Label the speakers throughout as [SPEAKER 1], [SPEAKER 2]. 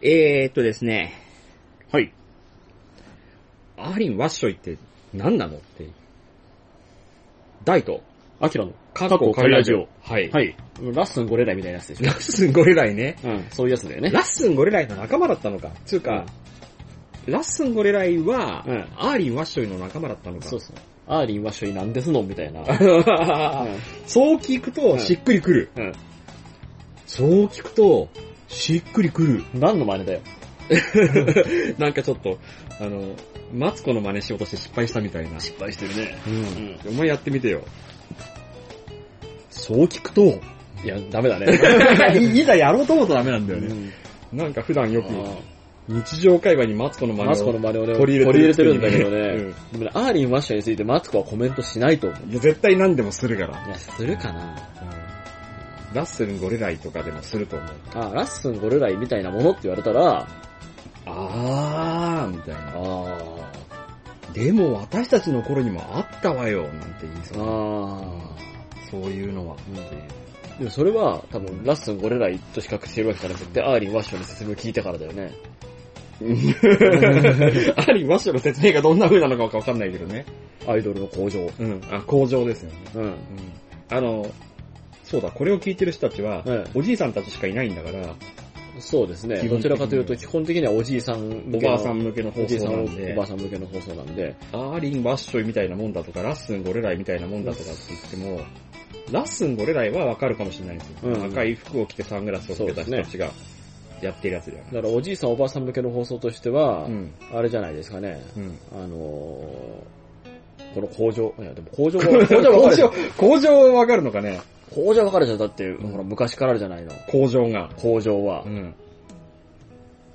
[SPEAKER 1] えー、っとですね、
[SPEAKER 2] はい。
[SPEAKER 1] アーリン・ワッショイって何なのって。大と、
[SPEAKER 2] アキラの。
[SPEAKER 1] カ
[SPEAKER 2] ッコカリラジオ。
[SPEAKER 1] はい。
[SPEAKER 2] はい。ラッスンゴレラみたいなやつでしょ。
[SPEAKER 1] ラッスンゴレライね。
[SPEAKER 2] うん、そういうやつだよね。
[SPEAKER 1] ラッスンゴレライの仲間だったのか。つうか、ラッスンゴレライは、
[SPEAKER 2] うん
[SPEAKER 1] アーリン・ワッショイの仲間だったのか。
[SPEAKER 2] そうそう。アーリンはしょいなんですのみたいな。
[SPEAKER 1] そう聞く
[SPEAKER 2] う
[SPEAKER 1] と
[SPEAKER 2] ん
[SPEAKER 1] しっくりくる。
[SPEAKER 2] うん。
[SPEAKER 1] そう聞くとしっくりくる。
[SPEAKER 2] 何の真似だよ。
[SPEAKER 1] なんかちょっと、あの、マツコの真似しようとして失敗したみたいな。
[SPEAKER 2] 失敗してるね。
[SPEAKER 1] う。
[SPEAKER 2] う
[SPEAKER 1] お
[SPEAKER 2] んん。
[SPEAKER 1] 前やってみてよ。そう聞くと、
[SPEAKER 2] いや、ダメだね。
[SPEAKER 1] いいざやろうと思うとダメなんだ
[SPEAKER 2] う
[SPEAKER 1] よね。
[SPEAKER 2] ん
[SPEAKER 1] なんか普段よく
[SPEAKER 2] あ
[SPEAKER 1] 日常会話にマツコの
[SPEAKER 2] ー
[SPEAKER 1] 真
[SPEAKER 2] マツ
[SPEAKER 1] 似
[SPEAKER 2] コ
[SPEAKER 1] を
[SPEAKER 2] の真似をね、
[SPEAKER 1] 取
[SPEAKER 2] 取
[SPEAKER 1] り
[SPEAKER 2] り
[SPEAKER 1] 入
[SPEAKER 2] 入
[SPEAKER 1] れ
[SPEAKER 2] れ
[SPEAKER 1] て
[SPEAKER 2] て
[SPEAKER 1] る
[SPEAKER 2] る
[SPEAKER 1] ん
[SPEAKER 2] ん
[SPEAKER 1] だ
[SPEAKER 2] だ
[SPEAKER 1] け
[SPEAKER 2] け
[SPEAKER 1] ど
[SPEAKER 2] ど
[SPEAKER 1] ね
[SPEAKER 2] ね。でもね、アーリン・ワッショイについてマツコはコメントしないと思う。
[SPEAKER 1] いや絶対何でもするから。
[SPEAKER 2] いや、するかな
[SPEAKER 1] ラッスルゴレライとかでもすると思う。
[SPEAKER 2] あー、ラッスンゴレライみたいなものって言われたら、
[SPEAKER 1] あー、みたいな。
[SPEAKER 2] あ
[SPEAKER 1] でも私たちの頃にもあったわよ、なんて言い
[SPEAKER 2] ー、
[SPEAKER 1] そう。
[SPEAKER 2] あ
[SPEAKER 1] そういうのは。
[SPEAKER 2] ー。でもそれは、多分、ラッスンゴレライと比較してるわけじゃなくて、アーリン・ワッショイの説明を聞いたからだ よね。
[SPEAKER 1] アリン・ワッシュの説明がどんな風なのかわかんないけどね。
[SPEAKER 2] アイドルの工場。
[SPEAKER 1] うん。あ、工場ですよね。
[SPEAKER 2] うん。
[SPEAKER 1] あの、そうだ、これを聞いてる人たちは、
[SPEAKER 2] え
[SPEAKER 1] おじいさんたちしかいないんだから、
[SPEAKER 2] そうですね。
[SPEAKER 1] 基本的
[SPEAKER 2] ど
[SPEAKER 1] に
[SPEAKER 2] ちらかというと、基本的にはおじいさん
[SPEAKER 1] お
[SPEAKER 2] 向けの
[SPEAKER 1] ばあさん向けの放
[SPEAKER 2] おじい
[SPEAKER 1] 送
[SPEAKER 2] さ、
[SPEAKER 1] なんんで
[SPEAKER 2] おばあ、さん向けの放送なんで、
[SPEAKER 1] アーリン・ワッショイみたいなもんだとか、ラッスン・ゴレライみたいなもんだとかって言っても、ラッスン・ゴレライはわかるかもしれないんですよ。
[SPEAKER 2] うん
[SPEAKER 1] 赤い服を着てサングラスをつけた人たちがやってるやつだよね。
[SPEAKER 2] だからおじいさんおばあさん向けの放送としては、
[SPEAKER 1] うん。
[SPEAKER 2] あれじゃないですかね、
[SPEAKER 1] うん。
[SPEAKER 2] あのー、この工場、いやでも工場は、 工場は分か
[SPEAKER 1] 工
[SPEAKER 2] るでし
[SPEAKER 1] 場
[SPEAKER 2] ょ、
[SPEAKER 1] 工場はわかるのかね
[SPEAKER 2] 工場は分かるでしょ、だって、
[SPEAKER 1] ん
[SPEAKER 2] ほら昔からあるじゃないの、
[SPEAKER 1] 工場が。
[SPEAKER 2] 工場は
[SPEAKER 1] う。ん。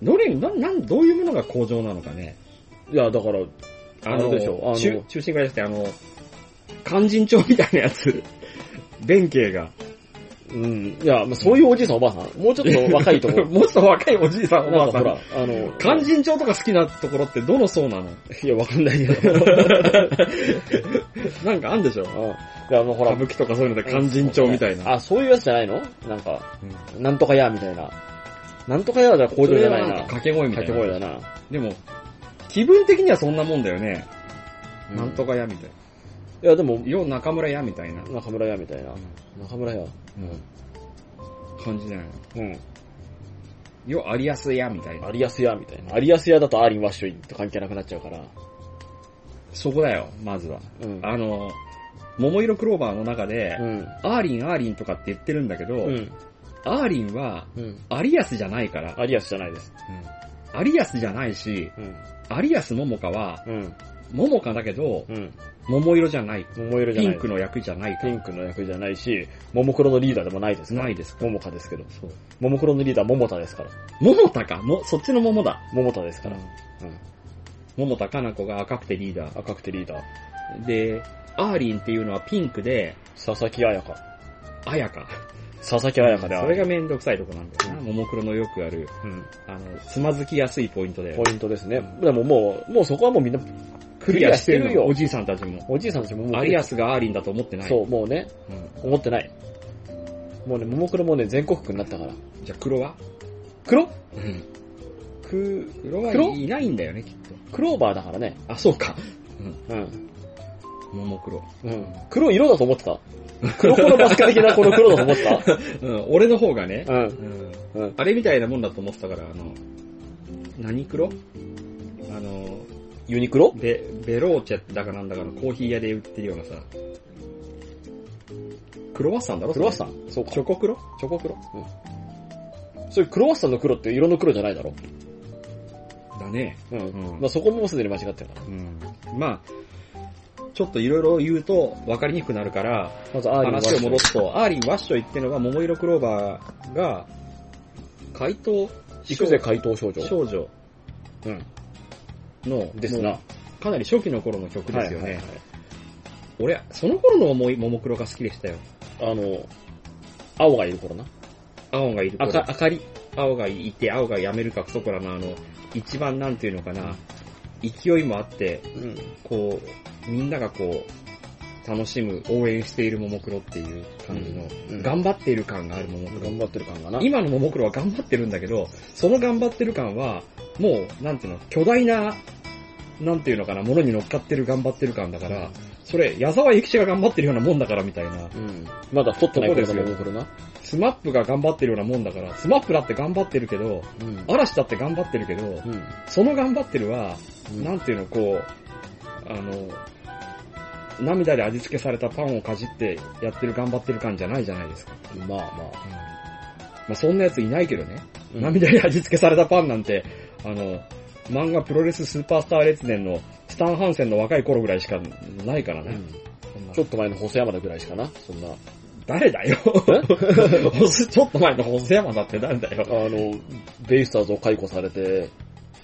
[SPEAKER 1] どれ、な、なん、どういうものが工場なのかね
[SPEAKER 2] いや、だから、
[SPEAKER 1] あ
[SPEAKER 2] あ
[SPEAKER 1] の、
[SPEAKER 2] れでしょあの
[SPEAKER 1] 中中心からして、あの、勧進帳みたいなやつ。弁慶が。
[SPEAKER 2] うん、いや、まあ、そういうおじいさんおばあさん、もうちょっと若いところ、
[SPEAKER 1] もっと若い おじいさん、お
[SPEAKER 2] な
[SPEAKER 1] ば
[SPEAKER 2] ん
[SPEAKER 1] あさ
[SPEAKER 2] かほ
[SPEAKER 1] ん。
[SPEAKER 2] ら、あの、
[SPEAKER 1] 勧進帳とか好きなところってどの層なの
[SPEAKER 2] いや、わかんないけど、うん
[SPEAKER 1] なんかあんでしょ
[SPEAKER 2] いや、もうほ
[SPEAKER 1] 歌
[SPEAKER 2] ら、
[SPEAKER 1] 舞伎とかそういうので勧進帳みたいな。
[SPEAKER 2] あ、そういうやつじゃないのなんか、
[SPEAKER 1] うん
[SPEAKER 2] なんとかや、みたいな。なんとかやじゃ工場じゃないな。掛
[SPEAKER 1] 掛け声みたい
[SPEAKER 2] け
[SPEAKER 1] な。
[SPEAKER 2] 声だな。
[SPEAKER 1] でも、気分的にはそんなもんだよね。
[SPEAKER 2] う
[SPEAKER 1] なんと。かやみたい
[SPEAKER 2] いや、でも
[SPEAKER 1] な。、よ、中村やみたいな。
[SPEAKER 2] 中村や、みたいな。中村や。
[SPEAKER 1] 感じじゃないの。
[SPEAKER 2] うん。
[SPEAKER 1] よ、有安やみたいな。
[SPEAKER 2] 有安や、みたいな。有安やだとアーリン・ワッシュインと関係なくなっちゃうから。
[SPEAKER 1] そこだよ、まずは。
[SPEAKER 2] うん。
[SPEAKER 1] あの、桃色クローバーの中で
[SPEAKER 2] う、ん。
[SPEAKER 1] アーリン、アーリンとかって言ってるんだけど、
[SPEAKER 2] うん。
[SPEAKER 1] アーリンは、
[SPEAKER 2] うん。
[SPEAKER 1] アリアスじゃないから、
[SPEAKER 2] 有安じゃないです。
[SPEAKER 1] アリアスじゃないし、
[SPEAKER 2] うん。
[SPEAKER 1] アリアスモモカは、
[SPEAKER 2] うん。
[SPEAKER 1] モモカだけど、
[SPEAKER 2] うん。
[SPEAKER 1] 桃色じゃない。
[SPEAKER 2] 桃色じゃ
[SPEAKER 1] ピ
[SPEAKER 2] ない。
[SPEAKER 1] ンクの役じゃないか
[SPEAKER 2] ピンクの役じゃないし、ももクロのリーダーでもないです
[SPEAKER 1] ら。
[SPEAKER 2] から。
[SPEAKER 1] ないです。
[SPEAKER 2] ももかですけど。
[SPEAKER 1] そう。
[SPEAKER 2] ももクロのリーダー、ももたですから。
[SPEAKER 1] 桃田か、も、そっちの桃だ。
[SPEAKER 2] ももたですから。うん。
[SPEAKER 1] 桃田かな子が赤くてリーダ
[SPEAKER 2] 赤くてリーダー。
[SPEAKER 1] ー。で、アーリンっていうのはピンクで、
[SPEAKER 2] 佐々木彩香。
[SPEAKER 1] あやか。
[SPEAKER 2] 佐々木彩香であ
[SPEAKER 1] そ
[SPEAKER 2] る。
[SPEAKER 1] れがめんどくさいとこなんだよな。
[SPEAKER 2] うん
[SPEAKER 1] ももクロのよくある、
[SPEAKER 2] うん。
[SPEAKER 1] あの、つまずきやすいポイントで。
[SPEAKER 2] ポイントですね。でももう、もうそこはもうみんな
[SPEAKER 1] ク
[SPEAKER 2] ク
[SPEAKER 1] リ
[SPEAKER 2] リ
[SPEAKER 1] ア
[SPEAKER 2] ア
[SPEAKER 1] し
[SPEAKER 2] してて
[SPEAKER 1] る
[SPEAKER 2] る
[SPEAKER 1] よ。お
[SPEAKER 2] よ。
[SPEAKER 1] じいさんたちも。
[SPEAKER 2] おじいさんたちももうク
[SPEAKER 1] ア
[SPEAKER 2] リ
[SPEAKER 1] リ
[SPEAKER 2] ア
[SPEAKER 1] アスがアーリンだと思ってない。
[SPEAKER 2] そう、もうね、
[SPEAKER 1] うん
[SPEAKER 2] 思ってない。もうね、ももクロもね、全国区になったから。
[SPEAKER 1] じゃあ黒は
[SPEAKER 2] 黒
[SPEAKER 1] く黒は
[SPEAKER 2] 黒
[SPEAKER 1] いないんだよね、きっと。
[SPEAKER 2] クローバーだからね。
[SPEAKER 1] あ、そうか。
[SPEAKER 2] うん。
[SPEAKER 1] ももクロ。
[SPEAKER 2] うん。黒色だと思ってた。黒子のバスカ的なこの黒だと思って
[SPEAKER 1] うん、俺の方がね
[SPEAKER 2] た。、うん。
[SPEAKER 1] うん
[SPEAKER 2] うん。
[SPEAKER 1] あれみたいなもんだと思ってたから、あの、何黒あの、
[SPEAKER 2] ユニクロ
[SPEAKER 1] ベ、ベローチェだかなんだかのコーヒー屋で売ってるようなさ、クロワッサンだろ
[SPEAKER 2] クロワッ
[SPEAKER 1] ン
[SPEAKER 2] サンそうか。
[SPEAKER 1] チョコクロ
[SPEAKER 2] チョコ黒うん。それクロワッサンの黒って色の黒じゃないだろ。
[SPEAKER 1] だね。
[SPEAKER 2] うん。
[SPEAKER 1] うん
[SPEAKER 2] まあそこももうすでに間違ってるから。
[SPEAKER 1] うん。まあ、ちょっといろいろ言うと分かりにくくなるから、
[SPEAKER 2] まずアーリン
[SPEAKER 1] 話を戻
[SPEAKER 2] っ
[SPEAKER 1] すと、アーリン・ワッショイってのは桃色クローバーが、怪盗
[SPEAKER 2] て。行くぜ怪盗少女。
[SPEAKER 1] 少女
[SPEAKER 2] うん。
[SPEAKER 1] の、
[SPEAKER 2] です
[SPEAKER 1] も
[SPEAKER 2] な。
[SPEAKER 1] うかなり初期の頃の曲ですよね。
[SPEAKER 2] はいはいはい
[SPEAKER 1] 俺、その頃の思い、ももクロが好きでしたよ。
[SPEAKER 2] あの、青がいる頃な。
[SPEAKER 1] 青がいる
[SPEAKER 2] あか、
[SPEAKER 1] 頃。
[SPEAKER 2] あかり。
[SPEAKER 1] 青がいて、青がやめるかクソコラのあの、一番なんていうのかな、勢いもあって、
[SPEAKER 2] うん。
[SPEAKER 1] こう、みんながこう、楽しむ、応援しているももクロっていう感じの、
[SPEAKER 2] うん
[SPEAKER 1] 頑張っている感があるももクロ。
[SPEAKER 2] 頑張ってる感がな。
[SPEAKER 1] 今のももクロは頑張ってるんだけど、その頑張ってる感は、もう、なんていうの、巨大な、なんていうのかな、ものに乗っかってる頑張ってる感だから、それ、矢沢駅士が頑張ってるようなもんだからみたいな、
[SPEAKER 2] うん。まだ太ってない頃だもん、
[SPEAKER 1] と
[SPEAKER 2] これな。
[SPEAKER 1] スマップが頑張ってるようなもんだから、スマップだって頑張ってるけど、
[SPEAKER 2] うん。
[SPEAKER 1] 嵐だって頑張ってるけど、
[SPEAKER 2] うん。
[SPEAKER 1] その頑張ってるは、
[SPEAKER 2] うん
[SPEAKER 1] なんていうの、こう、あの、涙で味付けされたパンをかじってやってる頑張ってる感じゃないじゃないですか。
[SPEAKER 2] まあまあ。
[SPEAKER 1] まあそんなやついないけどね。
[SPEAKER 2] うん
[SPEAKER 1] 涙で味付けされたパンなんて、あの、漫画プロレススーパースター列伝のスタンハンセンの若い頃ぐらいしかないから
[SPEAKER 2] う
[SPEAKER 1] ね。
[SPEAKER 2] ん
[SPEAKER 1] そんな
[SPEAKER 2] ちょっと前の細山田ぐらいしかな、そんな。あ
[SPEAKER 1] 誰だよ。ほす ちょっと前の細山だって誰だよ。
[SPEAKER 2] の、ベイスターズを解雇されて、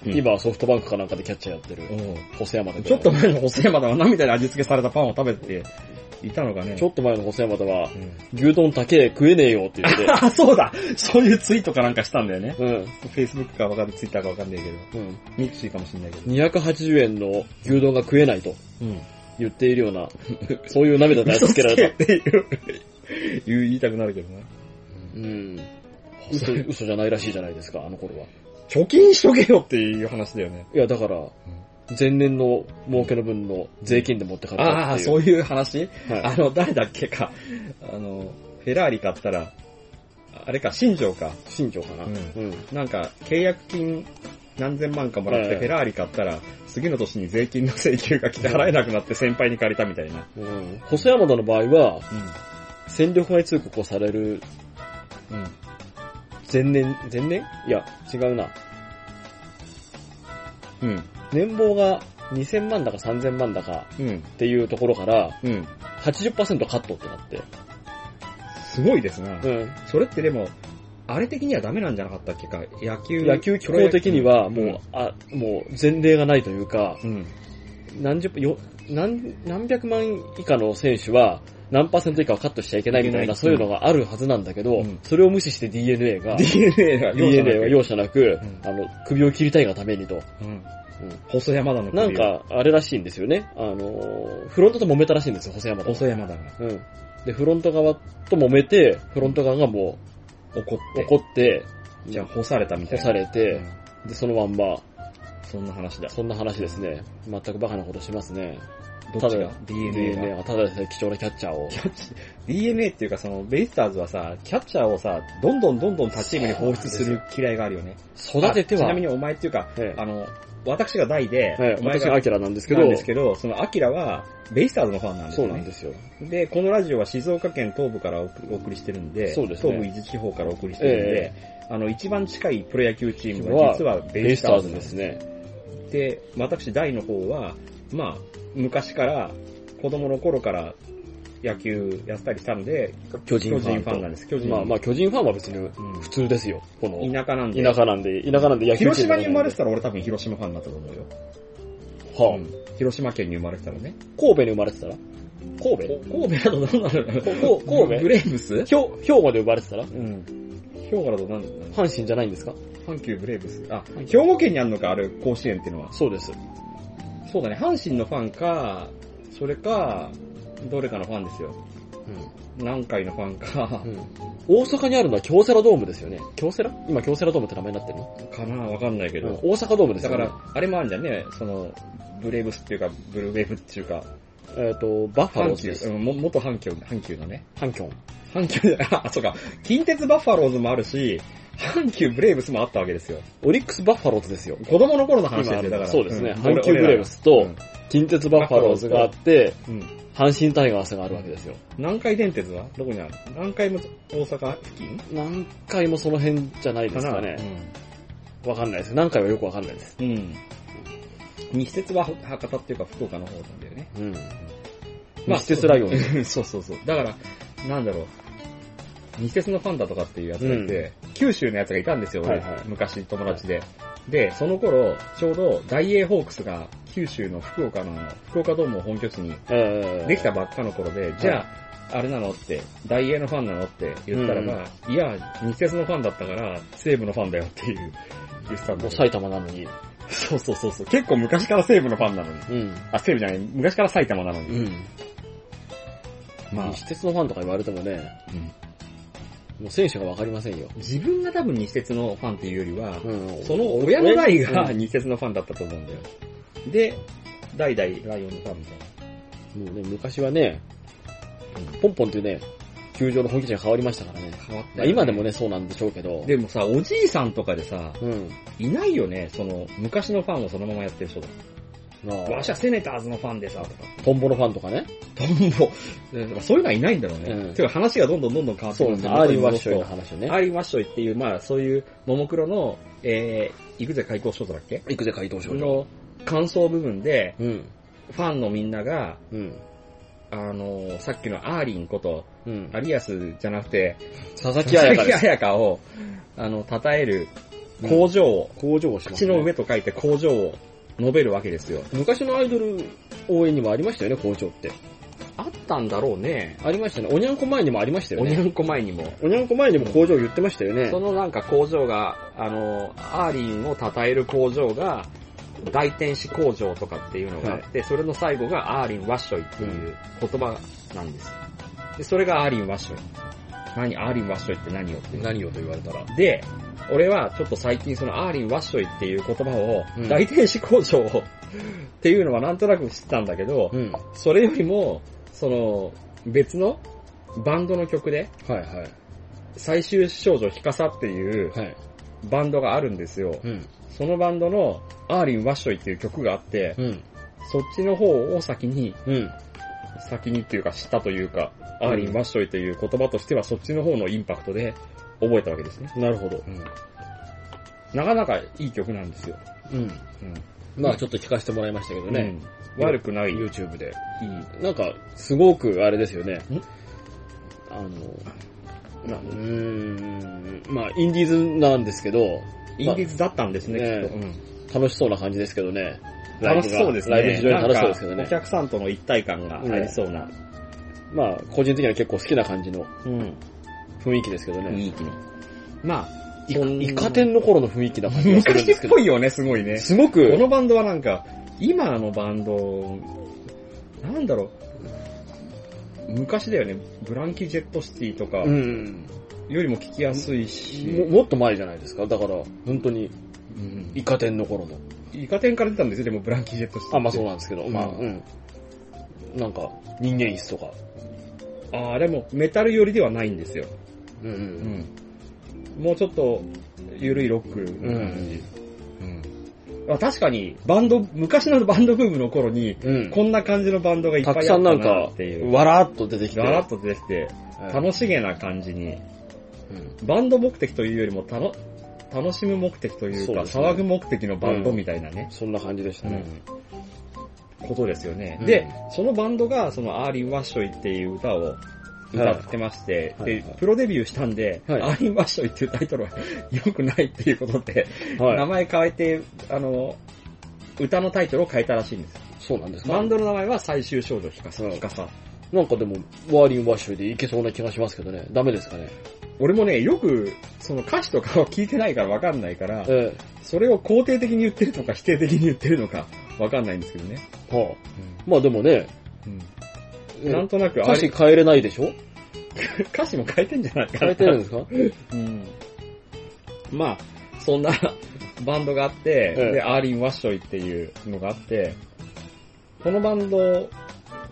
[SPEAKER 1] うん
[SPEAKER 2] 今はソフトバンクかなんかでキャッチャーやってる。
[SPEAKER 1] う
[SPEAKER 2] 細山田
[SPEAKER 1] ん
[SPEAKER 2] ぐ
[SPEAKER 1] ち
[SPEAKER 2] ら
[SPEAKER 1] ょ
[SPEAKER 2] い
[SPEAKER 1] っと前の細山だは涙で味付けされたパンを食べていたのがね。
[SPEAKER 2] ちょっと前の細山田は、
[SPEAKER 1] うん
[SPEAKER 2] 牛丼高え食えねえよって言って。
[SPEAKER 1] あ、そうだそういうツイートかなんかしたんだよね。
[SPEAKER 2] うん。
[SPEAKER 1] Facebook かわかる、Twitter かわかんないけど。
[SPEAKER 2] うん。
[SPEAKER 1] ミクシーかもしんないけど。
[SPEAKER 2] 280円の牛丼が食えないと
[SPEAKER 1] うん。
[SPEAKER 2] 言っているような、そういう涙で味付けられた。
[SPEAKER 1] っていう、 言う言いたくなるけどね。
[SPEAKER 2] うん。嘘、嘘じゃないらしいじゃないですか、あの頃は。
[SPEAKER 1] 貯金しとけよっていう話だよね。
[SPEAKER 2] いや、だから、前年の儲けの分の税金で持って帰ったっていう。
[SPEAKER 1] ああ、そういう話
[SPEAKER 2] はい
[SPEAKER 1] あの、誰だっけか。あの、フェラーリ買ったら、あれか、新庄か。
[SPEAKER 2] 新庄かな。
[SPEAKER 1] う
[SPEAKER 2] うんん。
[SPEAKER 1] なんか、契約金何千万かもらっ
[SPEAKER 2] はい
[SPEAKER 1] て、
[SPEAKER 2] はい
[SPEAKER 1] フェラーリ買ったら、次の年に税金の請求が来て払えなくなって先輩に借りたみたいな。
[SPEAKER 2] うん。細山田の場合は、
[SPEAKER 1] う
[SPEAKER 2] 戦力外通告をされる
[SPEAKER 1] ん。うん。
[SPEAKER 2] 前年、前年いや、違うな。
[SPEAKER 1] うん。
[SPEAKER 2] 年俸が2000万だか3000万だか
[SPEAKER 1] うん。
[SPEAKER 2] っていうところから、
[SPEAKER 1] うん。
[SPEAKER 2] 80%カットってなって。
[SPEAKER 1] すごいですな。
[SPEAKER 2] うん。
[SPEAKER 1] それってでも、あれ的にはダメなんじゃなかったっけか野球。
[SPEAKER 2] 野球機構的には、もう、
[SPEAKER 1] うん
[SPEAKER 2] あ、もう前例がないというか、
[SPEAKER 1] うん。
[SPEAKER 2] 何十、よ、何、何百万以下の選手は、何パーセント以下はカットしちゃいけないみた
[SPEAKER 1] いけ
[SPEAKER 2] い
[SPEAKER 1] ない
[SPEAKER 2] な、そういうのがあるはずなんだけど、
[SPEAKER 1] うん
[SPEAKER 2] それを無視して DNA が、
[SPEAKER 1] DNA が、
[SPEAKER 2] DNA は容赦なく、
[SPEAKER 1] うん
[SPEAKER 2] あの、首を切りたいがためにと。
[SPEAKER 1] うん
[SPEAKER 2] うん。
[SPEAKER 1] 細山田の
[SPEAKER 2] なん
[SPEAKER 1] 首を、
[SPEAKER 2] か、あれらしいんですよね。あのー、フロントと揉めたらしいんですよ、細山田が。
[SPEAKER 1] 細山田が
[SPEAKER 2] うん。で、フロント側と揉めて、フロント側がも
[SPEAKER 1] 怒っ
[SPEAKER 2] う
[SPEAKER 1] て、
[SPEAKER 2] 怒って、
[SPEAKER 1] じゃあ干されたみたい
[SPEAKER 2] 干
[SPEAKER 1] な。
[SPEAKER 2] されて、で、そのまんま、
[SPEAKER 1] うんそんな話だ。
[SPEAKER 2] そんな話ですね。全くバカなことしますね。
[SPEAKER 1] どっちが
[SPEAKER 2] ただ
[SPEAKER 1] ?DNA
[SPEAKER 2] DNA
[SPEAKER 1] が。
[SPEAKER 2] がただでさえ貴重なキャッチャーを。
[SPEAKER 1] DNA っていうかその、ベイスターズはさ、キャッチャーをさ、どんどんどんどん他チームに放出する嫌いがあるよね。
[SPEAKER 2] 育てては。
[SPEAKER 1] あちなみにお前っていうか、
[SPEAKER 2] ええ
[SPEAKER 1] あの、私が大で、
[SPEAKER 2] はい、
[SPEAKER 1] お前
[SPEAKER 2] 私がア
[SPEAKER 1] が、
[SPEAKER 2] キラなんですけど、
[SPEAKER 1] なんですけど、そのアキラは、ベイスターズのファンなんです
[SPEAKER 2] そう
[SPEAKER 1] よ
[SPEAKER 2] な
[SPEAKER 1] ね
[SPEAKER 2] ん。ですよ。
[SPEAKER 1] で、このラジオは静岡県東部からお送お送りしてるんで、
[SPEAKER 2] そうですね
[SPEAKER 1] 東部伊豆地方からお送りしてるんで、あの、一番近いプロ野球チームは実はベ
[SPEAKER 2] ベ
[SPEAKER 1] イ
[SPEAKER 2] イ
[SPEAKER 1] ス
[SPEAKER 2] ス
[SPEAKER 1] タ
[SPEAKER 2] タ
[SPEAKER 1] ー
[SPEAKER 2] ー
[SPEAKER 1] ズ
[SPEAKER 2] ズ
[SPEAKER 1] で。
[SPEAKER 2] ですすね。
[SPEAKER 1] で、私、大の方は、まあ、昔から、子供の頃から野球やったりしたんで、
[SPEAKER 2] 巨
[SPEAKER 1] 巨
[SPEAKER 2] 人フ
[SPEAKER 1] 人
[SPEAKER 2] ァン
[SPEAKER 1] フ
[SPEAKER 2] と。
[SPEAKER 1] ァンなんです。巨人。
[SPEAKER 2] まあまあ、巨人ファンは別に普通ですよ。
[SPEAKER 1] う
[SPEAKER 2] こ
[SPEAKER 1] ん田
[SPEAKER 2] の、
[SPEAKER 1] 舎なんで。
[SPEAKER 2] 田舎なんで、田舎なんで野球
[SPEAKER 1] 広島に生
[SPEAKER 2] チー
[SPEAKER 1] ま
[SPEAKER 2] ムなん
[SPEAKER 1] れ
[SPEAKER 2] で
[SPEAKER 1] てたら俺多分広島ファンだったと思うよ。
[SPEAKER 2] はあ
[SPEAKER 1] うん広島県に生まれてたらね。
[SPEAKER 2] 神戸に生まれてたら神戸
[SPEAKER 1] 神戸だとどうな る
[SPEAKER 2] ここ神戸
[SPEAKER 1] ブレーブス
[SPEAKER 2] ひょ兵庫で生まれてたら
[SPEAKER 1] うん。兵庫だと何だろうな
[SPEAKER 2] 阪神じゃないんですか
[SPEAKER 1] 阪急ブレーブス。あ、兵庫県にあるのか、あれ、甲子園っていうのは。
[SPEAKER 2] そうです。
[SPEAKER 1] そうだね、阪神のファンか、それか、どれかのファンですよ。南海のファンか
[SPEAKER 2] う、ん大阪にあるのは京セラドームですよね。京セラ今京セラドームって名前になってるの
[SPEAKER 1] かなわかんないけ
[SPEAKER 2] うん
[SPEAKER 1] ど。
[SPEAKER 2] 大阪ドームです
[SPEAKER 1] だ
[SPEAKER 2] よ
[SPEAKER 1] か
[SPEAKER 2] ね。
[SPEAKER 1] ら、あれもあるんじゃんね、その、ブレーブスっていうか、ブルーウェーブっていうか、
[SPEAKER 2] えっと、バッファロ
[SPEAKER 1] 阪
[SPEAKER 2] ーズ
[SPEAKER 1] 急
[SPEAKER 2] です。、
[SPEAKER 1] うんも元阪急、阪急のね。
[SPEAKER 2] 阪急。
[SPEAKER 1] 阪急じゃない、あ、そうか、近鉄バッファローズもあるし、阪急ブレーブスもあったわけですよ。
[SPEAKER 2] オリックスバッファローズですよ。
[SPEAKER 1] 子供の頃の話で
[SPEAKER 2] 今あ
[SPEAKER 1] すよ、
[SPEAKER 2] る
[SPEAKER 1] だから。
[SPEAKER 2] そうですね。
[SPEAKER 1] ん
[SPEAKER 2] 阪急ブレーブスと、近鉄バッファローズがあって、
[SPEAKER 1] うんうん
[SPEAKER 2] 阪神タイガースがあるわけですよ。
[SPEAKER 1] 南海電鉄はどこにある南海も大阪付近
[SPEAKER 2] 何回もその辺じゃないですかね。わかんないです。何回はよくわかんないです。
[SPEAKER 1] うん。うん。西鉄は博多っていうか福岡の方なんだよね。
[SPEAKER 2] うん。
[SPEAKER 1] まあ
[SPEAKER 2] 西鉄ライオン ズ。
[SPEAKER 1] そうそうそう。だから、なんだろう。西鉄のパンダとかっていうやつがいて、九州のやつがいたんですよ、俺。
[SPEAKER 2] はいはい
[SPEAKER 1] 昔友達で。で、その頃、ちょうど大英ホークスが九州の福岡の、福岡ドームを本拠地に
[SPEAKER 2] えー
[SPEAKER 1] できたばっかの頃で、じゃあ、あれなのって、大英のファンなのって言ったらば、いや、西鉄のファンだったから、西武のファンだよっていう、言ってたんだ
[SPEAKER 2] もう
[SPEAKER 1] けど
[SPEAKER 2] 埼玉なのに。
[SPEAKER 1] そうそうそうそう。結構昔から西武のファンなのに。
[SPEAKER 2] うん。
[SPEAKER 1] あ、西武じゃない、昔から埼玉なの
[SPEAKER 2] う
[SPEAKER 1] に。
[SPEAKER 2] ん。
[SPEAKER 1] まあ
[SPEAKER 2] 西鉄のファンとか言われてもね、
[SPEAKER 1] うん
[SPEAKER 2] もう選手がわかりませんよ。
[SPEAKER 1] 自分が多分西鉄のファンっていうよりは、
[SPEAKER 2] うん
[SPEAKER 1] その親の代
[SPEAKER 2] う
[SPEAKER 1] が
[SPEAKER 2] ん
[SPEAKER 1] 西鉄のファンだったと思うんだよ。で、代々ライオンのファンみたいな。
[SPEAKER 2] もうね、昔はね、ポンポンっていうね、球場の本拠地が変わりましたからね。
[SPEAKER 1] 変わった、
[SPEAKER 2] まあ、今でも。ね、そうなんでしょうけど。
[SPEAKER 1] でもさ、おじいさんとかでさ、
[SPEAKER 2] うん。
[SPEAKER 1] いないよね、その、昔のファンをそのままやってる人だ。
[SPEAKER 2] まあ
[SPEAKER 1] わしはセネターズのファンでさ、とか。
[SPEAKER 2] トンボのファンとかね。
[SPEAKER 1] トンボ。うんだからそういうのはいないんだろうね。
[SPEAKER 2] うん
[SPEAKER 1] てか話がどんどんどんどん変わって
[SPEAKER 2] そ
[SPEAKER 1] く
[SPEAKER 2] う
[SPEAKER 1] るんだ
[SPEAKER 2] なんですよ。アーリー・ワッショイの話ね。
[SPEAKER 1] アーリー・ワッショイっていう、まあそういう、ももクロの、えー、行くぜ開口ショートだっけ
[SPEAKER 2] 行くぜ、回答少女。
[SPEAKER 1] の感想部分で、
[SPEAKER 2] うん。
[SPEAKER 1] ファンのみんなが、
[SPEAKER 2] うん。
[SPEAKER 1] あのーさっきのアーリンこと、
[SPEAKER 2] うん。
[SPEAKER 1] アリアスじゃなくて、
[SPEAKER 2] 佐々木彩香です。
[SPEAKER 1] 彩香を、あの、称える
[SPEAKER 2] うん
[SPEAKER 1] 工場を、
[SPEAKER 2] 工場をします、
[SPEAKER 1] 口
[SPEAKER 2] ね。
[SPEAKER 1] の上と書いて工場を述べるわけですよ。
[SPEAKER 2] 昔のアイドル応援にもありましたよね、工場って。
[SPEAKER 1] あったんだろうね。
[SPEAKER 2] ありましたね。おにゃんこ前にもありましたよ
[SPEAKER 1] おにゃ
[SPEAKER 2] ね。
[SPEAKER 1] んこ前にも。
[SPEAKER 2] おにゃんこ前にも工場言ってましたよね
[SPEAKER 1] そ。のなんか工場が、あの、アーリンを称える工場が、大天使工場とかっていうのがあって、それの最後がアーリン・ワッショイっていう言葉なんです。で、それがアーリン・ワッショイ。何、アーリン・ワッショイって何よっていう。
[SPEAKER 2] 何をと言われたら。
[SPEAKER 1] で、俺はちょっと最近そのアーリン・ワッショイっていう言葉を、
[SPEAKER 2] うん
[SPEAKER 1] 大天使工場をっていうのはなんとなく知ったんだけど、
[SPEAKER 2] うん。は
[SPEAKER 1] それよりも、その、別のバンドの曲で、
[SPEAKER 2] いはい。
[SPEAKER 1] 最終少女ヒカサっていう
[SPEAKER 2] はい。
[SPEAKER 1] バンドがあるんですよ。
[SPEAKER 2] うん。
[SPEAKER 1] そのバンドのアーリン・ワッショイっていう曲があって、
[SPEAKER 2] うん。
[SPEAKER 1] そっちの方を先に、
[SPEAKER 2] うん。
[SPEAKER 1] 先にっていうか知ったというか、
[SPEAKER 2] うん
[SPEAKER 1] アーリン・ワッショイという言葉としてはそっちの方のインパクトで覚えたわけですね。
[SPEAKER 2] なるほど。
[SPEAKER 1] なかなかいい曲なんですよ。
[SPEAKER 2] うん。まあちょっと聞かせてもらいましたけど
[SPEAKER 1] ね、
[SPEAKER 2] ね。
[SPEAKER 1] 悪くない。いい
[SPEAKER 2] YouTube で。なんか、すごくあれですよね。あの、まあ、うーん、まあ、インディーズなんですけど、
[SPEAKER 1] インディーズだったんですね、
[SPEAKER 2] ね
[SPEAKER 1] きっと。うん
[SPEAKER 2] 楽しそうな感じですけどね。
[SPEAKER 1] 楽しそうですね。
[SPEAKER 2] ライブがライブ非常に楽しそうですけど
[SPEAKER 1] なん
[SPEAKER 2] ね
[SPEAKER 1] か。お客さんとの一体感がありそうな。
[SPEAKER 2] まあ、個人的には結構好きな感じの
[SPEAKER 1] うん。
[SPEAKER 2] 雰囲気ですけどね。
[SPEAKER 1] いい気に。まあ、
[SPEAKER 2] イ
[SPEAKER 1] そ
[SPEAKER 2] カ
[SPEAKER 1] んな
[SPEAKER 2] イカ天の頃の雰囲気な感じがするん
[SPEAKER 1] 昔
[SPEAKER 2] で
[SPEAKER 1] っ
[SPEAKER 2] すけど
[SPEAKER 1] ぽ。いよね、すごいね。
[SPEAKER 2] すご
[SPEAKER 1] こ
[SPEAKER 2] く、
[SPEAKER 1] のバンドはなんか、今のバンド、なんだろう、昔だよね、ブランキー・ジェット・シティとか
[SPEAKER 2] う
[SPEAKER 1] よ
[SPEAKER 2] ん。
[SPEAKER 1] りも聞きやすいし、
[SPEAKER 2] ももっと前じゃないですか。だから、本当に、
[SPEAKER 1] うん
[SPEAKER 2] イカ天の頃の。
[SPEAKER 1] イカ天から出たんですよ、でもブランキー・ジェット・シティって。
[SPEAKER 2] あ、まあそうなんですけど、
[SPEAKER 1] うん
[SPEAKER 2] まあ、うん。なんか、人間椅子とか。
[SPEAKER 1] あーでもメタル寄りではないんですよ。
[SPEAKER 2] うんうん。
[SPEAKER 1] もうちょっと、ゆるいロック
[SPEAKER 2] う
[SPEAKER 1] な感
[SPEAKER 2] ん
[SPEAKER 1] じ。。あ確かに、バンド、昔のバンドブームの頃に、
[SPEAKER 2] うん。
[SPEAKER 1] こんな感じのバンドがいっぱいあ
[SPEAKER 2] たく
[SPEAKER 1] っ
[SPEAKER 2] さ
[SPEAKER 1] た
[SPEAKER 2] んなんか
[SPEAKER 1] なってい、う。
[SPEAKER 2] わらーっと出てきて。
[SPEAKER 1] ガラッと出てきて、楽しげな感じに、
[SPEAKER 2] うん
[SPEAKER 1] バンド目的というよりもたの楽しむ目的という
[SPEAKER 2] そう
[SPEAKER 1] か、
[SPEAKER 2] ですね
[SPEAKER 1] 騒ぐ目的のバンドみたいなね、
[SPEAKER 2] そんな感じでしたね。
[SPEAKER 1] ことですよね。
[SPEAKER 2] うん
[SPEAKER 1] で、そのバンドがそのアーリン・ワッショイっていう歌を歌ってまして、
[SPEAKER 2] はいは
[SPEAKER 1] で
[SPEAKER 2] い、
[SPEAKER 1] プロデビューしたんで、
[SPEAKER 2] はい
[SPEAKER 1] アーリン・ワッショイっていうタイトルは 良くないっていうことで、名
[SPEAKER 2] はい。
[SPEAKER 1] 前変えて、あの、歌のタイトルを変えたらしいんです。
[SPEAKER 2] そうなんですか
[SPEAKER 1] バンドの名前は最終少女ヒカサ。
[SPEAKER 2] うん
[SPEAKER 1] ヒカサ
[SPEAKER 2] なんかでも、ワーリンワッシュでいけそうな気がしますけどね。ダメですかね。
[SPEAKER 1] 俺もね、よく、その歌詞とかを聞いてないからわかんないから、
[SPEAKER 2] え
[SPEAKER 1] それを肯定的に言ってるのか否定的に言ってるのかわかんないんですけどね。
[SPEAKER 2] えはあ。まあでもね、
[SPEAKER 1] うんなんとなく、
[SPEAKER 2] 歌詞変えれないでしょ
[SPEAKER 1] あれ歌詞も変えてんじゃないかな。
[SPEAKER 2] 変えてるんで すか
[SPEAKER 1] うん。まあ、そんな バンドがあって、
[SPEAKER 2] ええ
[SPEAKER 1] で、アーリン・ワッショイっていうのがあって、このバンド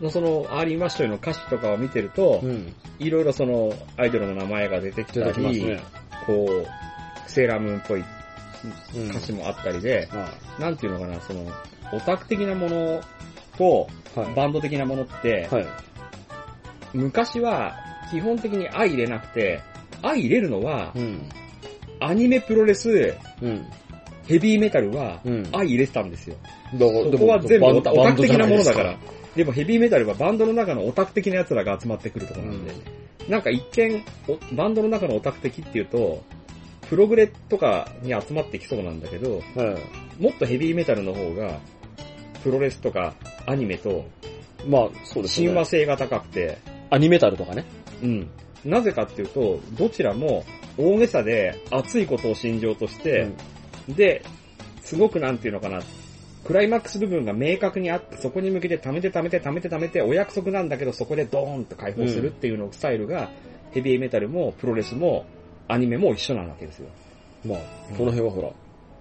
[SPEAKER 1] のそのアーリン・ワッショイの歌詞とかを見てると
[SPEAKER 2] う、ん。
[SPEAKER 1] いろいろそのアイドルの名前が出てき
[SPEAKER 2] 出
[SPEAKER 1] た
[SPEAKER 2] てき
[SPEAKER 1] り、
[SPEAKER 2] ますね。
[SPEAKER 1] こう、セーラームーンっぽい
[SPEAKER 2] うん。
[SPEAKER 1] 歌詞もあったりで、
[SPEAKER 2] は
[SPEAKER 1] なんていうのかな、その、オタク的なものと、
[SPEAKER 2] い。はい。
[SPEAKER 1] バンド的なものって、
[SPEAKER 2] はい。
[SPEAKER 1] 昔は基本的に相入れなくて、相入れるのは
[SPEAKER 2] う、ん。
[SPEAKER 1] アニメプロレス、
[SPEAKER 2] うん。
[SPEAKER 1] ヘビーメタルは、
[SPEAKER 2] うん。
[SPEAKER 1] 相入れてたんですよ。
[SPEAKER 2] どう
[SPEAKER 1] そこは全部オタオタク的なものだか。
[SPEAKER 2] で
[SPEAKER 1] ら。でもヘビーメタルはバンドの中のオタク的な奴らが集まってくるところなんで、なんか一見、おバンドの中のオタク的っていうと、プログレとかに集まってきそうなんだけど、
[SPEAKER 2] バンドじゃないですか
[SPEAKER 1] もっとヘビーメタルの方が、プロレスとかアニメと
[SPEAKER 2] うん。まあ、そうですね。
[SPEAKER 1] 親和性が高くて、
[SPEAKER 2] アニメタルとかね。
[SPEAKER 1] うん。なぜかっていうと、どちらも大げさで熱いことを信条として、
[SPEAKER 2] うん
[SPEAKER 1] で、すごくなんていうのかな、クライマックス部分が明確にあって、そこに向けて貯めて貯めて貯めて貯めて、お約束なんだけどそこでドーンと解放するっていうのをスタイルが、ヘビーメタルもプロレスもアニメも一緒なわけですよ。
[SPEAKER 2] まあ、その辺はほら、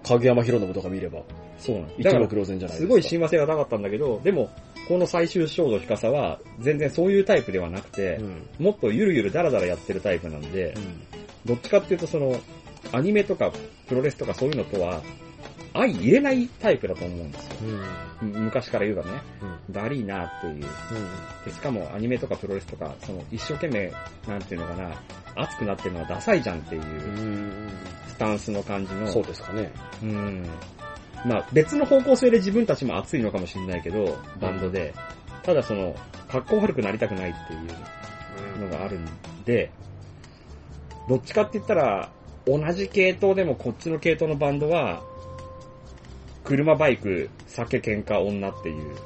[SPEAKER 2] 影山博信とか見れば、
[SPEAKER 1] そうなんです。
[SPEAKER 2] 一
[SPEAKER 1] だから
[SPEAKER 2] 目、瞭然じゃないですすか。
[SPEAKER 1] ごい親和性がなかったんだけど、でも、この最終章のヒカサは、全然そういうタイプではなくて、
[SPEAKER 2] うん。
[SPEAKER 1] もっとゆるゆるだらだらやってるタイプなんで、どっちかっていうとその、アニメとかプロレスとかそういうのとは、相入れないタイプだと思うんですよ。
[SPEAKER 2] うん。うん。
[SPEAKER 1] む昔から言うがね、
[SPEAKER 2] うん。
[SPEAKER 1] だりーなっていう。でしかもアニメとかプロレスとか、その一生懸命、なんていうのかな、熱くなってるのはダサいじゃんっていうスタンスの感じの、
[SPEAKER 2] そうですかね。
[SPEAKER 1] うん。まあ別の方向性で自分たちも熱いのかもしれないけど、バンドで。ただその、格好悪くなりたくないっていうのがあるんで、どっちかって言ったら、同じ系統でもこっちの系統のバンドは、車、バイク、酒、喧嘩、女っていう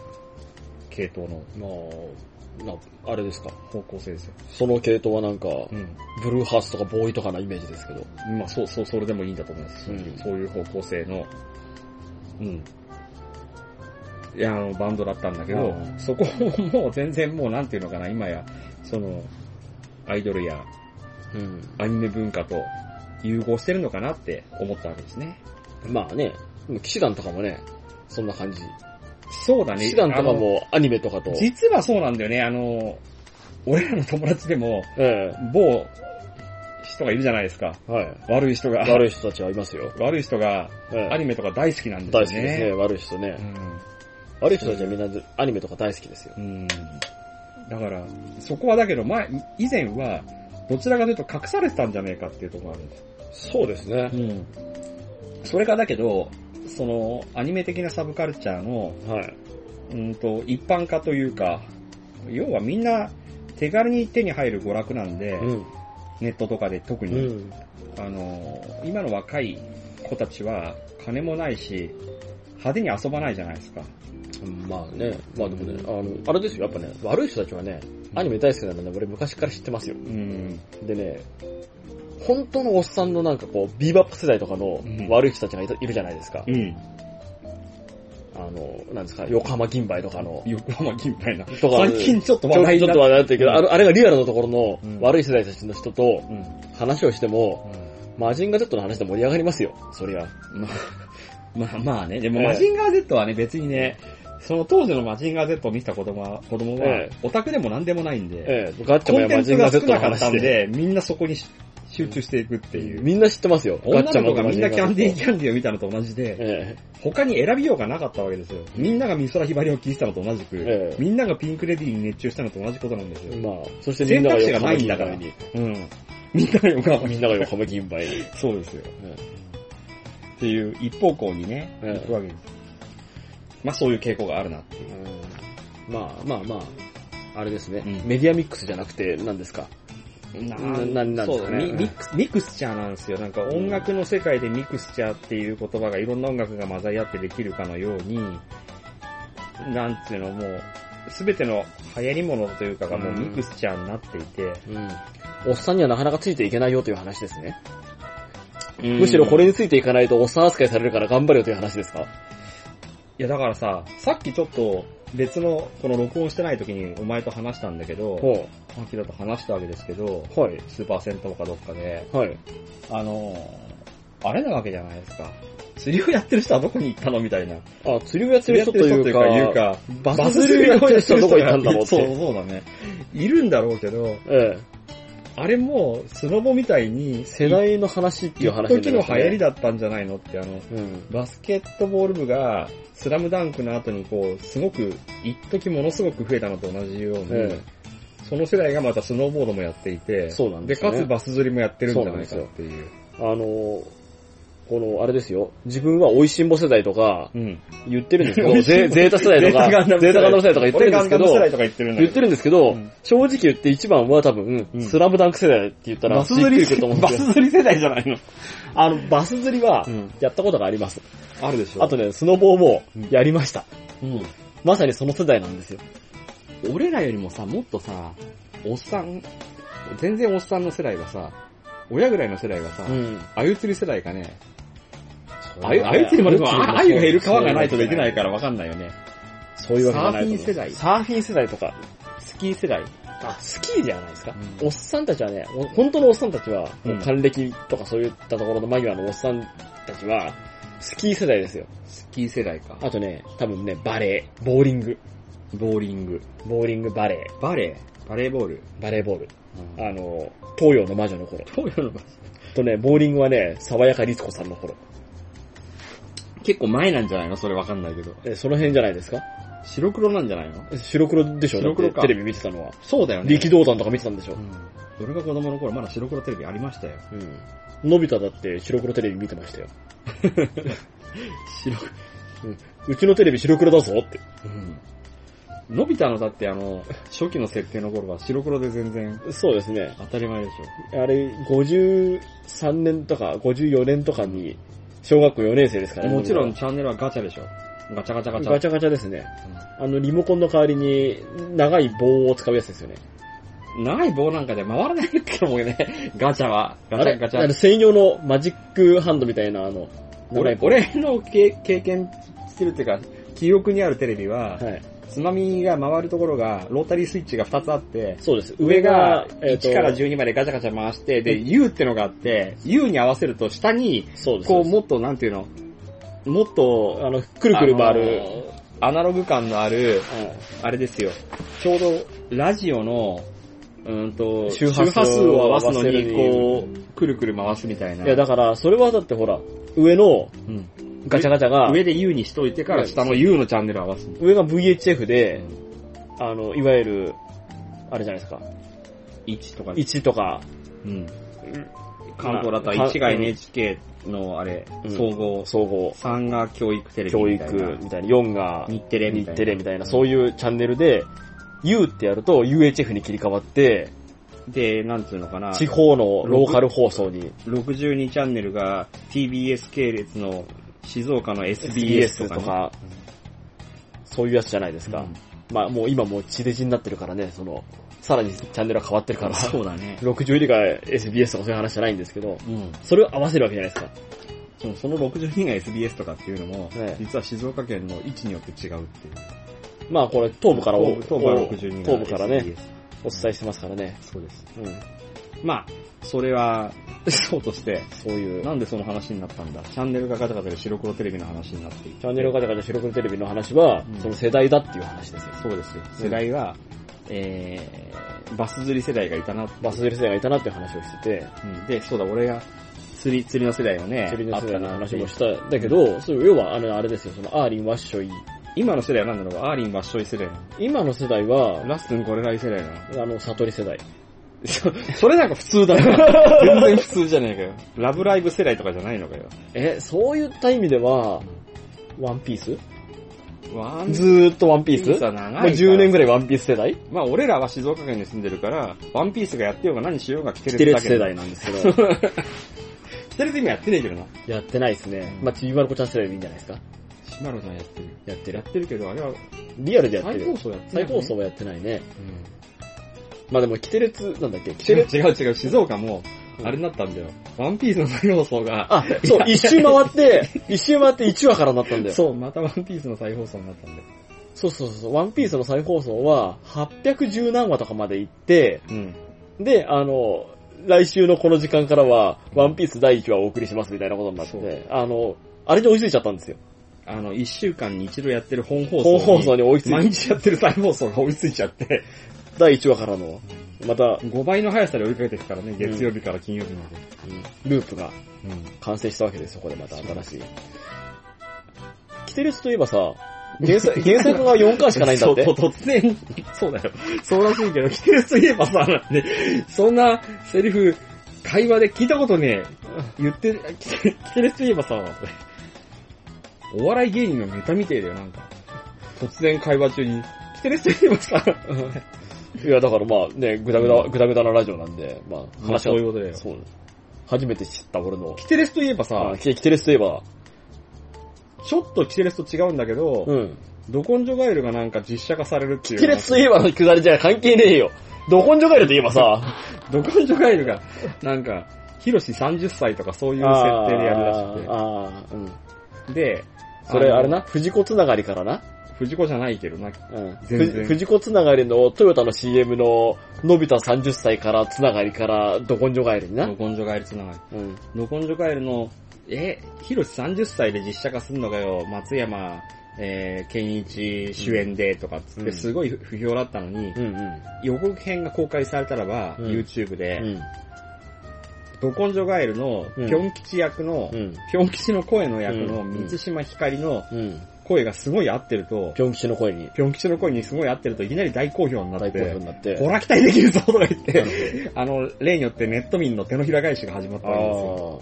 [SPEAKER 1] 系統の
[SPEAKER 2] まあ、な、あれですか。
[SPEAKER 1] 方向性ですよ。
[SPEAKER 2] その系統はなんか、
[SPEAKER 1] うん。
[SPEAKER 2] ブルーハーツとかボーイとかなイメージですけど。
[SPEAKER 1] まあそう、そう、それでもいいんだと思います。そういう
[SPEAKER 2] うん
[SPEAKER 1] そういう方向性の、うん。いや、あの、バンドだったんだけど
[SPEAKER 2] う、ん
[SPEAKER 1] そこをもう全然もうなんていうのかな、今や、その、アイドルや
[SPEAKER 2] うん。
[SPEAKER 1] アニメ文化と融合してるのかなって思ったわけですね。
[SPEAKER 2] まあね、でも騎士団とかもね、そんな感じ。
[SPEAKER 1] そうだね。
[SPEAKER 2] 騎士団とか
[SPEAKER 1] あの
[SPEAKER 2] もアニメとかと。
[SPEAKER 1] 実はそうなんだよね、あの、俺らの友達でも、
[SPEAKER 2] え
[SPEAKER 1] 某人がいるじゃないですか。
[SPEAKER 2] え。はい。
[SPEAKER 1] 悪い人が。
[SPEAKER 2] 悪い人たちはいますよ。
[SPEAKER 1] 悪い人が、
[SPEAKER 2] ええ
[SPEAKER 1] アニメとか大好きなんですよね。
[SPEAKER 2] 大好きですね、悪い人ね。
[SPEAKER 1] うん
[SPEAKER 2] 悪い人たちはみんなアニメとか大好きですよ。
[SPEAKER 1] うん。だから、そこはだけど、前、以前は、どちらかというと隠されてたんじゃねえかっていうところがあるんです。
[SPEAKER 2] そうですね。
[SPEAKER 1] うん。それがだけど、その、アニメ的なサブカルチャーの、
[SPEAKER 2] はい。
[SPEAKER 1] うんと、一般化というか、要はみんな、手軽に手に入る娯楽なんで、
[SPEAKER 2] うん。
[SPEAKER 1] ネットとかで特
[SPEAKER 2] う
[SPEAKER 1] に、
[SPEAKER 2] ん。
[SPEAKER 1] あの、今の若い子たちは、金もないし、派手に遊ばないじゃないですか。
[SPEAKER 2] まあね、まあでもね、あの、あれですよ、やっぱね、悪い人たちはね、アニメ大好きなんでね、俺昔から知ってますよ。
[SPEAKER 1] うん。
[SPEAKER 2] でね、本当のおっさんのなんかこう、ビーバップ世代とかの
[SPEAKER 1] うん
[SPEAKER 2] 悪い人たちがいたいるじゃないですか。
[SPEAKER 1] うん。
[SPEAKER 2] あの、なんですか、横浜銀杯とかの。
[SPEAKER 1] 横浜銀杯な。
[SPEAKER 2] とか、
[SPEAKER 1] 最近ちょっと
[SPEAKER 2] ち
[SPEAKER 1] 話
[SPEAKER 2] ょ
[SPEAKER 1] 題
[SPEAKER 2] ち
[SPEAKER 1] になっ
[SPEAKER 2] ょっと話題になってるけど、
[SPEAKER 1] うん
[SPEAKER 2] あのあれがリアルのところ
[SPEAKER 1] うん
[SPEAKER 2] の悪い世代たちの人と
[SPEAKER 1] うん。
[SPEAKER 2] 話をしても、
[SPEAKER 1] う
[SPEAKER 2] マジンガー Z の話で盛り上がりますよ、そりゃ。
[SPEAKER 1] ん。まあ、まあまあね、でも
[SPEAKER 2] ええ
[SPEAKER 1] マジンガー Z はね、別にね、その当時のマジンガー Z を見てた子供は、子供は
[SPEAKER 2] ええ、
[SPEAKER 1] オタクでも何でもないんで、
[SPEAKER 2] ええ、ガッチャ
[SPEAKER 1] コ
[SPEAKER 2] マ
[SPEAKER 1] ン
[SPEAKER 2] ンや
[SPEAKER 1] テ
[SPEAKER 2] マ
[SPEAKER 1] ン
[SPEAKER 2] ジ
[SPEAKER 1] ツ
[SPEAKER 2] ンガ
[SPEAKER 1] が
[SPEAKER 2] ー Z
[SPEAKER 1] 少
[SPEAKER 2] の
[SPEAKER 1] なかっ
[SPEAKER 2] 話
[SPEAKER 1] たん
[SPEAKER 2] で。
[SPEAKER 1] で、みんなそこにし集中していくっていう。
[SPEAKER 2] みんな知ってますよ、ガ
[SPEAKER 1] 女
[SPEAKER 2] ッチャマ
[SPEAKER 1] の子
[SPEAKER 2] ンと
[SPEAKER 1] が
[SPEAKER 2] マ
[SPEAKER 1] み
[SPEAKER 2] ジ
[SPEAKER 1] ん
[SPEAKER 2] ン
[SPEAKER 1] な
[SPEAKER 2] ガー
[SPEAKER 1] キャン
[SPEAKER 2] Z。
[SPEAKER 1] ディーキャンディーを見たのと同じで、
[SPEAKER 2] え
[SPEAKER 1] 他に選びようがなかったわけですよ。みんなが美空ひばりを聴いてたのと同じく、
[SPEAKER 2] ええ
[SPEAKER 1] みんながピンクレディーに熱中したのと同じことなんです
[SPEAKER 2] え。
[SPEAKER 1] よ。
[SPEAKER 2] まあ、そしてみんなが
[SPEAKER 1] 選択肢が
[SPEAKER 2] 横
[SPEAKER 1] な
[SPEAKER 2] 浜
[SPEAKER 1] いん
[SPEAKER 2] 銀
[SPEAKER 1] だから
[SPEAKER 2] 杯に。
[SPEAKER 1] うん。みんなが横浜
[SPEAKER 2] みんなが横浜銀杯に。
[SPEAKER 1] そうですよ。
[SPEAKER 2] え
[SPEAKER 1] っていう一方向にね、
[SPEAKER 2] ええ
[SPEAKER 1] 行くわけです。まあそういう傾向があるなっていう。
[SPEAKER 2] うんまあまあまあ、あれですね、
[SPEAKER 1] うん
[SPEAKER 2] メディアミックスじゃなくて何ですか。
[SPEAKER 1] な
[SPEAKER 2] ななんですかね
[SPEAKER 1] そうミミックス、ミクスチャーなんですよ。なんか音楽の世界でミクスチャーっていう言葉がいろんな音楽が混ざり合ってできるかのように、なんていうのもう、すべての流行り物というかがもうミクスチャーになっていて、
[SPEAKER 2] おっさんにはなかなかついていけないよという話ですね。むしろこれ
[SPEAKER 1] い
[SPEAKER 2] についていかないとおっさん扱いされるから頑張れよという話ですか
[SPEAKER 1] やだからさ、さっきちょっと別のこの録音してない時にお前と話したんだけど、
[SPEAKER 2] ほ
[SPEAKER 1] さっきだと話したわけですけど、
[SPEAKER 2] う。はい。
[SPEAKER 1] スーパー銭湯かどっかで、
[SPEAKER 2] はい。
[SPEAKER 1] あのー、あれなわけじゃないですか。釣りをやってる人はどこに行ったのみたいな。
[SPEAKER 2] あ、釣りをやってる人というか、
[SPEAKER 1] 釣りをやってる人というか、
[SPEAKER 2] バス釣りをやってる人はどこ行ったんだ ろうっ
[SPEAKER 1] そう、
[SPEAKER 2] て。
[SPEAKER 1] そうだね。いるんだろうけど、
[SPEAKER 2] ええ、
[SPEAKER 1] あれも、スノボみたいに、
[SPEAKER 2] 世代の話っていう話
[SPEAKER 1] 一時の流行り
[SPEAKER 2] だ。
[SPEAKER 1] だったんじゃないのって、あの、
[SPEAKER 2] うん。
[SPEAKER 1] バスケットボール部が、スラムダンクの後にこう、すごく、一時ものすごく増えたのと同じように、
[SPEAKER 2] え
[SPEAKER 1] その世代がまたスノーボードもやっていて、
[SPEAKER 2] そうなん
[SPEAKER 1] で
[SPEAKER 2] ですね
[SPEAKER 1] かつバス釣りもやってるんじゃないかっていう。
[SPEAKER 2] え、あのーこの、あれですよ。自分は美味しんぼ世代とか
[SPEAKER 1] うん。
[SPEAKER 2] 言ってるんですけ
[SPEAKER 1] 美
[SPEAKER 2] ど、
[SPEAKER 1] 味し
[SPEAKER 2] ゼ
[SPEAKER 1] んぼ
[SPEAKER 2] ゼータ世代と
[SPEAKER 1] ゼータ
[SPEAKER 2] か、
[SPEAKER 1] ガンダム
[SPEAKER 2] ゼ
[SPEAKER 1] 世代
[SPEAKER 2] ータガンダム世代とか言って
[SPEAKER 1] 俺
[SPEAKER 2] るんで
[SPEAKER 1] ガ
[SPEAKER 2] す
[SPEAKER 1] ン
[SPEAKER 2] け
[SPEAKER 1] ダム
[SPEAKER 2] ど
[SPEAKER 1] 世、代とか言ってるんだけ
[SPEAKER 2] 言っ
[SPEAKER 1] ど。
[SPEAKER 2] てるんですけど、
[SPEAKER 1] うん
[SPEAKER 2] 正直言って一番は多分、
[SPEAKER 1] うん
[SPEAKER 2] スラムダンク世代って言ったら、
[SPEAKER 1] バス釣り
[SPEAKER 2] しっくりくると思うんで
[SPEAKER 1] バ
[SPEAKER 2] すよ。
[SPEAKER 1] ス釣り世代じゃないの。
[SPEAKER 2] あの、バス釣りは、
[SPEAKER 1] ん。
[SPEAKER 2] やったことがあります。
[SPEAKER 1] あるでしょ。
[SPEAKER 2] あとね、スノボーも
[SPEAKER 1] うん、
[SPEAKER 2] やりました。
[SPEAKER 1] う
[SPEAKER 2] まさにその世代なんですよ。
[SPEAKER 1] ん。俺らよりもさ、もっとさ、おっさん、全然おっさんの世代がさ、親ぐらいの世代がさ、
[SPEAKER 2] ん。。
[SPEAKER 1] あゆ釣り世代がね、あゆ、あゆって言われても、ああゆがいる川がないとできないいからわかんないよね。そういうわけじゃないと思う。
[SPEAKER 3] サーフィン世代
[SPEAKER 2] サーフィン世代とか、スキー世代。あ、スキーじゃないですか。
[SPEAKER 1] うん
[SPEAKER 2] おっさんたちはね、お本当のおっさんたちは、
[SPEAKER 1] うん
[SPEAKER 2] もう還暦とかそういったところの間際のおっさんたちは、スキー世代ですよ。
[SPEAKER 1] スキー世代か。
[SPEAKER 2] あとね、多分ね、バレー、ボーリング、
[SPEAKER 1] ボーリング。
[SPEAKER 2] ボーリングバレ
[SPEAKER 1] バレー。バレーボール。
[SPEAKER 2] ー、バレーボール。
[SPEAKER 1] あ
[SPEAKER 2] あの、東洋の魔女の頃。
[SPEAKER 1] 東洋のバス
[SPEAKER 2] とね、ボーリングはね、爽やか律子さんの頃。
[SPEAKER 1] 結構前なんじゃないのそれわかんないけど。
[SPEAKER 2] え、その辺じゃないですか
[SPEAKER 1] 白黒なんじゃないの
[SPEAKER 2] 白黒でしょ
[SPEAKER 1] 白黒か
[SPEAKER 2] だってテレビ見てたのは。
[SPEAKER 1] そうだよね。
[SPEAKER 2] 力道山とか見てたんでしょ
[SPEAKER 1] う、ん。俺が子供の頃まだ白黒テレビありましたよ。
[SPEAKER 2] うん、のび太だって白黒テレビ見てました よ。
[SPEAKER 1] 白
[SPEAKER 2] うちのテレビ白黒だぞって。
[SPEAKER 1] うん。のび太のだってあの、初期の設定の頃は白黒で全然
[SPEAKER 2] そうですね。
[SPEAKER 1] 当たり前でし
[SPEAKER 2] あれ、53年とか54年とかに、小学校4年生ですか
[SPEAKER 1] ょ。
[SPEAKER 2] ら
[SPEAKER 1] もちろん、チャンネルはガチャでしょ。ガチャガチャガチャ。
[SPEAKER 2] ガチャガチャですね。あの、リモコンの代わりに、長い棒を使うやつですよね。
[SPEAKER 1] うん長い棒なんかで回らないからもうね、 ガチャは。ガ
[SPEAKER 2] あ
[SPEAKER 1] チ
[SPEAKER 2] れ
[SPEAKER 1] ャガチ
[SPEAKER 2] あの
[SPEAKER 1] ャ。
[SPEAKER 2] 専用のマジックハンドみたいな、あの、長
[SPEAKER 1] 俺、
[SPEAKER 2] い棒。
[SPEAKER 1] 俺の経経験してるっていうか、記憶にあるテレビは、
[SPEAKER 2] はい。
[SPEAKER 1] つまみが回るところが、ロータリースイッチが2つあって、
[SPEAKER 2] そうです。
[SPEAKER 1] 上が
[SPEAKER 2] えっと
[SPEAKER 1] 1から12までガチャガチャ回して、で、U ってのがあって、U に合わせると下に、
[SPEAKER 2] そうです。
[SPEAKER 1] こう、もっと、なんていうの、もっと、
[SPEAKER 2] あの、くるくる回る
[SPEAKER 1] あ。のアナログ感のある、
[SPEAKER 2] うん
[SPEAKER 1] あれですよ、ちょうどラジオの、うーんと、
[SPEAKER 2] 周波数を
[SPEAKER 1] 数を合わすの
[SPEAKER 2] 合わせる
[SPEAKER 1] に、
[SPEAKER 2] に
[SPEAKER 1] こう、くるくる回すみたいな。
[SPEAKER 2] いや、だから、それはだってほら、上の
[SPEAKER 1] うん
[SPEAKER 2] ガチャガチャが、
[SPEAKER 1] 上で U にしといてから下の U のチャンネルを合わす。
[SPEAKER 2] 上が VHF で、あの、いわゆる、あれじゃないですか、
[SPEAKER 1] 1とか。
[SPEAKER 2] 1とか、
[SPEAKER 1] うん。関東だったら1が NHK のあれ、
[SPEAKER 2] うん
[SPEAKER 1] 総合。
[SPEAKER 2] 総合、
[SPEAKER 1] 3が教育テレビ
[SPEAKER 2] 教
[SPEAKER 1] みたいな。
[SPEAKER 2] 育みたいな、4が
[SPEAKER 1] 日テレみ
[SPEAKER 2] 日
[SPEAKER 1] たいな。
[SPEAKER 2] テレみたいな、そういうチャンネルで、U ってやると UHF に切り替わって、
[SPEAKER 1] で、なんていうのかな。
[SPEAKER 2] 地方のローカル放送に
[SPEAKER 1] 62チャンネルが TBS 系列の静岡の SBS と
[SPEAKER 2] SBS
[SPEAKER 1] か
[SPEAKER 2] と
[SPEAKER 1] ね、
[SPEAKER 2] か、そういうやつじゃないですか。まあもう今もう地デジになってるからね、その、さらにチャンネルは変わってるか
[SPEAKER 1] うん
[SPEAKER 2] ら、
[SPEAKER 1] そうだね。
[SPEAKER 2] 60入りが SBS とかそういう話じゃないんですけど、
[SPEAKER 1] うん。
[SPEAKER 2] それを合わせるわけじゃないですか。
[SPEAKER 1] そのその62が SBS とかっていうのも、
[SPEAKER 2] ね
[SPEAKER 1] 実は静岡県の位置によって違うっていう。
[SPEAKER 2] まあこれ東部からお
[SPEAKER 1] 東部東部は
[SPEAKER 2] お
[SPEAKER 1] 62が
[SPEAKER 2] 東部からね、
[SPEAKER 1] SBS。
[SPEAKER 2] お伝えしてますからね。
[SPEAKER 1] そうです。
[SPEAKER 2] うん。
[SPEAKER 1] まあ、それは、 そうとして、
[SPEAKER 2] そういう、
[SPEAKER 1] なんでその話になったんだチャンネルがガチャガチャで白黒テレビの話になっていて
[SPEAKER 2] チャンネルガチャガチャ白黒テレビの話は、
[SPEAKER 1] うん
[SPEAKER 2] その世代だっていう話ですよ。
[SPEAKER 1] そうですよ。世代が、えー、バス釣り世代がいたな、
[SPEAKER 2] バス釣り世代がいたなっていう話をしてて、
[SPEAKER 1] うんで、そうだ、俺が、釣り、釣りの世代はね、
[SPEAKER 2] 釣りの世代の
[SPEAKER 1] あったなっ
[SPEAKER 2] 話
[SPEAKER 1] ていう
[SPEAKER 2] もした。だけど、そう要はあのあれですよ、そのアーリン・ワッショイ。
[SPEAKER 1] 今の世代は何だろうアーリン・バッショイ世代な
[SPEAKER 2] 今の世代
[SPEAKER 1] の
[SPEAKER 2] は、
[SPEAKER 1] ラス君ゴレライ世代なの
[SPEAKER 2] あの、悟り世代。
[SPEAKER 1] それなんか普通だ な。全然普通じゃねえかよ。ラブライブ世代とかじゃないのかよ。
[SPEAKER 2] え、そういった意味では、ワンピース
[SPEAKER 1] ワ
[SPEAKER 2] ずーっとワンピ
[SPEAKER 1] ピ
[SPEAKER 2] ース
[SPEAKER 1] ース
[SPEAKER 2] も
[SPEAKER 1] は長いか
[SPEAKER 2] う
[SPEAKER 1] ら。
[SPEAKER 2] 10年ぐらいワンピース世代
[SPEAKER 1] まあ俺らは静岡県に住んでるから、ワンピースがやってようが何しようが来て
[SPEAKER 2] 着て
[SPEAKER 1] る
[SPEAKER 2] る
[SPEAKER 1] だ
[SPEAKER 2] や
[SPEAKER 1] け
[SPEAKER 2] つ
[SPEAKER 1] ど
[SPEAKER 2] 世。代なんですけど、
[SPEAKER 1] 来てるって今やってねえけどな。
[SPEAKER 2] やってないですね。まあちびまる子ちゃん世代でいいんじゃないですか。
[SPEAKER 1] シマロちゃんやってる。
[SPEAKER 2] やって
[SPEAKER 1] や
[SPEAKER 2] る
[SPEAKER 1] っ。てるけど、あれは
[SPEAKER 2] リアルでやって
[SPEAKER 1] 再
[SPEAKER 2] る
[SPEAKER 1] 放。送やってな
[SPEAKER 2] 再
[SPEAKER 1] い、
[SPEAKER 2] 放送はやってないね。
[SPEAKER 1] うん。
[SPEAKER 2] まあでも、キテレツ、なんだっけ、キテ
[SPEAKER 1] 違
[SPEAKER 2] レ
[SPEAKER 1] う違う違う、静岡も、あれになったんだよ。ワンピースの再放送が、
[SPEAKER 2] あ、そう、一周回って、一周回って1話からなったんだよ。
[SPEAKER 1] そう、またワンピースの再放送になったんだよ。
[SPEAKER 2] そうそうそう、ワンピースの再放送は、810何話とかまで行って、
[SPEAKER 1] うん。
[SPEAKER 2] で、あの、来週のこの時間からは、ワンピース第1話をお送りしますみたいなことになっ
[SPEAKER 1] そ
[SPEAKER 2] て
[SPEAKER 1] う、
[SPEAKER 2] あの、あれに追いついちゃったんですよ。
[SPEAKER 1] あの、一週間に一度やってる本放送
[SPEAKER 2] 本
[SPEAKER 1] に。
[SPEAKER 2] 放送に追いつい
[SPEAKER 1] 毎日やってる再放送が追いついちゃ って、
[SPEAKER 2] 第1話からの、また、
[SPEAKER 1] 5倍の速さで追いかけていくからね、月曜日から金曜日まで。
[SPEAKER 2] ループが
[SPEAKER 1] うん。
[SPEAKER 2] 完成したわけですよ、ここでまた新しい。キテレツといえばさ、原作、原作が4巻しかないんだって。
[SPEAKER 1] そう、と突然、そうだよ。そうらしいけど、キテレツといえばさ、ね、そんなセリフ、会話で聞いたことねえ。言って、キテキテレツといえばさ、お笑い芸人のネタみてえだよ、なんか。突然会話中に、キテレツといえばさ、
[SPEAKER 2] いや、だからまあね、ぐだぐだ、ぐだぐだなラジオなんで、まあ話
[SPEAKER 1] そういう
[SPEAKER 2] は、
[SPEAKER 1] ことだよ。
[SPEAKER 2] そう。初めて知った俺の、
[SPEAKER 1] キテレツといえばさ
[SPEAKER 2] あ、、キキテレスといえば、
[SPEAKER 1] ちょっとキテレスと違うんだけど、
[SPEAKER 2] うん。
[SPEAKER 1] ドコンジョガエルがなんか実写化されるってい
[SPEAKER 2] キ
[SPEAKER 1] う。
[SPEAKER 2] テレスといえばのくだりじゃ関係ねえよ。ど根性ガエルといえばさ、
[SPEAKER 1] ドコンジョガエルが、なんか、ヒロシ30歳とかそういう設定でやるらしくて。
[SPEAKER 2] あーあー、うん。
[SPEAKER 1] で、
[SPEAKER 2] それ
[SPEAKER 1] の
[SPEAKER 2] あれな、藤子つながりからな。
[SPEAKER 1] 藤子じゃないけどな。
[SPEAKER 2] うん。
[SPEAKER 1] 全
[SPEAKER 2] ふじ
[SPEAKER 1] 然
[SPEAKER 2] 藤子つながりのトヨタの CM の、のび太30歳からつながりからど根性ガエルにな
[SPEAKER 1] ド。コンジョガエルつながり。
[SPEAKER 2] うん。
[SPEAKER 1] ドコンジョガエルの、え、ヒロシ30歳で実写化すんのがよ、松山、えー、健一主演でとかっつっ
[SPEAKER 2] う
[SPEAKER 1] て
[SPEAKER 2] ん
[SPEAKER 1] すごい不評だったのに、
[SPEAKER 2] うんうん。
[SPEAKER 1] 予告編が公開されたらば、
[SPEAKER 2] うん
[SPEAKER 1] YouTube で、
[SPEAKER 2] うん。
[SPEAKER 1] ドコンジョガエルのピ
[SPEAKER 2] うん
[SPEAKER 1] ョン吉役の、
[SPEAKER 2] うん。
[SPEAKER 1] ピョン吉の声の役の
[SPEAKER 2] うん
[SPEAKER 1] 満島ひかりの
[SPEAKER 2] うん。
[SPEAKER 1] 声がすごい合ってると、
[SPEAKER 2] ぴょん吉の声に
[SPEAKER 1] ピョン吉の声にすごい合ってるといきなり大好評にな
[SPEAKER 2] 大
[SPEAKER 1] っ
[SPEAKER 2] 好評
[SPEAKER 1] て
[SPEAKER 2] に、なって。
[SPEAKER 1] ほら期待できるぞとか言っ
[SPEAKER 2] な
[SPEAKER 1] て、
[SPEAKER 2] る
[SPEAKER 1] あの、例によってネット民の手のひら返しが始まったんですよ。
[SPEAKER 2] ほ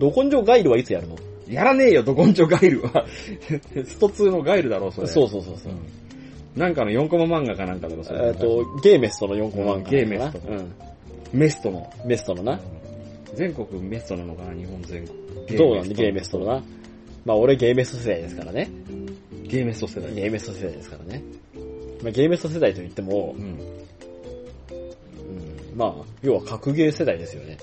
[SPEAKER 2] ど。ああ。ど根性ガイルはいつやるの
[SPEAKER 1] やらねえよ、ドコンチョガイルは。 スト2のガイルだろ、それ。
[SPEAKER 2] そうそうそうそうう。
[SPEAKER 1] んなんかの4コマ漫画かなんかだろ、それ。
[SPEAKER 2] えっと、ゲーメストの4個
[SPEAKER 1] うん
[SPEAKER 2] 番かな
[SPEAKER 1] ゲーメスト
[SPEAKER 2] うん。
[SPEAKER 1] メストの。
[SPEAKER 2] メストのな。
[SPEAKER 1] 全国メストなのかな、日本全国。
[SPEAKER 2] どうなんでゲーメストのな。まあ俺ゲーメスト世代ですからね。
[SPEAKER 1] ゲーメスト世代。
[SPEAKER 2] ゲーメスト世代ですからね。まあゲーメスト世代といっても
[SPEAKER 1] う、ん。
[SPEAKER 2] うんまあ、要は格ゲー世代ですよね。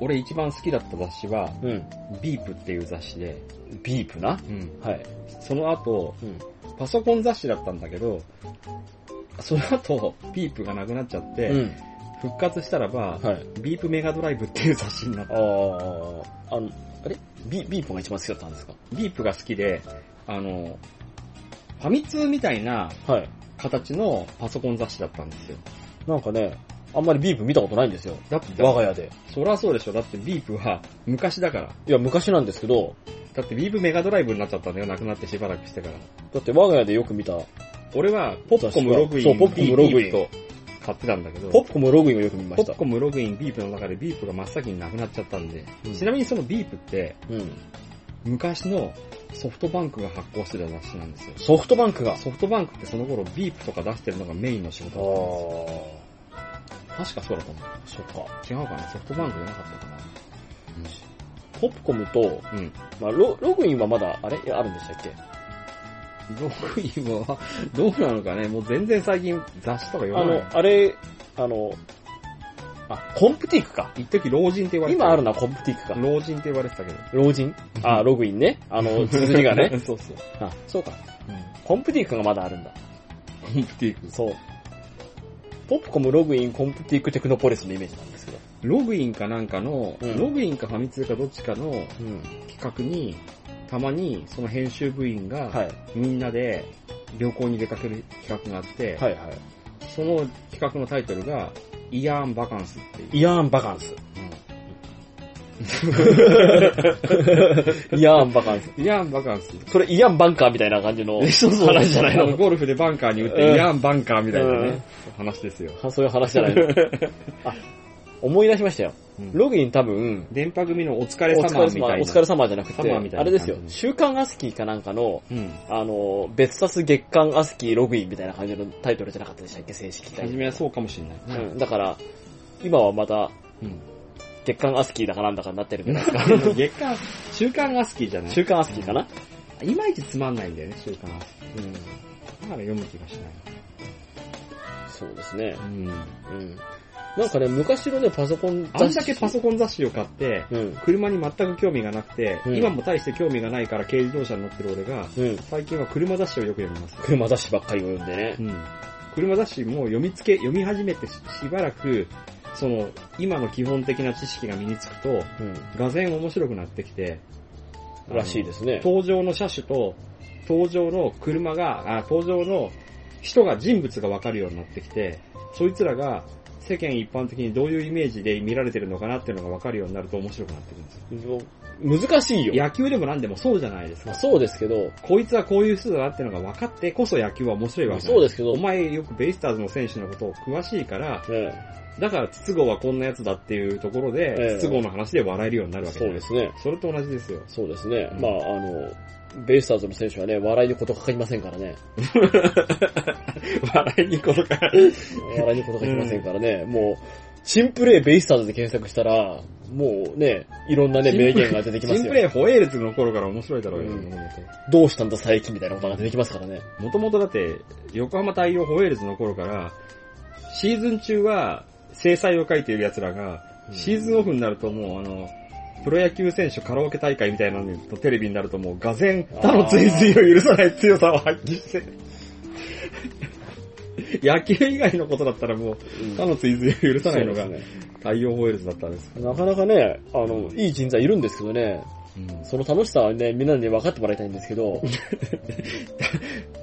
[SPEAKER 1] 俺一番好きだった雑誌は、
[SPEAKER 2] うん。
[SPEAKER 1] ビープっていう雑誌で、
[SPEAKER 2] ビープな。
[SPEAKER 1] うん。
[SPEAKER 2] はい。
[SPEAKER 1] その後、
[SPEAKER 2] うん。
[SPEAKER 1] パソコン雑誌だったんだけど、その後、ビープがなくなっちゃって、
[SPEAKER 2] うん。
[SPEAKER 1] 復活したらば、
[SPEAKER 2] はい。
[SPEAKER 1] ビープメガドライブっていう雑誌になっ
[SPEAKER 2] あ
[SPEAKER 1] た。
[SPEAKER 2] ー、あの、あれビビープが一番好きだったんですか
[SPEAKER 1] ビープが好きで、あの、ファミ通みたいな
[SPEAKER 2] はい。
[SPEAKER 1] 形のパソコン雑誌だったんですよ。
[SPEAKER 2] なんかね、あんまりビープ見たことないんですよ。
[SPEAKER 1] だって、
[SPEAKER 2] 我が家で。
[SPEAKER 1] そりゃそうでしょ。だってビープは昔だから。
[SPEAKER 2] いや、昔なんですけど、
[SPEAKER 1] だってビープメガドライブになっちゃったんだよ。なくなってしばらくしてから。
[SPEAKER 2] だって我が家でよく見た、
[SPEAKER 1] 俺は、ポッコムログイン、
[SPEAKER 2] そうポッコムログイ
[SPEAKER 1] ビ
[SPEAKER 2] ン
[SPEAKER 1] ープと買ってたんだけど、
[SPEAKER 2] ポップコムログインをよく見ま
[SPEAKER 1] ポ
[SPEAKER 2] した
[SPEAKER 1] ッ。コムログイン、ビープの中でビープが真っ先になくなっちゃったんで、
[SPEAKER 2] うん
[SPEAKER 1] ちなみにそのビープって、
[SPEAKER 2] うん。
[SPEAKER 1] 昔のソフトバンクが発行してた雑誌なんですよ。
[SPEAKER 2] ソフトバンクが。
[SPEAKER 1] ソフトバンクってその頃ビープとか出してるのがメインの仕事だったんですよ確かそうだと思う。
[SPEAKER 2] そっか。
[SPEAKER 1] 違うかなソフトバンクじゃなかったかな
[SPEAKER 2] ポップコムと、
[SPEAKER 1] うん。
[SPEAKER 2] まあ、ロログインはまだ、あれいやあるんでしたっけ
[SPEAKER 1] ログインは、どうなのかねもう全然最近雑誌とか読
[SPEAKER 2] あ
[SPEAKER 1] まな
[SPEAKER 2] の
[SPEAKER 1] い。、
[SPEAKER 2] あれ、あの、あ、コンプティックか。
[SPEAKER 1] 一時老人って言われてた。
[SPEAKER 2] 今あるのはコンプティックか。
[SPEAKER 1] 老人って言われてたけど。
[SPEAKER 2] 老人あ、ログインね。あ の、続きがね。。
[SPEAKER 1] そうそう。
[SPEAKER 2] あ、そうか。
[SPEAKER 1] うん
[SPEAKER 2] コンプティックがまだあるんだ。
[SPEAKER 1] コンプティック。
[SPEAKER 2] そう。ポップコムログイン、コンプティックテクノポリスのイメージなんですけど。
[SPEAKER 1] ログインかなんかの、
[SPEAKER 2] うん
[SPEAKER 1] ログインかファミ通かどっちかの
[SPEAKER 2] うん。
[SPEAKER 1] 企画に、たまにその編集部員
[SPEAKER 2] は
[SPEAKER 1] が、
[SPEAKER 2] い。
[SPEAKER 1] みんなで旅行に出かける企画があって、
[SPEAKER 2] はいは
[SPEAKER 1] その企画のタイトルが、イヤーンバカンスっていう。
[SPEAKER 2] い。イヤーンバカンス。イヤーンバカンス。
[SPEAKER 1] イヤーンバカンス。
[SPEAKER 2] それイヤーンバンカーみたいな感じの話じゃない
[SPEAKER 1] あ
[SPEAKER 2] の
[SPEAKER 1] ゴルフでバンカーに打って、
[SPEAKER 2] うん
[SPEAKER 1] イヤーンバンカーみたいなね、話ですよ。
[SPEAKER 2] そういう話じゃないのあ、思い出しましたよ。ログイン多分、
[SPEAKER 1] 電波組のお疲
[SPEAKER 2] お
[SPEAKER 1] れ
[SPEAKER 2] 疲
[SPEAKER 1] 様
[SPEAKER 2] れ
[SPEAKER 1] みたいな。
[SPEAKER 2] 様、お疲れ様じゃなく
[SPEAKER 1] サマーみたい
[SPEAKER 2] て、
[SPEAKER 1] な
[SPEAKER 2] あれですよ
[SPEAKER 1] う、ん
[SPEAKER 2] 週刊アスキーかなんかの、
[SPEAKER 1] うん。
[SPEAKER 2] あの、別冊月刊アスキーログインみたいな感じのタイトルじゃなかったでしたっけ、正式タイ
[SPEAKER 1] 初
[SPEAKER 2] ト
[SPEAKER 1] めはそうかもしれない。
[SPEAKER 2] ル。うん、だから、今はまた
[SPEAKER 1] うん。
[SPEAKER 2] 月刊アスキーだかなんだかになってるけど、
[SPEAKER 1] 月刊、週刊が好きじゃない
[SPEAKER 2] 週刊アスキーかな、
[SPEAKER 1] いまいちつまんないんだよね、週刊が好き。
[SPEAKER 2] うん、
[SPEAKER 1] だから読む気がしない。
[SPEAKER 2] そうですね。
[SPEAKER 1] うん。
[SPEAKER 2] うん。なんかね、昔のね、パソコン
[SPEAKER 1] あんだけパソコン雑誌を買って、
[SPEAKER 2] コン。うん。
[SPEAKER 1] 車に全く興味がなくて、
[SPEAKER 2] うん
[SPEAKER 1] 今も大して興味がないから軽自動車に乗ってる俺が、
[SPEAKER 2] うん。
[SPEAKER 1] 最近は車雑誌をよく読みます。
[SPEAKER 2] 車雑誌ばっかり読んでね
[SPEAKER 1] う。ん。車雑誌も読みつけ、読み始めてししばらく、その、今の基本的な知識が身につくと、
[SPEAKER 2] うん。
[SPEAKER 1] がぜん面白くなってきて、
[SPEAKER 2] らしいですね。
[SPEAKER 1] 登場の車種と、登場の車が、あ、登場の人が、人物がわかるようになってきて、そいつらが世間一般的にどういうイメージで見られてるのかなっていうのがわかるようになると面白くなってくるんですよ。
[SPEAKER 2] 難しいよ。
[SPEAKER 1] 野球でも何でもそうじゃないですか
[SPEAKER 2] まあ、。そうですけど、
[SPEAKER 1] こいつはこういう人だなっていうのが分かってこそ野球は面白いわけなん
[SPEAKER 2] そうですけど
[SPEAKER 1] お前よくベイスターズの選手のことを詳しいから、
[SPEAKER 2] え
[SPEAKER 1] だから筒香はこんなやつだっていうところで、
[SPEAKER 2] ええ
[SPEAKER 1] 筒香の話で笑えるようになる
[SPEAKER 2] え
[SPEAKER 1] わけ
[SPEAKER 2] そうですね。
[SPEAKER 1] それと同じですよ。
[SPEAKER 2] そうですね。
[SPEAKER 1] うん
[SPEAKER 2] まあ、あの、ベイスターズの選手はね、笑いにことかかりませんか らね。
[SPEAKER 1] 笑いにこのか
[SPEAKER 2] 笑いにことかかりませんからね。もう、新プレイベイスターズで検索したら、もうね、いろんなね、名言が出てきます
[SPEAKER 1] 新
[SPEAKER 2] よ
[SPEAKER 1] プ。レイホエールズの頃から面白いだろうよ、
[SPEAKER 2] うん
[SPEAKER 1] も
[SPEAKER 2] どうしたんだ最近みたいなことが出てきますからね。
[SPEAKER 1] ともとだって、横浜太陽ホエールズの頃から、シーズン中は制裁を書いている奴らが、シーズンオフになるともうあの、プロ野球選手カラオケ大会みたいなのとテレビになるともう、がぜ他の追随を許さない強さを発揮して。 野球以外のことだったらもう、
[SPEAKER 2] うん
[SPEAKER 1] 他の追随を許さないのが
[SPEAKER 2] そう、です
[SPEAKER 1] 太陽ホエールズだったんです。
[SPEAKER 2] ねなかなかね、あの、いい人材いるんですけどね、その楽しさはね、みんなにね分かってもらいたいんです けど、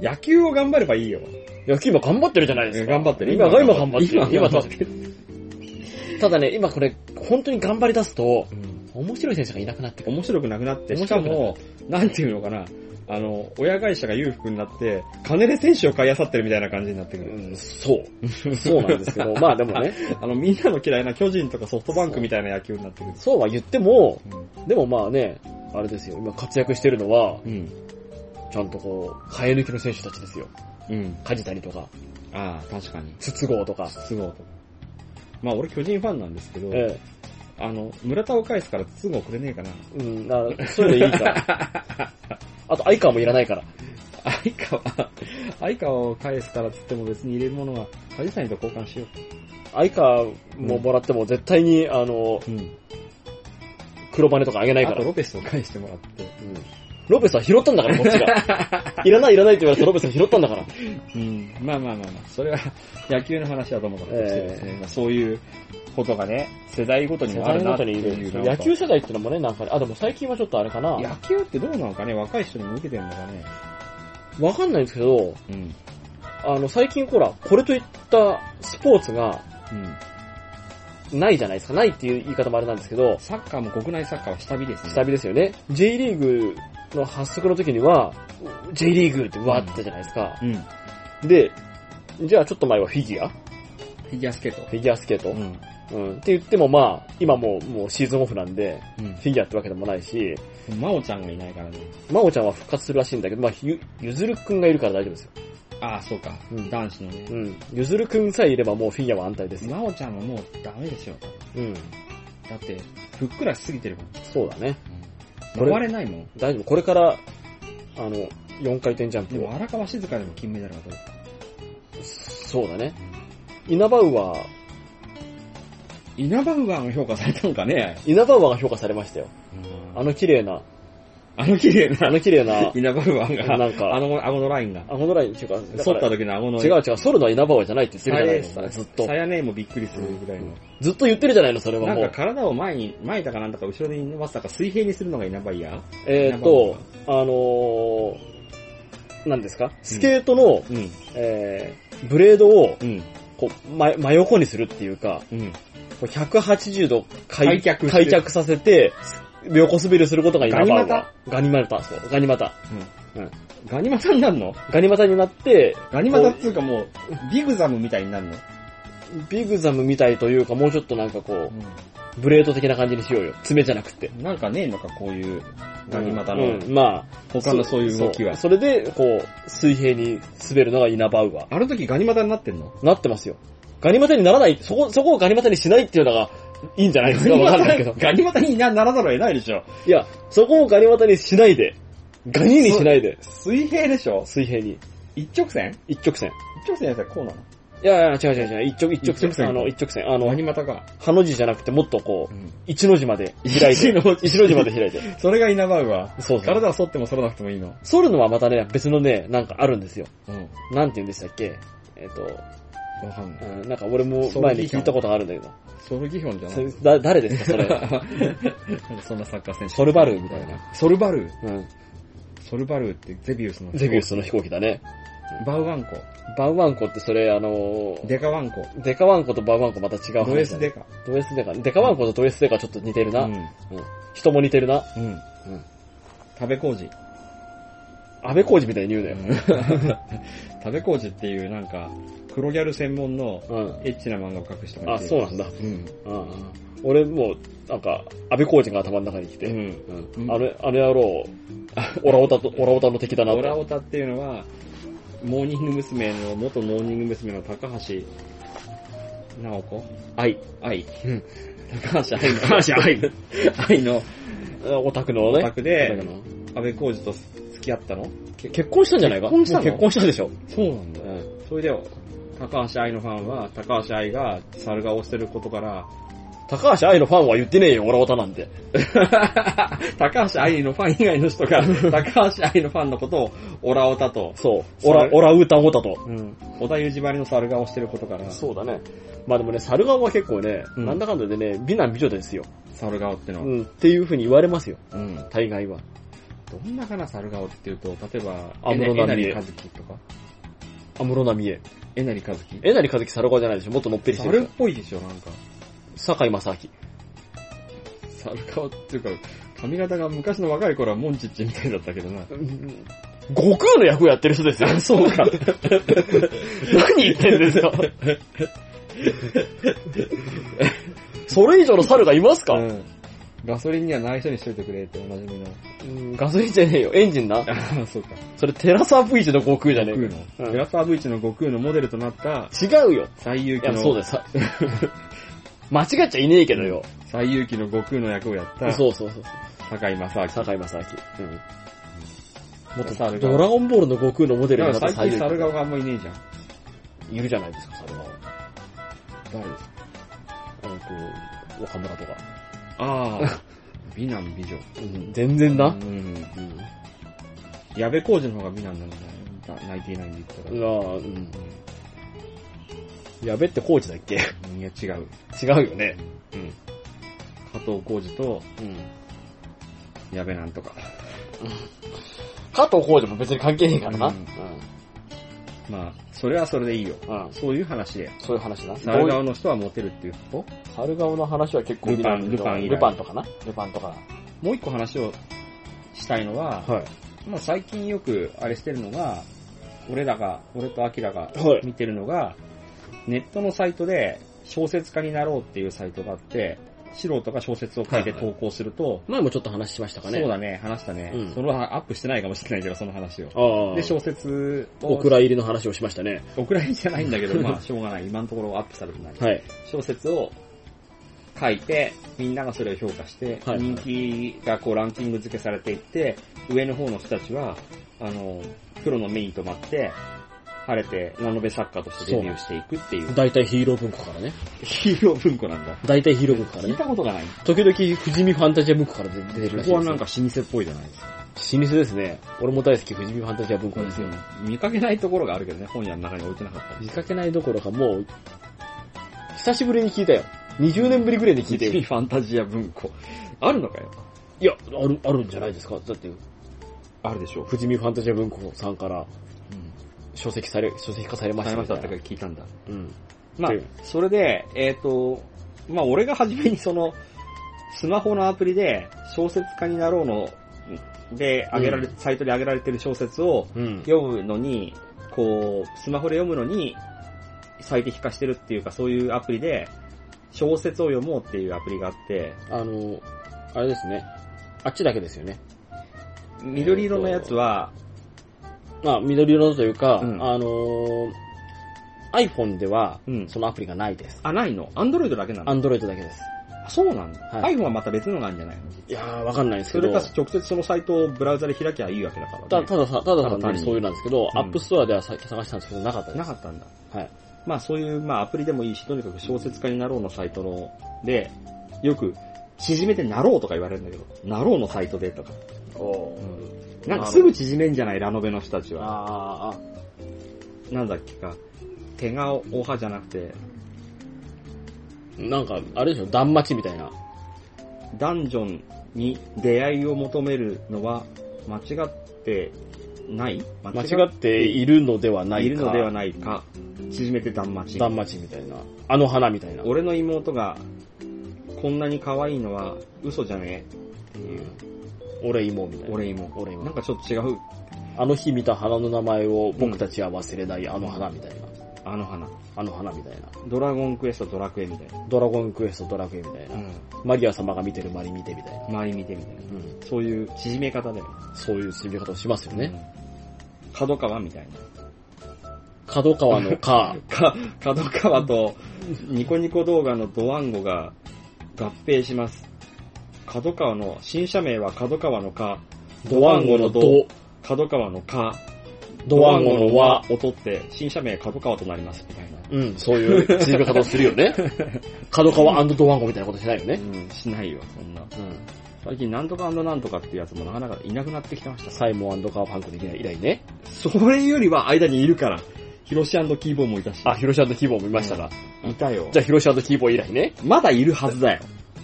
[SPEAKER 1] 野球を頑張ればいいよ。
[SPEAKER 2] 野球今頑張ってるじゃないですか。
[SPEAKER 1] 頑張ってる。
[SPEAKER 2] 今が今頑張ってる。
[SPEAKER 1] 今頑張っ
[SPEAKER 2] 今
[SPEAKER 1] て
[SPEAKER 2] 助
[SPEAKER 1] る。
[SPEAKER 2] けただね、今これ、本当に頑張り出すと、
[SPEAKER 1] うん
[SPEAKER 2] 面白い選手がいなくなってくる。
[SPEAKER 1] 面白くなくなって、し
[SPEAKER 2] 面
[SPEAKER 1] か
[SPEAKER 2] 白くなくな
[SPEAKER 1] も、なんていうのかな、あの、親会社が裕福になって、金で選手を買い漁ってるみたいな感じになってくる。
[SPEAKER 2] うん、そう。そうなんです けど、まあでもね、
[SPEAKER 1] あの、みんなの嫌いな巨人とかソフトバンクみたいな野球になってくる。
[SPEAKER 2] そうは言っても、でもまあね、あれですよ、今活躍してるのは、
[SPEAKER 1] うん。
[SPEAKER 2] ちゃんとこう、生え抜きの選手たちですよ。
[SPEAKER 1] うん。
[SPEAKER 2] 梶谷とか、
[SPEAKER 1] ああ、確かに。
[SPEAKER 2] 筒香とか。
[SPEAKER 1] 筒香と。まあ、俺巨人ファンなんですけど、
[SPEAKER 2] え
[SPEAKER 1] あの、村田を返すから筒香くれねえかな。
[SPEAKER 2] え。うん、だからそういうのいいから。 あと、相川もいらないから。
[SPEAKER 1] 相川、 相川を返すからっつっても別に入れるものは、梶谷と交換しよ
[SPEAKER 2] 相川ももらっても絶対に、あの、
[SPEAKER 1] う。うん。
[SPEAKER 2] 黒羽とかあげないか
[SPEAKER 1] あと
[SPEAKER 2] ら。
[SPEAKER 1] ロペスを返してもらって。
[SPEAKER 2] うんロペスは拾ったんだから、こっちが。 いらない、いらないって言われたらロペスが拾ったんだから。
[SPEAKER 1] うん。まあまあまあまあ、それは野球の話だと思うからしてですね。
[SPEAKER 2] ええ
[SPEAKER 1] まあそういうことがね、世代ごとに
[SPEAKER 2] 世
[SPEAKER 1] もあ
[SPEAKER 2] 代
[SPEAKER 1] るな
[SPEAKER 2] ご
[SPEAKER 1] って
[SPEAKER 2] とにい
[SPEAKER 1] い
[SPEAKER 2] る
[SPEAKER 1] う。な
[SPEAKER 2] 野
[SPEAKER 1] んか
[SPEAKER 2] 球世代ってのもね、なんかね、あ、でも最近はちょっとあれかな。
[SPEAKER 1] 野球ってどうなのかね、若い人にも受けてるのかね。
[SPEAKER 2] わかんないんですけど、
[SPEAKER 1] うん。
[SPEAKER 2] あの、最近ほら、これといったスポーツが
[SPEAKER 1] うん。
[SPEAKER 2] ないじゃないですか。ないっていう言い方もあれなんですけど、
[SPEAKER 1] サッカーも国内サッカーは下火ですね。
[SPEAKER 2] 下火ですよね。J リーグの発足の時には、J リーグってわーってじゃないですか。
[SPEAKER 1] うん。フ
[SPEAKER 2] で、じゃあちょっと前はフィギュア
[SPEAKER 1] ィギュアスケート。
[SPEAKER 2] フィギュアスケート、
[SPEAKER 1] ん。
[SPEAKER 2] うん、って言ってもまあ、今もうもうシーズンオフなんで、
[SPEAKER 1] う
[SPEAKER 2] フィギュアってわけでもないし、
[SPEAKER 1] ん。真央ちゃんがいないからね。
[SPEAKER 2] まおちゃんは復活するらしいんだけど、まあ、ゆ、ゆずるくんがいるから大丈夫ですよ。
[SPEAKER 1] ああ、そうか。
[SPEAKER 2] うん
[SPEAKER 1] 男子のね
[SPEAKER 2] う。ん。ゆずるくんさえいればもうフィギュアは安泰ですよ。
[SPEAKER 1] 真央ちゃんはもうダメでしょ。
[SPEAKER 2] うん。
[SPEAKER 1] だって、ふっくらしすぎてるもん。
[SPEAKER 2] そうだね。これ
[SPEAKER 1] 回れないもん。
[SPEAKER 2] 大丈夫。これから、あの、4回転ジャン
[SPEAKER 1] で
[SPEAKER 2] プ
[SPEAKER 1] も
[SPEAKER 2] を。
[SPEAKER 1] 荒川静香でも金メダルが取れた。
[SPEAKER 2] そうだね。イナバウアー、
[SPEAKER 1] イナバウアーも評価されたのかね。
[SPEAKER 2] イナバウアーが評価されましたよ。あ
[SPEAKER 1] あ
[SPEAKER 2] の綺麗な、
[SPEAKER 1] の綺麗
[SPEAKER 2] あ
[SPEAKER 1] な、
[SPEAKER 2] の綺麗な
[SPEAKER 1] 稲葉不安が、
[SPEAKER 2] なんか
[SPEAKER 1] あの、顎のラインが。
[SPEAKER 2] 顎のラインっていうか、だか
[SPEAKER 1] 反っ
[SPEAKER 2] ら
[SPEAKER 1] た時の顎の。
[SPEAKER 2] 違う違う、ソルのは稲葉王じゃないって言ってるじゃないです
[SPEAKER 1] さや
[SPEAKER 2] か、ずっと
[SPEAKER 1] さ。やねえもびっくりするぐらいの。
[SPEAKER 2] ずっと言ってるじゃないの、それは
[SPEAKER 1] なん
[SPEAKER 2] も
[SPEAKER 1] か
[SPEAKER 2] う。
[SPEAKER 1] 体を前に、前だかなんだか後ろに伸ばすだか水平にするのが稲葉イヤ
[SPEAKER 2] えーっと、あのー、何ですかスケートの、
[SPEAKER 1] うん、
[SPEAKER 2] えー、ブレードを、
[SPEAKER 1] うん、
[SPEAKER 2] こう、真真横にするっていうか、
[SPEAKER 1] うん。
[SPEAKER 2] こう180度開
[SPEAKER 1] 開脚して
[SPEAKER 2] 開脚させて、横滑りをすることが稲葉はガニ股そう、ガニ股。
[SPEAKER 1] ガニ股になるの
[SPEAKER 2] ガニ股になって、
[SPEAKER 1] ガニ股っつうかもう、ビグザムみたいになるの、
[SPEAKER 2] ビグザムみたいというか、もうちょっとなんかこう、ブレード的な感じにしようよ。爪じゃなくて。
[SPEAKER 1] なんかねえのか、こういうガニ股
[SPEAKER 2] う
[SPEAKER 1] の
[SPEAKER 2] ん、うんまあ、
[SPEAKER 1] 他のそういう動きは。
[SPEAKER 2] そうそれで、こう、水平に滑るのがイナバウア
[SPEAKER 1] あの時ガニ股になってんの
[SPEAKER 2] ー。なってますよ。ガニ股にならない、そこ、そこをガニ股にしないっていうのが、いいんじゃないですかわかんないけど。
[SPEAKER 1] ガニ股になならざるを得ないでしょ。
[SPEAKER 2] いや、そこをガニ股にしないで。ガニにしないで。
[SPEAKER 1] 水平でしょ
[SPEAKER 2] 水平に。
[SPEAKER 1] 一直線
[SPEAKER 2] 一直線。
[SPEAKER 1] 一直線やったらこうなの
[SPEAKER 2] いやいや、違う違う違う。一直、一直線。
[SPEAKER 1] 一直線
[SPEAKER 2] あの、一直線。あ
[SPEAKER 1] ガ
[SPEAKER 2] の
[SPEAKER 1] ニ、股か。
[SPEAKER 2] ハの字じゃなくてもっとこう、
[SPEAKER 1] ん
[SPEAKER 2] 一の字まで開いて。
[SPEAKER 1] 一の字
[SPEAKER 2] 一の字まで開いて。
[SPEAKER 1] それがイナバウアー。
[SPEAKER 2] そうそう。
[SPEAKER 1] 体は反っても反らなくてもいいの。
[SPEAKER 2] 反るのはまたね、別のね、なんかあるんですよ。
[SPEAKER 1] うん。
[SPEAKER 2] なんて言うんでしたっけえっ、と、
[SPEAKER 1] わかんない。
[SPEAKER 2] うんなんか俺も前に聞いたことがあるんだけど。
[SPEAKER 1] ソルギヒョンじゃな
[SPEAKER 2] そ
[SPEAKER 1] い
[SPEAKER 2] れだ誰ですか、そ れ。
[SPEAKER 1] そんなサッカー選手。
[SPEAKER 2] ソルバルーみたいな。
[SPEAKER 1] ソルバルー
[SPEAKER 2] うん。
[SPEAKER 1] ソルバルーってゼビウスの。
[SPEAKER 2] ゼビウ。スの飛行機だね。
[SPEAKER 1] バウワンコ。
[SPEAKER 2] バウワンコってそれ、あのー
[SPEAKER 1] デカワンコ。
[SPEAKER 2] デカワンコとバウワンコまた違う話だね
[SPEAKER 1] ドエスデカ。
[SPEAKER 2] ド S デカ。デカワンコとド S デカちょっと似てるな。
[SPEAKER 1] うん。
[SPEAKER 2] 人も似てるな。
[SPEAKER 1] うん
[SPEAKER 2] うん。
[SPEAKER 1] 食べ 工事。
[SPEAKER 2] 安倍浩二みたいに言うなよ。
[SPEAKER 1] 食べ工事っていうなんか、黒ギャル専門の
[SPEAKER 2] うん。
[SPEAKER 1] エッチな漫画を描く人がい
[SPEAKER 2] あ、
[SPEAKER 1] て。
[SPEAKER 2] そうなんだ。
[SPEAKER 1] うん。
[SPEAKER 2] うん。俺もう、なんか、安倍浩二が頭の中に来
[SPEAKER 1] う
[SPEAKER 2] て、
[SPEAKER 1] ん。
[SPEAKER 2] うん。
[SPEAKER 1] うん
[SPEAKER 2] あの、あの野郎、オラオタと、オラオタの敵だな
[SPEAKER 1] オラ
[SPEAKER 2] と。
[SPEAKER 1] オタっていうのは、モーニング娘。の、元モーニング娘。の高橋直子
[SPEAKER 2] 愛。
[SPEAKER 1] 愛
[SPEAKER 2] うん。
[SPEAKER 1] 高橋愛の。
[SPEAKER 2] 高橋愛
[SPEAKER 1] 愛の
[SPEAKER 2] オタクの
[SPEAKER 1] オ
[SPEAKER 2] ね。
[SPEAKER 1] タク
[SPEAKER 2] オタ
[SPEAKER 1] で
[SPEAKER 2] ク、の
[SPEAKER 1] 安倍浩二と付き合ったの
[SPEAKER 2] け結婚したんじゃないか
[SPEAKER 1] 結婚したの
[SPEAKER 2] もう結婚したでしょ。
[SPEAKER 1] そうなん
[SPEAKER 2] う
[SPEAKER 1] だ
[SPEAKER 2] ん。
[SPEAKER 1] それで、高橋愛のファンは、高橋愛が猿顔をしてることから、
[SPEAKER 2] 高橋愛のファンは言ってねえよ、オラオタなんて。
[SPEAKER 1] 高橋愛のファン以外の人が、高橋愛のファンのことを、オラオタと、
[SPEAKER 2] そう。
[SPEAKER 1] そ
[SPEAKER 2] オ
[SPEAKER 1] れ
[SPEAKER 2] ラ、オラウータンオタと。
[SPEAKER 1] うん。小田裕二ばりの猿顔してることから、
[SPEAKER 2] そうだね。まあでもね、猿顔は結構ね、
[SPEAKER 1] うん
[SPEAKER 2] なんだかんだでね、美男美女ですよ。
[SPEAKER 1] 猿顔っての
[SPEAKER 2] う
[SPEAKER 1] は。
[SPEAKER 2] ん、っていう風に言われますよ、
[SPEAKER 1] うん。
[SPEAKER 2] 大概は。
[SPEAKER 1] どんなかな猿顔っていうと、例えば、え
[SPEAKER 2] 安
[SPEAKER 1] な
[SPEAKER 2] 室奈
[SPEAKER 1] え
[SPEAKER 2] 美
[SPEAKER 1] な
[SPEAKER 2] 恵
[SPEAKER 1] りかずきとか、
[SPEAKER 2] 安室奈美恵。
[SPEAKER 1] えなりかずき。
[SPEAKER 2] えなりかずき猿顔じゃないでしょ、もっとのっぺりして
[SPEAKER 1] 猿っ
[SPEAKER 2] る。
[SPEAKER 1] ぽいでしょ、なんか。
[SPEAKER 2] 坂井正明。
[SPEAKER 1] 猿顔っていうか、髪型が昔の若い頃はモンチッチみたいだったけどな。
[SPEAKER 2] 悟空の役をやってる人ですよ。そうか。 何言ってん ですか。それ以上の猿がいますか、
[SPEAKER 1] うん。ガソリンには内緒にしといてくれっておなじみの。
[SPEAKER 2] うんガソリンじゃねえよ。エンジンな。
[SPEAKER 1] ああ、そうか。
[SPEAKER 2] それテラサ V 字の悟空じゃね
[SPEAKER 1] 悟
[SPEAKER 2] え
[SPEAKER 1] 空
[SPEAKER 2] か
[SPEAKER 1] の。
[SPEAKER 2] うん
[SPEAKER 1] テラサーブイチの悟空のモデルとなった、
[SPEAKER 2] 違うよ。
[SPEAKER 1] 最有
[SPEAKER 2] い
[SPEAKER 1] 機
[SPEAKER 2] や、そう
[SPEAKER 1] の、
[SPEAKER 2] です。さ 間違っちゃいねえけどよ。
[SPEAKER 1] 最有機の悟空の役をやった、
[SPEAKER 2] そうそうそう。
[SPEAKER 1] 坂井正明。
[SPEAKER 2] 坂井正明。
[SPEAKER 1] もっと猿
[SPEAKER 2] ド
[SPEAKER 1] 顔。
[SPEAKER 2] ラゴンボールの悟空のモデルに
[SPEAKER 1] だ
[SPEAKER 2] なっ
[SPEAKER 1] か
[SPEAKER 2] た
[SPEAKER 1] ら最近
[SPEAKER 2] 最
[SPEAKER 1] 猿
[SPEAKER 2] 優
[SPEAKER 1] 顔があんまいねえじゃん。
[SPEAKER 2] 秀いるじゃないですか、猿が。
[SPEAKER 1] 誰です
[SPEAKER 2] えっと、岡村とか。
[SPEAKER 1] ああ、美男美女。
[SPEAKER 2] 全然な。
[SPEAKER 1] うん。矢部浩二の方が美男なんだよ。泣いていないんで言った
[SPEAKER 2] なあ、うん。やべってコーチだっけ
[SPEAKER 1] ら。いや、違う。
[SPEAKER 2] 違うよね。うん。
[SPEAKER 1] 加藤浩二と
[SPEAKER 2] うん。
[SPEAKER 1] 矢部なんとか。
[SPEAKER 2] 加藤コーチも別に関係ねえからな。
[SPEAKER 1] うんまあ、それはそれでいいよ。
[SPEAKER 2] うん。うん。
[SPEAKER 1] そういう話で。
[SPEAKER 2] そういう話な。
[SPEAKER 1] 猿
[SPEAKER 2] どうい
[SPEAKER 1] 顔の人はモテるっていうこ
[SPEAKER 2] う猿顔の話は結構
[SPEAKER 1] ルパン
[SPEAKER 2] 見ない
[SPEAKER 1] ル
[SPEAKER 2] けどル
[SPEAKER 1] パ
[SPEAKER 2] パ
[SPEAKER 1] ン以来
[SPEAKER 2] ンとかな。ルパンとか。
[SPEAKER 1] ともう一個話をしたいのは、
[SPEAKER 2] はい。
[SPEAKER 1] まあ最近よくあれしてるのが、俺らが、俺とアキラが
[SPEAKER 2] はい
[SPEAKER 1] 見てるのが、ネットのサイトで小説家になろうっていうサイトがあって、素人が小説を書いて投稿すると、
[SPEAKER 2] 前もちょっと話しましたかね。
[SPEAKER 1] そうだね、話したね。
[SPEAKER 2] うん
[SPEAKER 1] それはアップしてないかもしれないけど、その話を。
[SPEAKER 2] ああ。
[SPEAKER 1] で、小説を、
[SPEAKER 2] お蔵入りの話をしましたね。
[SPEAKER 1] お蔵入りじゃないんだ けど、まあ、しょうがない。今のところアップされてない。
[SPEAKER 2] はい。
[SPEAKER 1] 小説を書いて、みんながそれを評価して、
[SPEAKER 2] はい
[SPEAKER 1] 人気がこうランキング付けされていって、上の方の人たちは、あの、プロの目に留まって、晴れて、ラノベ作家としてデビューしていくっていう、
[SPEAKER 2] 大体ヒーロー文庫からね。
[SPEAKER 1] ヒーロー文庫なんだ。
[SPEAKER 2] 大体ヒーロー文庫から
[SPEAKER 1] 聞い
[SPEAKER 2] ね。
[SPEAKER 1] たことがない。
[SPEAKER 2] 時々、富士見ファンタジア文庫から出てるらしいですよ。
[SPEAKER 1] ここはなんか老舗っぽいじゃないですか。
[SPEAKER 2] 老舗ですね。俺も大好き、富士見ファンタジア文庫ですよ。
[SPEAKER 1] 見かけないところがあるけどね、本屋の中に置いてなか ったり。
[SPEAKER 2] 見かけないどころかもう、久しぶりに聞いたよ。20年ぶりぐらいに聞いたよ。
[SPEAKER 1] ファンタジア文庫。あるのかよ。
[SPEAKER 2] いや、ある、あるんじゃないですか。だって、
[SPEAKER 1] あるでしょう。
[SPEAKER 2] 富士見ファンタジア文庫さんから書籍され、書籍化されま
[SPEAKER 1] 買い
[SPEAKER 2] した
[SPEAKER 1] ま
[SPEAKER 2] み
[SPEAKER 1] した
[SPEAKER 2] た
[SPEAKER 1] っ
[SPEAKER 2] い
[SPEAKER 1] て
[SPEAKER 2] な。
[SPEAKER 1] 聞いたんだ。
[SPEAKER 2] うん。
[SPEAKER 1] まあ
[SPEAKER 2] うん、
[SPEAKER 1] それで、えっ、と、まあ、俺が初めにその、スマホのアプリで、小説家になろうの、で、上げられ、サイトで上げられてる小説を
[SPEAKER 2] うん。
[SPEAKER 1] 読むのに、こう、スマホで読むのに、最適化してるっていうか、そういうアプリで、小説を読もうっていうアプリがあって、
[SPEAKER 2] あの、あれですね。あっちだけですよね。
[SPEAKER 1] 緑色のやつは、
[SPEAKER 2] まあ、緑色のというか、
[SPEAKER 1] うん
[SPEAKER 2] あのー iPhone では
[SPEAKER 1] う、ん
[SPEAKER 2] そのアプリがないです。
[SPEAKER 1] あ、ないのアンドロイドだけなの
[SPEAKER 2] Android だけです。
[SPEAKER 1] あそうなんだ。
[SPEAKER 2] はい
[SPEAKER 1] iPhone はまた別のがあるんじゃないの
[SPEAKER 2] いやー、わかんないです
[SPEAKER 1] そ
[SPEAKER 2] け
[SPEAKER 1] れ
[SPEAKER 2] ど
[SPEAKER 1] か。直接そのサイトをブラウザで開きゃいいわけだから、ね。
[SPEAKER 2] たたださ、たださん
[SPEAKER 1] ただ単
[SPEAKER 2] に
[SPEAKER 1] に
[SPEAKER 2] そういうなんですけど、
[SPEAKER 1] うん
[SPEAKER 2] アップストアではさ探したんですけど、なかったで
[SPEAKER 1] な
[SPEAKER 2] す。
[SPEAKER 1] かったんだ。
[SPEAKER 2] はい。
[SPEAKER 1] まあそういう、まあアプリでもいいし、とにかく小説家になろうのサイトの、で、よく、縮めてなろうとか言われるんだけど、なろうのサイトでとか。なんかすぐ縮めんじゃない、ラノベの人たちは。
[SPEAKER 2] あーあ、
[SPEAKER 1] なんだっけか。手がおはじゃなくて、
[SPEAKER 2] なんか、あれでしょ、断末みたいな。
[SPEAKER 1] ダンジョンに出会いを求めるのは間違ってない間
[SPEAKER 2] 間違っているのではないか。
[SPEAKER 1] いるのではないか。縮めて断末。
[SPEAKER 2] 断末みたいな。あの花みたいな。
[SPEAKER 1] 俺の妹が、こんなに可愛いのは嘘じゃね
[SPEAKER 2] うん俺芋みたいな。
[SPEAKER 1] 俺妹。
[SPEAKER 2] 俺芋
[SPEAKER 1] なんかちょっと違う、
[SPEAKER 2] あの日見た花の名前を僕たちは忘れない、あの花みたいな。
[SPEAKER 1] あの花。
[SPEAKER 2] あの花みたいな。
[SPEAKER 1] ドラゴンクエスト、ドラクエみたいな。
[SPEAKER 2] ドラゴンクエスト、ドラクエみたいな。マリア様が見てるマリ見てみたいな。
[SPEAKER 1] 周り見てみたいな。
[SPEAKER 2] うん。
[SPEAKER 1] そういう縮め方だよ
[SPEAKER 2] そういう進み方をしますよ
[SPEAKER 1] ね。
[SPEAKER 2] ね。
[SPEAKER 1] うん。角川みたいな。
[SPEAKER 2] 角川の か、
[SPEAKER 1] か、角川とニコニコ動画のドワンゴが合併します。角川の、新社名は角川のか、
[SPEAKER 2] ドワンゴのド、
[SPEAKER 1] 角川のか、
[SPEAKER 2] ドワンゴの和。
[SPEAKER 1] を取って、新社名角川となります、みたいな。
[SPEAKER 2] うん、そういう釣りの方をするよね。 角川ドワンゴみたいなことしないよね。
[SPEAKER 1] うん、しないよ、そんな。
[SPEAKER 2] うん。
[SPEAKER 1] 最近、なんとかなんとかっていうやつもなかなかいなくなってきてました。
[SPEAKER 2] サイモンカーパンクできない以来ね。
[SPEAKER 1] それよりは間にいるから、ヒロシキーボーもいたし。
[SPEAKER 2] あ、ヒロシキーボーもいましたか。
[SPEAKER 1] いたよ
[SPEAKER 2] じ。ゃあヒロシキーボー以来ね。
[SPEAKER 1] まだいるはずだよ。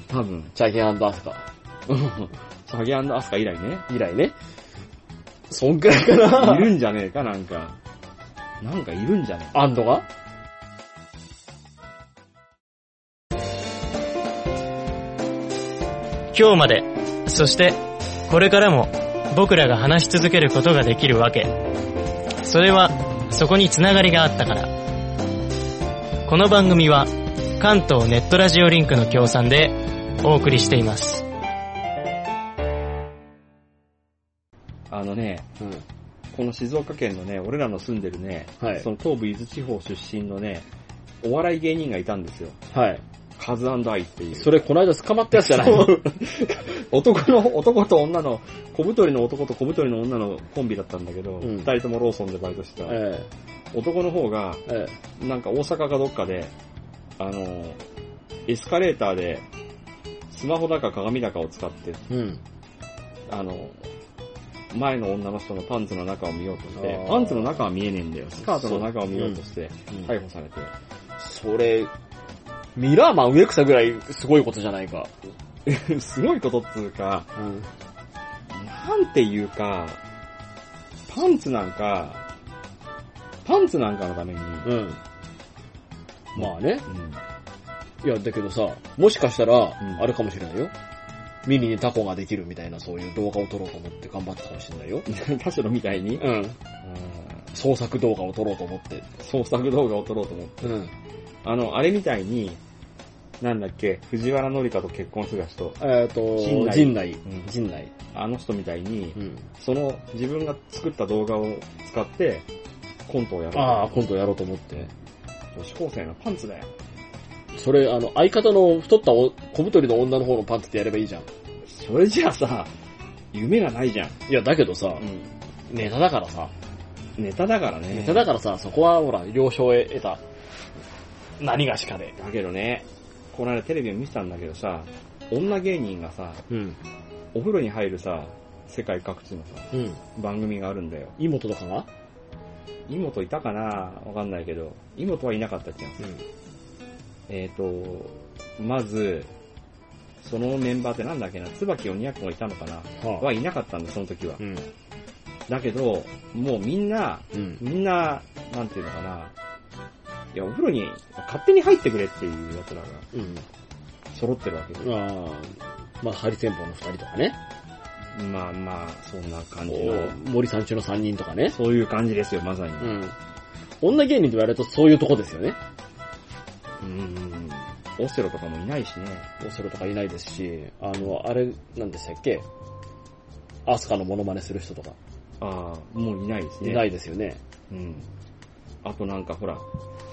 [SPEAKER 1] 多分。
[SPEAKER 2] チャゲアンドアスカ
[SPEAKER 1] チャゲアスカ以来 ね。
[SPEAKER 2] 以来ね。そんくらいかな。
[SPEAKER 1] いるんじゃねえか、なんか。なんかいるんじゃね
[SPEAKER 2] アンドが
[SPEAKER 3] 今日まで、そして、これからも、僕らが話し続けることができるわけ。それは、そこにつながりがあったから。この番組は、関東ネットラジオリンクの協賛で、お送りしています。
[SPEAKER 1] え。あのね、
[SPEAKER 2] うん。
[SPEAKER 1] この静岡県のね、俺らの住んでるね、
[SPEAKER 2] はい
[SPEAKER 1] そ。の東部伊豆地方出身のね、お笑い芸人がいたんですよ。
[SPEAKER 2] はい。
[SPEAKER 1] カズアイっていう。
[SPEAKER 2] それこの間捕まったやつじゃない
[SPEAKER 1] そ
[SPEAKER 2] の
[SPEAKER 1] う男の、男と女の、小太りの男と小太りの女のコンビだったんだけど、
[SPEAKER 2] ん
[SPEAKER 1] 二、人ともローソンでバイトしてた。
[SPEAKER 2] え
[SPEAKER 1] 男の方が、
[SPEAKER 2] え、え
[SPEAKER 1] なんか大阪かどっかで、あの、エスカレーターで、スマホだか鏡だかを使って、
[SPEAKER 2] え。うん。
[SPEAKER 1] あの、前の女の人のパンツの中を見ようとし
[SPEAKER 2] あ
[SPEAKER 1] て
[SPEAKER 2] ー、
[SPEAKER 1] パンツの中は見えねえんだよ。スカートの中を見ようとして、逮捕されて。
[SPEAKER 2] それ、ミラーマン植草ぐらいすごいことじゃないか。
[SPEAKER 1] すごいことっつうか、
[SPEAKER 2] うん。
[SPEAKER 1] なんていうか、パンツなんか、パンツなんかのために、
[SPEAKER 2] うん。まあね。
[SPEAKER 1] うん
[SPEAKER 2] いや、だけどさ、もしかしたら
[SPEAKER 1] ん、
[SPEAKER 2] あれかもしれないよ。ミニにタコができるみたいなそういう動画を撮ろうと思って頑張ったかもしれないよ。
[SPEAKER 1] 田代みたいに、うん
[SPEAKER 2] うん。創作動画を撮ろうと思って。
[SPEAKER 1] 創作動画を撮ろうと思って。
[SPEAKER 2] うん。
[SPEAKER 1] あの、あれみたいに、なんだっけ、藤原紀香と結婚してた人、
[SPEAKER 2] えっ、と、
[SPEAKER 1] 陣内
[SPEAKER 2] 陣内
[SPEAKER 1] うん。
[SPEAKER 2] 陣内。
[SPEAKER 1] あの人みたいに
[SPEAKER 2] う、ん。
[SPEAKER 1] その自分が作った動画を使って、コントをやる。
[SPEAKER 2] ああ、今度やろうと思って。
[SPEAKER 1] 女子高生のパンツだよ。
[SPEAKER 2] それ、あの、相方の太ったお小太りの女の方のパンツってやればいいじゃん。
[SPEAKER 1] それじゃあさ、夢がないじゃん。
[SPEAKER 2] いや、だけどさ、ネタだからさ、
[SPEAKER 1] ネタだからね。
[SPEAKER 2] ネタだからさ、そこはほら、了承を得た、何がしかで。
[SPEAKER 1] だけどね、この間テレビを見てたんだけどさ、女芸人がさ、
[SPEAKER 2] うん。
[SPEAKER 1] お風呂に入るさ、世界各地のさ、
[SPEAKER 2] うん。
[SPEAKER 1] 番組があるんだよ。
[SPEAKER 2] 妹とかが
[SPEAKER 1] 妹いたかなわかんないけど、妹はいなかったっけな。
[SPEAKER 2] う。
[SPEAKER 1] えっ、と、まず、そのメンバーってなんだっけな、椿鬼奴がいたのかなん
[SPEAKER 2] はあ。
[SPEAKER 1] はいなかったんだ、その時は
[SPEAKER 2] う。ん。
[SPEAKER 1] だけど、もうみんな、
[SPEAKER 2] うん。
[SPEAKER 1] みんな、なんていうのかな、いや、お風呂に勝手に入ってくれっていう奴らが
[SPEAKER 2] うん。
[SPEAKER 1] 揃ってるわけで。
[SPEAKER 2] ああ、まあ、ハリセンボンの二人とかね。
[SPEAKER 1] まあまあ、そんな感じの。
[SPEAKER 2] こう森三中の三人とかね。
[SPEAKER 1] そういう感じですよ、まさに。
[SPEAKER 2] うん。女芸人と言われるとそういうとこですよね。
[SPEAKER 1] うん。オセロとかもいないしね。
[SPEAKER 2] オセロとかいないですし、あの、あれ、なんでしたっけアスカのモノマネする人とか、
[SPEAKER 1] ああ、もういないですね。
[SPEAKER 2] いないですよね。
[SPEAKER 1] うん。あとなんかほら、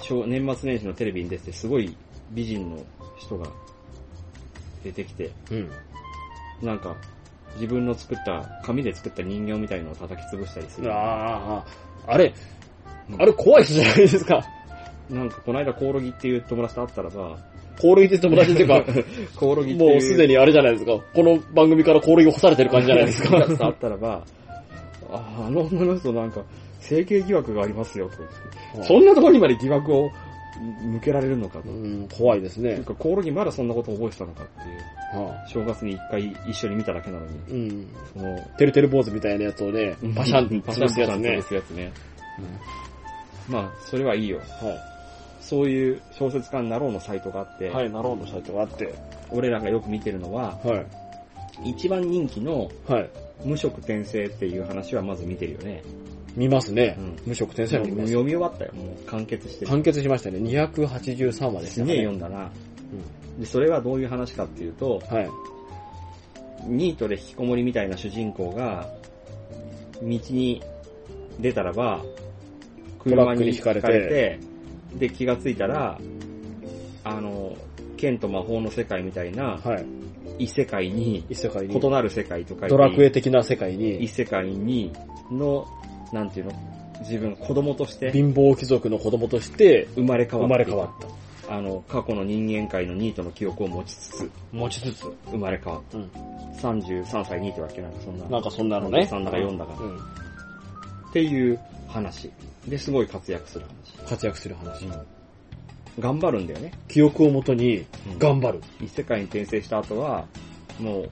[SPEAKER 1] 小年末年始のテレビに出てて、すごい美人の人が出てきて、
[SPEAKER 2] うん。
[SPEAKER 1] なんか、自分の作った、紙で作った人形みたいのを叩き潰したりする。
[SPEAKER 2] ああ、あれ、あれ怖い人じゃないです か。
[SPEAKER 1] なんか、この間、コオロギっていう友達と会ったらさ、
[SPEAKER 2] コオロギって友達っていうか、
[SPEAKER 1] コオロギっていう。
[SPEAKER 2] もうすでにあれじゃないですか。この番組からコオロギを干されてる感じじゃないです か。
[SPEAKER 1] あったらば、 ああの女の人なんか、整形疑惑がありますよ、とか言ってそんなところにまで疑惑を向けられるのかと。
[SPEAKER 2] うん、怖いです
[SPEAKER 1] てい
[SPEAKER 2] ね
[SPEAKER 1] う。か、コオロギまだそんなこと覚えてたのかっていう。
[SPEAKER 2] はあ
[SPEAKER 1] 正月に一回一緒に見ただけなのに。
[SPEAKER 2] うん。
[SPEAKER 1] その、
[SPEAKER 2] てるてる坊主みたいなやつをね、パシャン、
[SPEAKER 1] パ
[SPEAKER 2] パ
[SPEAKER 1] シ
[SPEAKER 2] シ
[SPEAKER 1] ャンパ
[SPEAKER 2] ャンっ
[SPEAKER 1] シャ
[SPEAKER 2] てや
[SPEAKER 1] ン
[SPEAKER 2] つ
[SPEAKER 1] って
[SPEAKER 2] ね。
[SPEAKER 1] すやつね。まあ、それはいいよ。
[SPEAKER 2] は
[SPEAKER 1] そういう小説家になろうのサイトがあって、
[SPEAKER 2] い。はい、なろうの社長があって。
[SPEAKER 1] 俺らがよく見てるのは、
[SPEAKER 2] はい。
[SPEAKER 1] 一番人気の
[SPEAKER 2] はい。
[SPEAKER 1] 無職転生っていう話はまず見てるよね。
[SPEAKER 2] 見ますね。
[SPEAKER 1] うん
[SPEAKER 2] 無職転生
[SPEAKER 1] 読
[SPEAKER 2] も見ま
[SPEAKER 1] み
[SPEAKER 2] す。
[SPEAKER 1] 終わったよ。もう完結してる。
[SPEAKER 2] 完結しましたね。283話でした
[SPEAKER 1] す
[SPEAKER 2] か
[SPEAKER 1] げえ
[SPEAKER 2] ね。
[SPEAKER 1] 読んだな。で、それはどういう話かっていうと、
[SPEAKER 2] うんはい。
[SPEAKER 1] ニートで引きこもりみたいな主人公が、道に出たらば、
[SPEAKER 2] トラ
[SPEAKER 1] 車
[SPEAKER 2] ック
[SPEAKER 1] に
[SPEAKER 2] に
[SPEAKER 1] ひ
[SPEAKER 2] ひか
[SPEAKER 1] かれ
[SPEAKER 2] れ
[SPEAKER 1] て、
[SPEAKER 2] て
[SPEAKER 1] で、気がついたら、あの、剣と魔法の世界みたいな、
[SPEAKER 2] はい。
[SPEAKER 1] 異世界に、
[SPEAKER 2] 異世界に。
[SPEAKER 1] 異なる世界とか
[SPEAKER 2] ドラクエ的な世界に。
[SPEAKER 1] 異世界に、の、なんていうの自分、子供として
[SPEAKER 2] 貧乏貴族の子供として
[SPEAKER 1] 生まれ変わ
[SPEAKER 2] 生
[SPEAKER 1] った。
[SPEAKER 2] まれ変わった。
[SPEAKER 1] あの、過去の人間界のニートの記憶を持ちつつ、
[SPEAKER 2] 持ちつつ。
[SPEAKER 1] 生まれ変わった。
[SPEAKER 2] うん
[SPEAKER 1] 33歳ニートだっけなんかそんな。
[SPEAKER 2] なんかそんなのね。
[SPEAKER 1] 3だか4だか。
[SPEAKER 2] うん。
[SPEAKER 1] っていう話。で、すごい活躍する話。
[SPEAKER 2] 活躍する話。
[SPEAKER 1] 頑張るんだよね。
[SPEAKER 2] 記憶をもとに、頑張る。
[SPEAKER 1] 異世界に転生した後は、もう、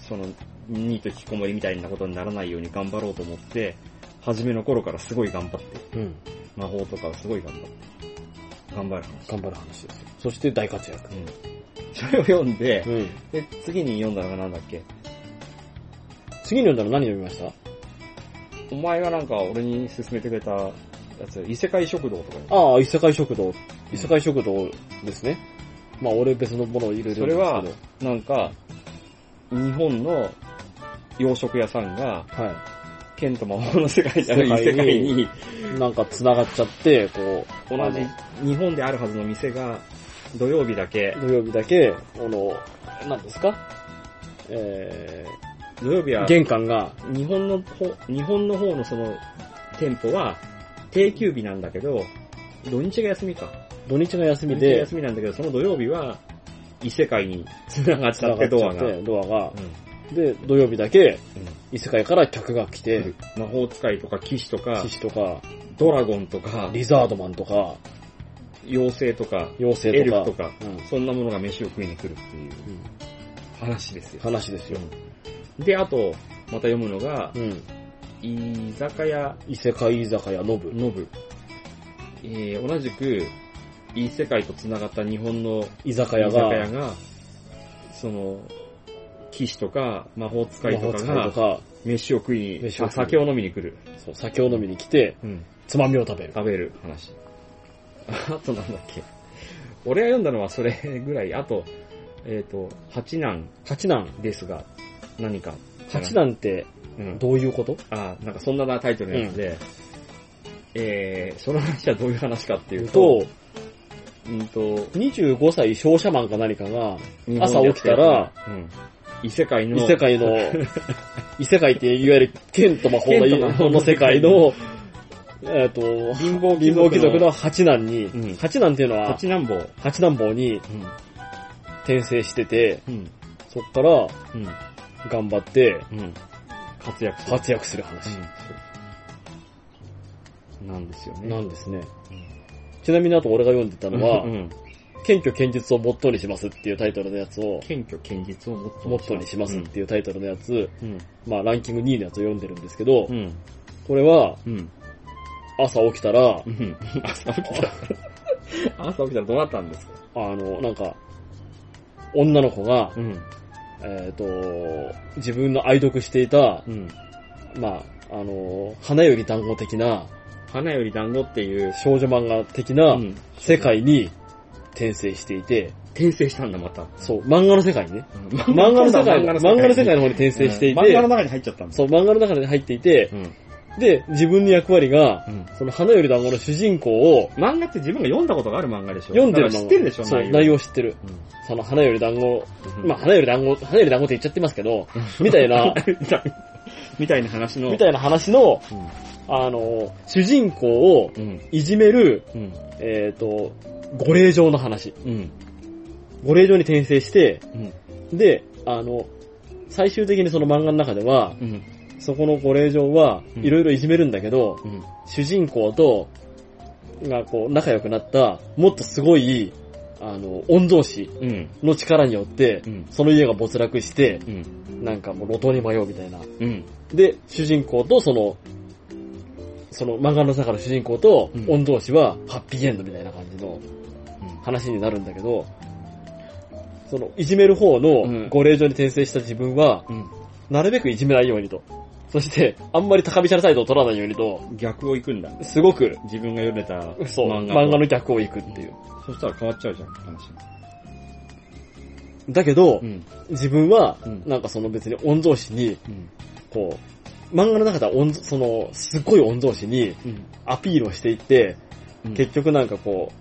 [SPEAKER 1] その、ニート引きこもりみたいなことにならないように頑張ろうと思って、初めの頃からすごい頑張って、
[SPEAKER 2] うん。
[SPEAKER 1] 魔法とかはすごい頑張って、頑張る話。
[SPEAKER 2] 頑張る話ですよ。そして大活躍。
[SPEAKER 1] うん。それを読んで
[SPEAKER 2] う、ん。
[SPEAKER 1] で、次に読んだのがなんだっけ
[SPEAKER 2] 次の読んだの何読みました
[SPEAKER 1] お前がなんか俺に勧めてくれたやつ、異世界食堂とかに
[SPEAKER 2] ああ、異世界食堂。異世界食堂ですね。まあ俺別のものを入れるんですけど。
[SPEAKER 1] それはなんか、日本の洋食屋さんが、
[SPEAKER 2] は
[SPEAKER 1] 剣と魔法の世界である異世
[SPEAKER 2] 世界
[SPEAKER 1] 界
[SPEAKER 2] に
[SPEAKER 1] に、
[SPEAKER 2] い。なんか繋がっちゃって、こう、
[SPEAKER 1] 同じ日本であるはずの店が、土曜日だけ
[SPEAKER 2] あ、の土曜日だけ、この、なんですかえ
[SPEAKER 1] 土曜日
[SPEAKER 2] ー、
[SPEAKER 1] は、
[SPEAKER 2] 玄関が、
[SPEAKER 1] 日本の方、日本の方のその店舗は、定休日なんだけど、土日が休みか。
[SPEAKER 2] 土日の
[SPEAKER 1] 土
[SPEAKER 2] 休み
[SPEAKER 1] 日が
[SPEAKER 2] で、
[SPEAKER 1] 休みなんだけど、その土曜日は、異世界に繋がっちゃ
[SPEAKER 2] 繋
[SPEAKER 1] っ
[SPEAKER 2] が
[SPEAKER 1] て
[SPEAKER 2] っち
[SPEAKER 1] ド
[SPEAKER 2] ゃ
[SPEAKER 1] ア
[SPEAKER 2] っ
[SPEAKER 1] が。うん
[SPEAKER 2] て、ドアが、で、土曜日だけ、
[SPEAKER 1] う
[SPEAKER 2] 異世界から客が来て
[SPEAKER 1] ん、魔法使いとか騎士とか
[SPEAKER 2] 騎、士とか、
[SPEAKER 1] ドラゴンとか、
[SPEAKER 2] リザードマンとか、
[SPEAKER 1] 妖精とか、
[SPEAKER 2] 妖
[SPEAKER 1] エ
[SPEAKER 2] 精
[SPEAKER 1] ル
[SPEAKER 2] と
[SPEAKER 1] フ
[SPEAKER 2] か、
[SPEAKER 1] とか、
[SPEAKER 2] うん
[SPEAKER 1] そんなものが飯を食いに来るっていう
[SPEAKER 2] うん
[SPEAKER 1] 話ですよ。
[SPEAKER 2] 話ですよ。
[SPEAKER 1] で、あと、また読むのが
[SPEAKER 2] う、ん。
[SPEAKER 1] 居酒屋
[SPEAKER 2] 異世界居酒屋ノブ。
[SPEAKER 1] ノブ。えー、同じく、異世界と繋がった日本の
[SPEAKER 2] 居酒
[SPEAKER 1] 居
[SPEAKER 2] 屋
[SPEAKER 1] 酒
[SPEAKER 2] が、
[SPEAKER 1] 屋が、その、騎士とか魔法使い
[SPEAKER 2] 魔
[SPEAKER 1] と
[SPEAKER 2] 法
[SPEAKER 1] か
[SPEAKER 2] 使いと
[SPEAKER 1] が、
[SPEAKER 2] か、
[SPEAKER 1] 飯を食いに、
[SPEAKER 2] 飯を食いに
[SPEAKER 1] あ酒を飲みに来る。
[SPEAKER 2] そう酒を飲みに来て、
[SPEAKER 1] うん。
[SPEAKER 2] つまみを食べる。
[SPEAKER 1] 食べる話。 あとなんだっけ。俺が読んだのはそれぐらい。あと、えっ、と、八男
[SPEAKER 2] 八男。
[SPEAKER 1] ですが、何か。
[SPEAKER 2] 八男って
[SPEAKER 1] うん。
[SPEAKER 2] どういうこと
[SPEAKER 1] あ、なんかそんなタイトルのやつで、えー、その話はどういう話かって
[SPEAKER 2] 言
[SPEAKER 1] いううと、
[SPEAKER 2] と、
[SPEAKER 1] うんと、
[SPEAKER 2] 25歳商社マンか何かが、
[SPEAKER 1] 日本でやってる
[SPEAKER 2] 朝起きたら、
[SPEAKER 1] うん、異世界の、
[SPEAKER 2] 異世界の、 異世界っていわゆる剣と魔法の
[SPEAKER 1] 剣と魔法
[SPEAKER 2] の世界の、えっと、貧乏
[SPEAKER 1] 貴族の
[SPEAKER 2] 貴族の八男に
[SPEAKER 1] うん、
[SPEAKER 2] 八男っていうのは
[SPEAKER 1] 八、南坊。う
[SPEAKER 2] 八男坊に
[SPEAKER 1] ん。
[SPEAKER 2] 転生してて、
[SPEAKER 1] うん。
[SPEAKER 2] そっから
[SPEAKER 1] うん。
[SPEAKER 2] 頑張って
[SPEAKER 1] うん。活躍する。
[SPEAKER 2] 活躍する話。
[SPEAKER 1] うん。なんですよね。
[SPEAKER 2] なんですね
[SPEAKER 1] うん。
[SPEAKER 2] ちなみにあと俺が読んでたのは
[SPEAKER 1] う、ん。
[SPEAKER 2] 謙虚堅実をモットーにしますっていうタイトルのやつを、
[SPEAKER 1] 謙虚堅実をもっと
[SPEAKER 2] モットーにしますっていうタイトルのやつ、
[SPEAKER 1] うん。
[SPEAKER 2] まあランキング2位のやつを読んでるんですけど
[SPEAKER 1] う、ん。
[SPEAKER 2] これは
[SPEAKER 1] うん。
[SPEAKER 2] 朝起きたら
[SPEAKER 1] う、ん。 朝起きたら、朝起きたらどうなったんですか
[SPEAKER 2] あの、なんか、女の子が、
[SPEAKER 1] うん。
[SPEAKER 2] えっ、と、自分の愛読していた、
[SPEAKER 1] うん。
[SPEAKER 2] まあ、あの、花より団子的な、
[SPEAKER 1] 花より団子っていう、
[SPEAKER 2] 少女漫画的な
[SPEAKER 1] うん
[SPEAKER 2] 世界に転生していて、
[SPEAKER 1] 転生したんだ、また。
[SPEAKER 2] そう、漫画の世界にね、
[SPEAKER 1] 漫
[SPEAKER 2] 漫画の世界、漫画の世界
[SPEAKER 1] に
[SPEAKER 2] の方に転生してい
[SPEAKER 1] 漫画の
[SPEAKER 2] て、
[SPEAKER 1] 中に入っちゃったんだ。
[SPEAKER 2] そう、漫画の中に入っていて、
[SPEAKER 1] うん。
[SPEAKER 2] で、自分の役割が、
[SPEAKER 1] うん。
[SPEAKER 2] その花より団子の主人公を
[SPEAKER 1] 漫画って自分が読んだことがある漫画でしょ
[SPEAKER 2] 読んで
[SPEAKER 1] だ
[SPEAKER 2] る漫
[SPEAKER 1] から知
[SPEAKER 2] 画。
[SPEAKER 1] ってるでしょ
[SPEAKER 2] そう、内容知ってる。その花より団子、
[SPEAKER 1] うん
[SPEAKER 2] まあ花より団子、花より団子って言っちゃってますけど、みたいな、
[SPEAKER 1] みたいな話の。
[SPEAKER 2] みたいな話の、
[SPEAKER 1] うん
[SPEAKER 2] あの、主人公を
[SPEAKER 1] うん。
[SPEAKER 2] いじめる、
[SPEAKER 1] うん。
[SPEAKER 2] えっ、と、五霊状の話。
[SPEAKER 1] うん。
[SPEAKER 2] 五霊状に転生して、
[SPEAKER 1] うん。
[SPEAKER 2] で、あの、最終的にその漫画の中では、
[SPEAKER 1] うん。
[SPEAKER 2] そこの五霊状は
[SPEAKER 1] うん
[SPEAKER 2] いろいろいじめるんだけど、
[SPEAKER 1] うん。
[SPEAKER 2] 主人公と、がこう仲良くなった、もっとすごい、あの、御曹司
[SPEAKER 1] うん。
[SPEAKER 2] の力によって
[SPEAKER 1] う、ん。
[SPEAKER 2] その家が没落して、
[SPEAKER 1] うん。
[SPEAKER 2] なんかもう路頭に迷うみたいな。
[SPEAKER 1] うん。
[SPEAKER 2] で、主人公とその、その漫画の中の主人公と
[SPEAKER 1] うん、
[SPEAKER 2] 御同士はハッピーエンドみたいな感じの話になるんだけど、その、いじめる方
[SPEAKER 1] うん
[SPEAKER 2] のご令嬢に転生した自分は、
[SPEAKER 1] うん。
[SPEAKER 2] なるべくいじめないようにと。そして、あんまり高飛車な態度を取らないようにと、
[SPEAKER 1] 逆を行くんだ。
[SPEAKER 2] すごく、
[SPEAKER 1] 自分が読めた
[SPEAKER 2] そう、
[SPEAKER 1] 漫画。
[SPEAKER 2] 漫画の逆を行くっていう。
[SPEAKER 1] そしたら変わっちゃうじゃん、話。
[SPEAKER 2] だけど
[SPEAKER 1] う、ん。
[SPEAKER 2] 自分は
[SPEAKER 1] うん、
[SPEAKER 2] なんかその別に御同士に、
[SPEAKER 1] うん。
[SPEAKER 2] こう、漫画の中では御、その、すっごい御同士にアピールをしていって、
[SPEAKER 1] うん。
[SPEAKER 2] 結局なんかこ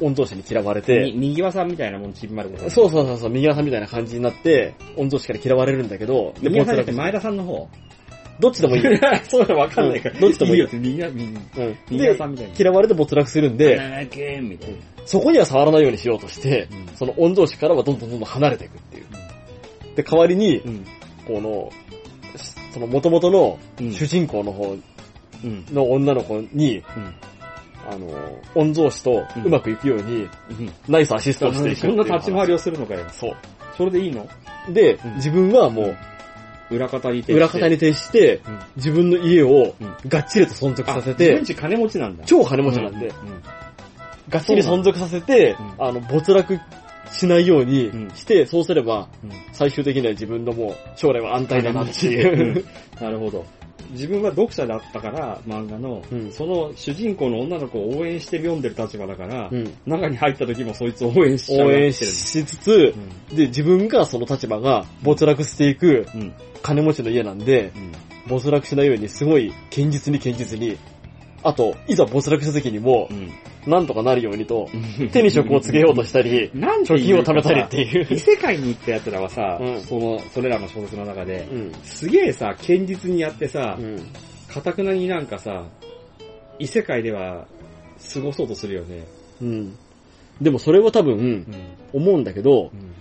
[SPEAKER 2] う、御曹司に嫌われ
[SPEAKER 1] に
[SPEAKER 2] て、
[SPEAKER 1] 右輪さんみたいなもんちびまること。
[SPEAKER 2] そうそうそうそう、右側さんみたいな感じになって、御曹司から嫌われるんだけど、
[SPEAKER 1] 右輪さんだって
[SPEAKER 2] 没落
[SPEAKER 1] 前田さんの方。
[SPEAKER 2] どっちでも いい。
[SPEAKER 1] そういうのわかんないから。
[SPEAKER 2] どっちでもいい
[SPEAKER 1] いよって、みんな、みんな、
[SPEAKER 2] うん。
[SPEAKER 1] みんな
[SPEAKER 2] で
[SPEAKER 1] さ、んみたいな。
[SPEAKER 2] 嫌われて没落するんで、
[SPEAKER 1] 7件みたいな。
[SPEAKER 2] そこには触らないようにしようとして
[SPEAKER 1] うん、
[SPEAKER 2] その御曹司からはどんどんどんどん離れていくっていう。で、代わりに、
[SPEAKER 1] ん。
[SPEAKER 2] この、その元々の
[SPEAKER 1] うん
[SPEAKER 2] 主人公の方
[SPEAKER 1] うん。
[SPEAKER 2] の女の子に、
[SPEAKER 1] うん
[SPEAKER 2] あの、御曹司とうまくいくように、
[SPEAKER 1] うん。
[SPEAKER 2] ナイスアシストをしていくって
[SPEAKER 1] そ
[SPEAKER 2] いうん
[SPEAKER 1] な立ち回りをするのかよ。
[SPEAKER 2] そ
[SPEAKER 1] それでいいの
[SPEAKER 2] う。で、
[SPEAKER 1] うん
[SPEAKER 2] 自分はも
[SPEAKER 1] 裏方に
[SPEAKER 2] う、裏方に徹して
[SPEAKER 1] うん、
[SPEAKER 2] 自分の家を
[SPEAKER 1] うん
[SPEAKER 2] がっちりと存続させ
[SPEAKER 1] 自
[SPEAKER 2] て
[SPEAKER 1] 分、ち金持ちなんだ。
[SPEAKER 2] 超金持ちなんで、
[SPEAKER 1] うん。
[SPEAKER 2] がっちり存続させて、
[SPEAKER 1] うん
[SPEAKER 2] あの、没落しないように
[SPEAKER 1] うん
[SPEAKER 2] して、そうすれば、
[SPEAKER 1] うん。
[SPEAKER 2] 最終的には自分のもう、将来は安泰だなっていう。
[SPEAKER 1] うんなるほど。自分は読者だったから、漫画の、
[SPEAKER 2] うん
[SPEAKER 1] その主人公の女の子を応援して読んでる立場だから、
[SPEAKER 2] うん
[SPEAKER 1] 中に入った時もそいつを応援しちゃう
[SPEAKER 2] 応援
[SPEAKER 1] してる
[SPEAKER 2] しつつ、
[SPEAKER 1] んだ。
[SPEAKER 2] で、自分がその立場が没落していく
[SPEAKER 1] うん。うん。
[SPEAKER 2] 金持ちの家なんで、
[SPEAKER 1] うん。
[SPEAKER 2] 没落しないようにすごい堅実に堅実に、あと、いざ没落した時にも
[SPEAKER 1] う、ん
[SPEAKER 2] なんとかなるようにと、手に職を告げようとしたり、
[SPEAKER 1] なんて
[SPEAKER 2] 貯
[SPEAKER 1] い
[SPEAKER 2] 金を
[SPEAKER 1] うか
[SPEAKER 2] 貯めたりって
[SPEAKER 1] 異
[SPEAKER 2] いう。
[SPEAKER 1] 世界に行った奴らはさ、
[SPEAKER 2] うん
[SPEAKER 1] その、それらの小説の中で、
[SPEAKER 2] うん。
[SPEAKER 1] すげえさ、堅実にやってさ
[SPEAKER 2] う、ん。
[SPEAKER 1] かたくなになんかさ、異世界では過ごそうとするよね。
[SPEAKER 2] うん。でもそれは多分、
[SPEAKER 1] ん。
[SPEAKER 2] 思うんだけど
[SPEAKER 1] う、ん。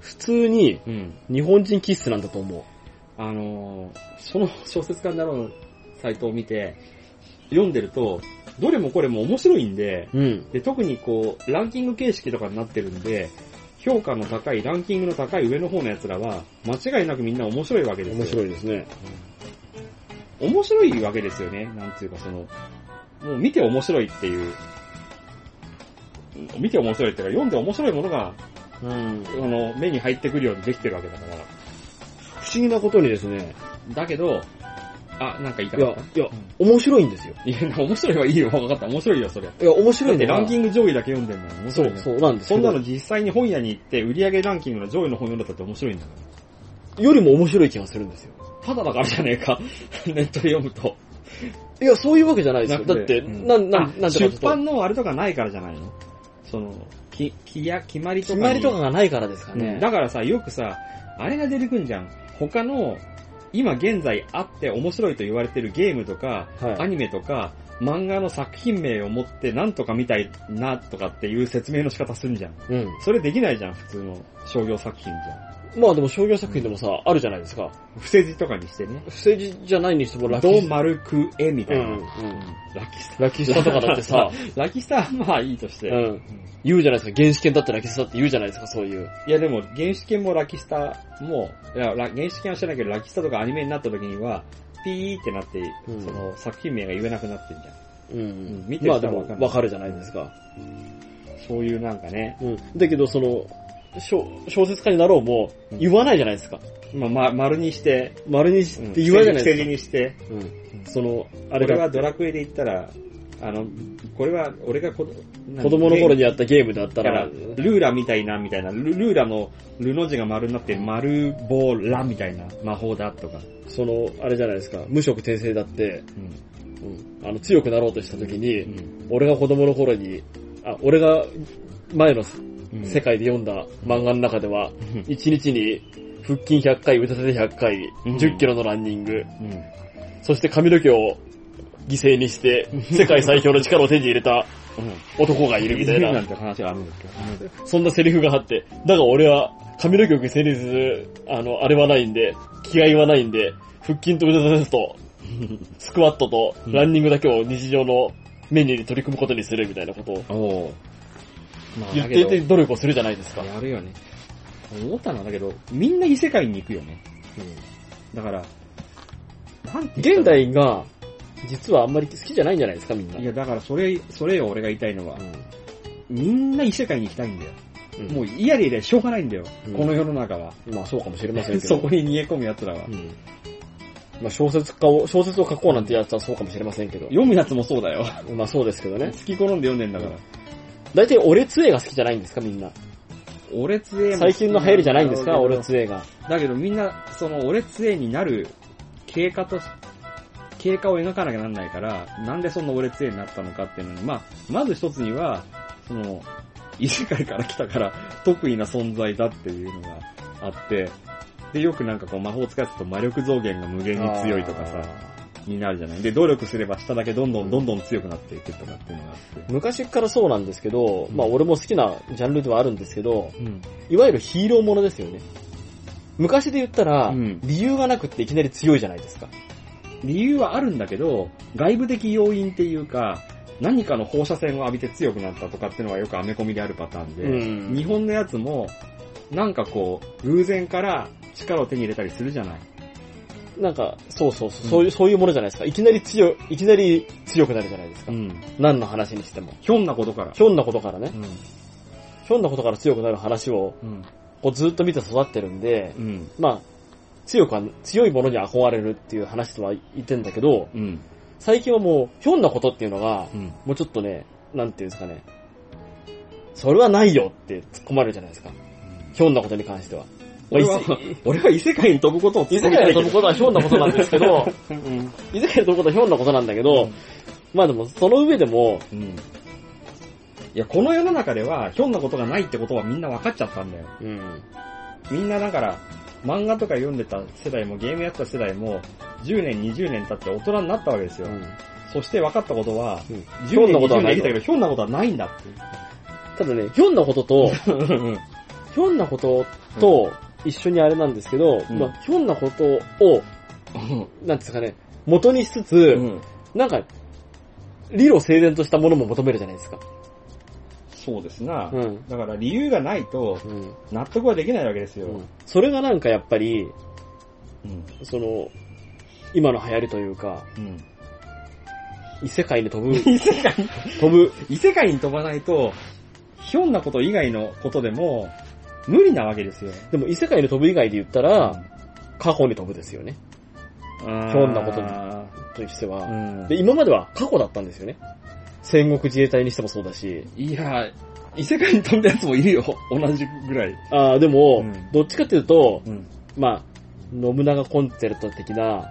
[SPEAKER 2] 普通に
[SPEAKER 1] うん。
[SPEAKER 2] 日本人気質なんだと思
[SPEAKER 1] あのーその 小説家になろうのサイトを見て、読んでると、どれもこれも面白いんで、
[SPEAKER 2] う。うん。
[SPEAKER 1] で、特にこう、ランキング形式とかになってるんで、評価の高い、ランキングの高い上の方の奴らは、間違いなくみんな面白いわけですよ。
[SPEAKER 2] 面白
[SPEAKER 1] い。
[SPEAKER 2] いですね。
[SPEAKER 1] 面白いわけですよね。なんていうかその、もう見て面白いっていう、見て面白いっていうか、読んで面白いものが、
[SPEAKER 2] うん
[SPEAKER 1] あ。の、目に入ってくるようにできてるわけだから。
[SPEAKER 2] 不思議なことにですね、
[SPEAKER 1] だけど、あ、なんか言いた
[SPEAKER 2] い
[SPEAKER 1] か
[SPEAKER 2] や
[SPEAKER 1] っ、
[SPEAKER 2] いや、面白いんですよ。
[SPEAKER 1] た。いや、面白いはいいよ。わかった。面白いよ、それ。
[SPEAKER 2] いや、面白
[SPEAKER 1] だ
[SPEAKER 2] い
[SPEAKER 1] っ
[SPEAKER 2] ん
[SPEAKER 1] て
[SPEAKER 2] だ
[SPEAKER 1] ランキ
[SPEAKER 2] ン
[SPEAKER 1] ング上位だけ読んでんの面
[SPEAKER 2] そ
[SPEAKER 1] 白い、
[SPEAKER 2] う、
[SPEAKER 1] ね。
[SPEAKER 2] そうなんです
[SPEAKER 1] そん
[SPEAKER 2] けど
[SPEAKER 1] なの実際に本屋に行って、売上ランキングの上位の本読んだったって面白いんだか
[SPEAKER 2] よりも面白い気がするんですよ。
[SPEAKER 1] ら。ただだからじゃねえか。 ネットで読むと。
[SPEAKER 2] いや、そういうわけじゃないですよ。だ
[SPEAKER 1] な
[SPEAKER 2] っ
[SPEAKER 1] く
[SPEAKER 2] て、
[SPEAKER 1] て
[SPEAKER 2] なん、な
[SPEAKER 1] あ
[SPEAKER 2] ん、なんてい
[SPEAKER 1] 出
[SPEAKER 2] うかちょっと
[SPEAKER 1] 版のあれとかないからじゃないのその、き、きや、決まりとか
[SPEAKER 2] 決
[SPEAKER 1] に。
[SPEAKER 2] まりとかがないからですかね。
[SPEAKER 1] だからさ、よくさ、あれが出てくんじゃん。他の、今現在あって面白いと言われてるゲームとか、
[SPEAKER 2] はい
[SPEAKER 1] アニメとか、漫画の作品名を持ってなんとかみたいなとかっていう説明の仕方すんじゃん。
[SPEAKER 2] うん。
[SPEAKER 1] それできないじゃん、普通の商業作品じゃ
[SPEAKER 2] まあでも商業作品でもさ、あるじゃないですか。
[SPEAKER 1] ん。伏せ字とかにしてね。
[SPEAKER 2] 不正事じゃないにしてもラッキ
[SPEAKER 1] ド
[SPEAKER 2] ー。
[SPEAKER 1] 丸くえみた
[SPEAKER 2] う
[SPEAKER 1] い
[SPEAKER 2] ん
[SPEAKER 1] な。
[SPEAKER 2] う
[SPEAKER 1] うん
[SPEAKER 2] ん。
[SPEAKER 1] ラキスタ。
[SPEAKER 2] ラッキースタとか だってさ、
[SPEAKER 1] ラキスタはまあいいとして。
[SPEAKER 2] うん。言うじゃないですか。原始圏だってラッキースタって言うじゃないですか、そういう。
[SPEAKER 1] いやでも、原始圏もラキスタも、いや、ら原始圏は知らないけど、ラキスタとかアニメになった時には、ピーってなって、
[SPEAKER 2] うん
[SPEAKER 1] その作品名が言えなくなってんじゃん。
[SPEAKER 2] うん
[SPEAKER 1] ん見て
[SPEAKER 2] まあ
[SPEAKER 1] る
[SPEAKER 2] で
[SPEAKER 1] 人は
[SPEAKER 2] も
[SPEAKER 1] わかる、
[SPEAKER 2] わかるじゃないですか。
[SPEAKER 1] そういうなんかね、
[SPEAKER 2] うん。だけど、その、小小説家になろうも、
[SPEAKER 1] うん
[SPEAKER 2] 言わないじゃないですか。
[SPEAKER 1] まあ、ま、丸にして、
[SPEAKER 2] 丸にしって言わないじゃない
[SPEAKER 1] 伏せ字
[SPEAKER 2] で
[SPEAKER 1] にして、
[SPEAKER 2] すか。うん。その、あ
[SPEAKER 1] あ
[SPEAKER 2] れ
[SPEAKER 1] れ
[SPEAKER 2] が
[SPEAKER 1] は、ドラクエで言ったら、あの、これは、俺がこ子
[SPEAKER 2] 子供の頃
[SPEAKER 1] に
[SPEAKER 2] にやったゲームだった
[SPEAKER 1] だからら、、ルーラみたいな、みたいな、ルルーラの、ルの字が丸になって、丸棒ラみたいな魔法だとか。
[SPEAKER 2] その、あれじゃないですか。無職転生だって、
[SPEAKER 1] うん。
[SPEAKER 2] うんあの、強くなろうとした時に、
[SPEAKER 1] うん
[SPEAKER 2] 俺が子供の頃に、あ、俺が前の
[SPEAKER 1] うん
[SPEAKER 2] 世界で読んだ漫画の中では、1日に腹筋100回、腕立て100回、
[SPEAKER 1] うん
[SPEAKER 2] 10キロのランニング、
[SPEAKER 1] うん。
[SPEAKER 2] そして髪の毛を犠牲にして、世界最強の力を手に入れた
[SPEAKER 1] うん。
[SPEAKER 2] 男がいるみた い
[SPEAKER 1] なん
[SPEAKER 2] な、
[SPEAKER 1] て話があるんですけど。
[SPEAKER 2] そんなセリフがあって、だが俺は髪の毛を犠牲にする、あの、あれはないんで、気合はないんで、腹筋と腕立てと、 スクワットと
[SPEAKER 1] うん
[SPEAKER 2] ランニングだけを日常のメニューに取り組むことにするみたいなことを
[SPEAKER 1] おお。まあ、
[SPEAKER 2] 言っ
[SPEAKER 1] だ
[SPEAKER 2] て
[SPEAKER 1] け
[SPEAKER 2] いて
[SPEAKER 1] ど、
[SPEAKER 2] 努力をするじゃないですか。
[SPEAKER 1] やるよね。思ったのはだけど、みんな異世界に行くよね。だから、なんて言
[SPEAKER 2] 現
[SPEAKER 1] ったら
[SPEAKER 2] 代が、実はあんまり好きじゃないんじゃないですか、みんな。
[SPEAKER 1] いや、だからそれ、それよ、俺が言いたいのは
[SPEAKER 2] う、ん
[SPEAKER 1] みんな異世界に行きたいんだよ。
[SPEAKER 2] うん
[SPEAKER 1] もう嫌で嫌でしょうがないんだよ。
[SPEAKER 2] うん
[SPEAKER 1] この世の中は。
[SPEAKER 2] まあ そうかもしれませんけ ど。
[SPEAKER 1] そこに逃げ込む奴らは。
[SPEAKER 2] うん。まあ小説家を、小説を書こうなんてやつはそうかもしれませんけど。
[SPEAKER 1] 読む奴もそうだよ。
[SPEAKER 2] まあそうですけどね
[SPEAKER 1] 好。き好んで読んでんだから。
[SPEAKER 2] 大体俺杖が好きじゃないんですか、みんな。
[SPEAKER 1] 俺杖も
[SPEAKER 2] 最近の流行りじゃないんですか、俺
[SPEAKER 1] だけ
[SPEAKER 2] 杖が。
[SPEAKER 1] どだけどみんな、その俺杖になる経過とし、経過を描かなきゃなんないから、なんでそんな俺杖になったのかっていうのに、まあ、まず一つには、その、異世界から来たから得意な存在だっていうのがあって、で、よくなんかこう魔法を使ってると魔力増減が無限に強いとかさ、になるじゃない。で、努力すればしただけどんどんどんどん強くなっていくとかっていうのがあって。
[SPEAKER 2] 昔からそうなんですけど、
[SPEAKER 1] うん
[SPEAKER 2] まあ俺も好きなジャンルではあるんですけど、
[SPEAKER 1] うん。
[SPEAKER 2] いわゆるヒーローものですよね。昔で言ったら、
[SPEAKER 1] うん
[SPEAKER 2] 理由がなくっていきなり強いじゃないですか。
[SPEAKER 1] 理由はあるんだけど、外部的要因っていうか、何かの放射線を浴びて強くなったとかっていうのがよくアメコミであるパターンで、
[SPEAKER 2] うん
[SPEAKER 1] 日本のやつも、なんかこう、偶然から力を手に入れたりするじゃない。
[SPEAKER 2] なんか、そうそうそう、
[SPEAKER 1] うん
[SPEAKER 2] そういう、そういうものじゃないですか。いきなり強い、いきなり強くなるじゃないですか。
[SPEAKER 1] ん。
[SPEAKER 2] 何の話にしても。
[SPEAKER 1] ひょんなことから。
[SPEAKER 2] ひょんなことからね
[SPEAKER 1] う。ん。
[SPEAKER 2] ひょんなことから強くなる話を、
[SPEAKER 1] うん。
[SPEAKER 2] こうずっと見て育ってるんで、
[SPEAKER 1] うん。
[SPEAKER 2] まあ、強くは、強いものに憧れるっていう話とは言ってんだけど、
[SPEAKER 1] うん。
[SPEAKER 2] 最近はもう、ひょんなことっていうのが、
[SPEAKER 1] うん。
[SPEAKER 2] もうちょっとね、なんていうんですかね、それはないよって突っ込まれるじゃないですか。ひょんなことに関しては。まあ
[SPEAKER 1] 俺は
[SPEAKER 2] 異世、
[SPEAKER 1] 俺は異世界に飛ぶことを
[SPEAKER 2] 異世界で飛ぶことはひょんなことなんですけど、
[SPEAKER 1] うん。
[SPEAKER 2] 異世界で飛ぶことはひょんなことなんだけど、
[SPEAKER 1] うん
[SPEAKER 2] まあでも、その上でも、
[SPEAKER 1] うん。いや、この世の中では、ひょんなことがないってことはみんな分かっちゃったんだよ。
[SPEAKER 2] うん、
[SPEAKER 1] みんなだから、漫画とか読んでた世代もゲームやってた世代も、10年、20年経って大人になったわけですよ。そして分かったことは、
[SPEAKER 2] うんひょ
[SPEAKER 1] 10年、
[SPEAKER 2] んなことは
[SPEAKER 1] 20
[SPEAKER 2] な
[SPEAKER 1] 年生
[SPEAKER 2] い
[SPEAKER 1] き
[SPEAKER 2] と
[SPEAKER 1] たけど、ひょんなことはないんだっていう。
[SPEAKER 2] ただね、ひょんなこと と、
[SPEAKER 1] うん
[SPEAKER 2] ひょんなことと一緒にあれなんですけど、
[SPEAKER 1] うん
[SPEAKER 2] まあ、ひょんなことを、なんですかね、元にしつつ、
[SPEAKER 1] うん
[SPEAKER 2] なんか、理路整然としたものも求めるじゃないですか。
[SPEAKER 1] そうですな
[SPEAKER 2] う。ん。
[SPEAKER 1] だから理由がないと
[SPEAKER 2] うん。
[SPEAKER 1] 納得はできないわけですよ。
[SPEAKER 2] それがなんかやっぱり、
[SPEAKER 1] うん。
[SPEAKER 2] その、今の流行りというか、
[SPEAKER 1] うん。
[SPEAKER 2] 異世界に飛 ぶ、
[SPEAKER 1] 異世界
[SPEAKER 2] 飛ぶ、
[SPEAKER 1] 異世界に飛ばないと、ひょんなこと以外のことでも、無理なわけですよ。
[SPEAKER 2] でも異世界に飛ぶ以外で言ったら、過去に飛ぶですよね。
[SPEAKER 1] ひょ
[SPEAKER 2] ょんなこととしては。
[SPEAKER 1] に
[SPEAKER 2] で、今までは過去だったんですよね。戦国自衛隊にしてもそうだし、
[SPEAKER 1] いや、異世界に飛んだやつもいるよ。同じぐらい。
[SPEAKER 2] ああ、で
[SPEAKER 1] う
[SPEAKER 2] も、
[SPEAKER 1] ん
[SPEAKER 2] どっちかっていうと、
[SPEAKER 1] うん。
[SPEAKER 2] まあ、信長コンセルト的な、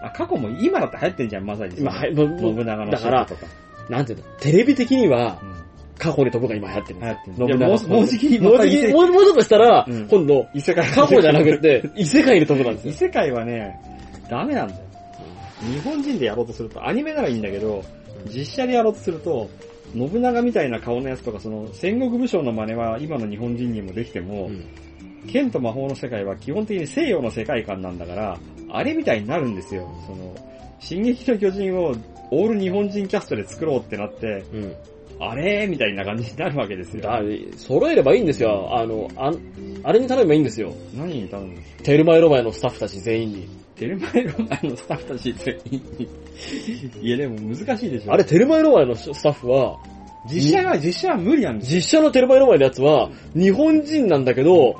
[SPEAKER 1] あ、過去も今だって流行ってんじゃん、まさに。
[SPEAKER 2] まあ、はい、
[SPEAKER 1] 信長の
[SPEAKER 2] だから
[SPEAKER 1] ショートとか。
[SPEAKER 2] なんていうの、テレビ的には
[SPEAKER 1] うん
[SPEAKER 2] 過去に飛ぶが今流行ってるん
[SPEAKER 1] 流
[SPEAKER 2] で
[SPEAKER 1] 行
[SPEAKER 2] す
[SPEAKER 1] ってん
[SPEAKER 2] よ。
[SPEAKER 1] じゃん。もう、もうじきに
[SPEAKER 2] も
[SPEAKER 1] ま
[SPEAKER 2] う
[SPEAKER 1] た
[SPEAKER 2] じ
[SPEAKER 1] 異
[SPEAKER 2] き
[SPEAKER 1] 世
[SPEAKER 2] もうもうちょっとしたら、
[SPEAKER 1] うん
[SPEAKER 2] 今度、
[SPEAKER 1] 異世界。
[SPEAKER 2] 過去じゃなくて、異世界に飛ぶなんで す
[SPEAKER 1] 異
[SPEAKER 2] よ。
[SPEAKER 1] 世界はね、ダメなんだよ。日本人でやろうとすると、アニメならいいんだけど、実写でやろうとすると、信長みたいな顔のやつとか、その戦国武将の真似は今の日本人にもできても、
[SPEAKER 2] うん
[SPEAKER 1] 剣と魔法の世界は基本的に西洋の世界観なんだから、あれみたいになるんですよ。その、進撃の巨人をオール日本人キャストで作ろうってなって、
[SPEAKER 2] うん。
[SPEAKER 1] あれみたいな感じになるわけですよ。
[SPEAKER 2] だ揃えればいいんですよ。あの、あんあれに頼めばいいんですよ。
[SPEAKER 1] 何に頼むんですか
[SPEAKER 2] テルマエロマエのスタッフたち全員に。
[SPEAKER 1] テルマエロマエのスタッフたち全員いやでも難しいでしょ。
[SPEAKER 2] あれ、テルマエロマエのスタッフは、
[SPEAKER 1] 実写は、実写は無理なんですよ。
[SPEAKER 2] 実写のテルマエロマエのやつは、日本人なんだけど、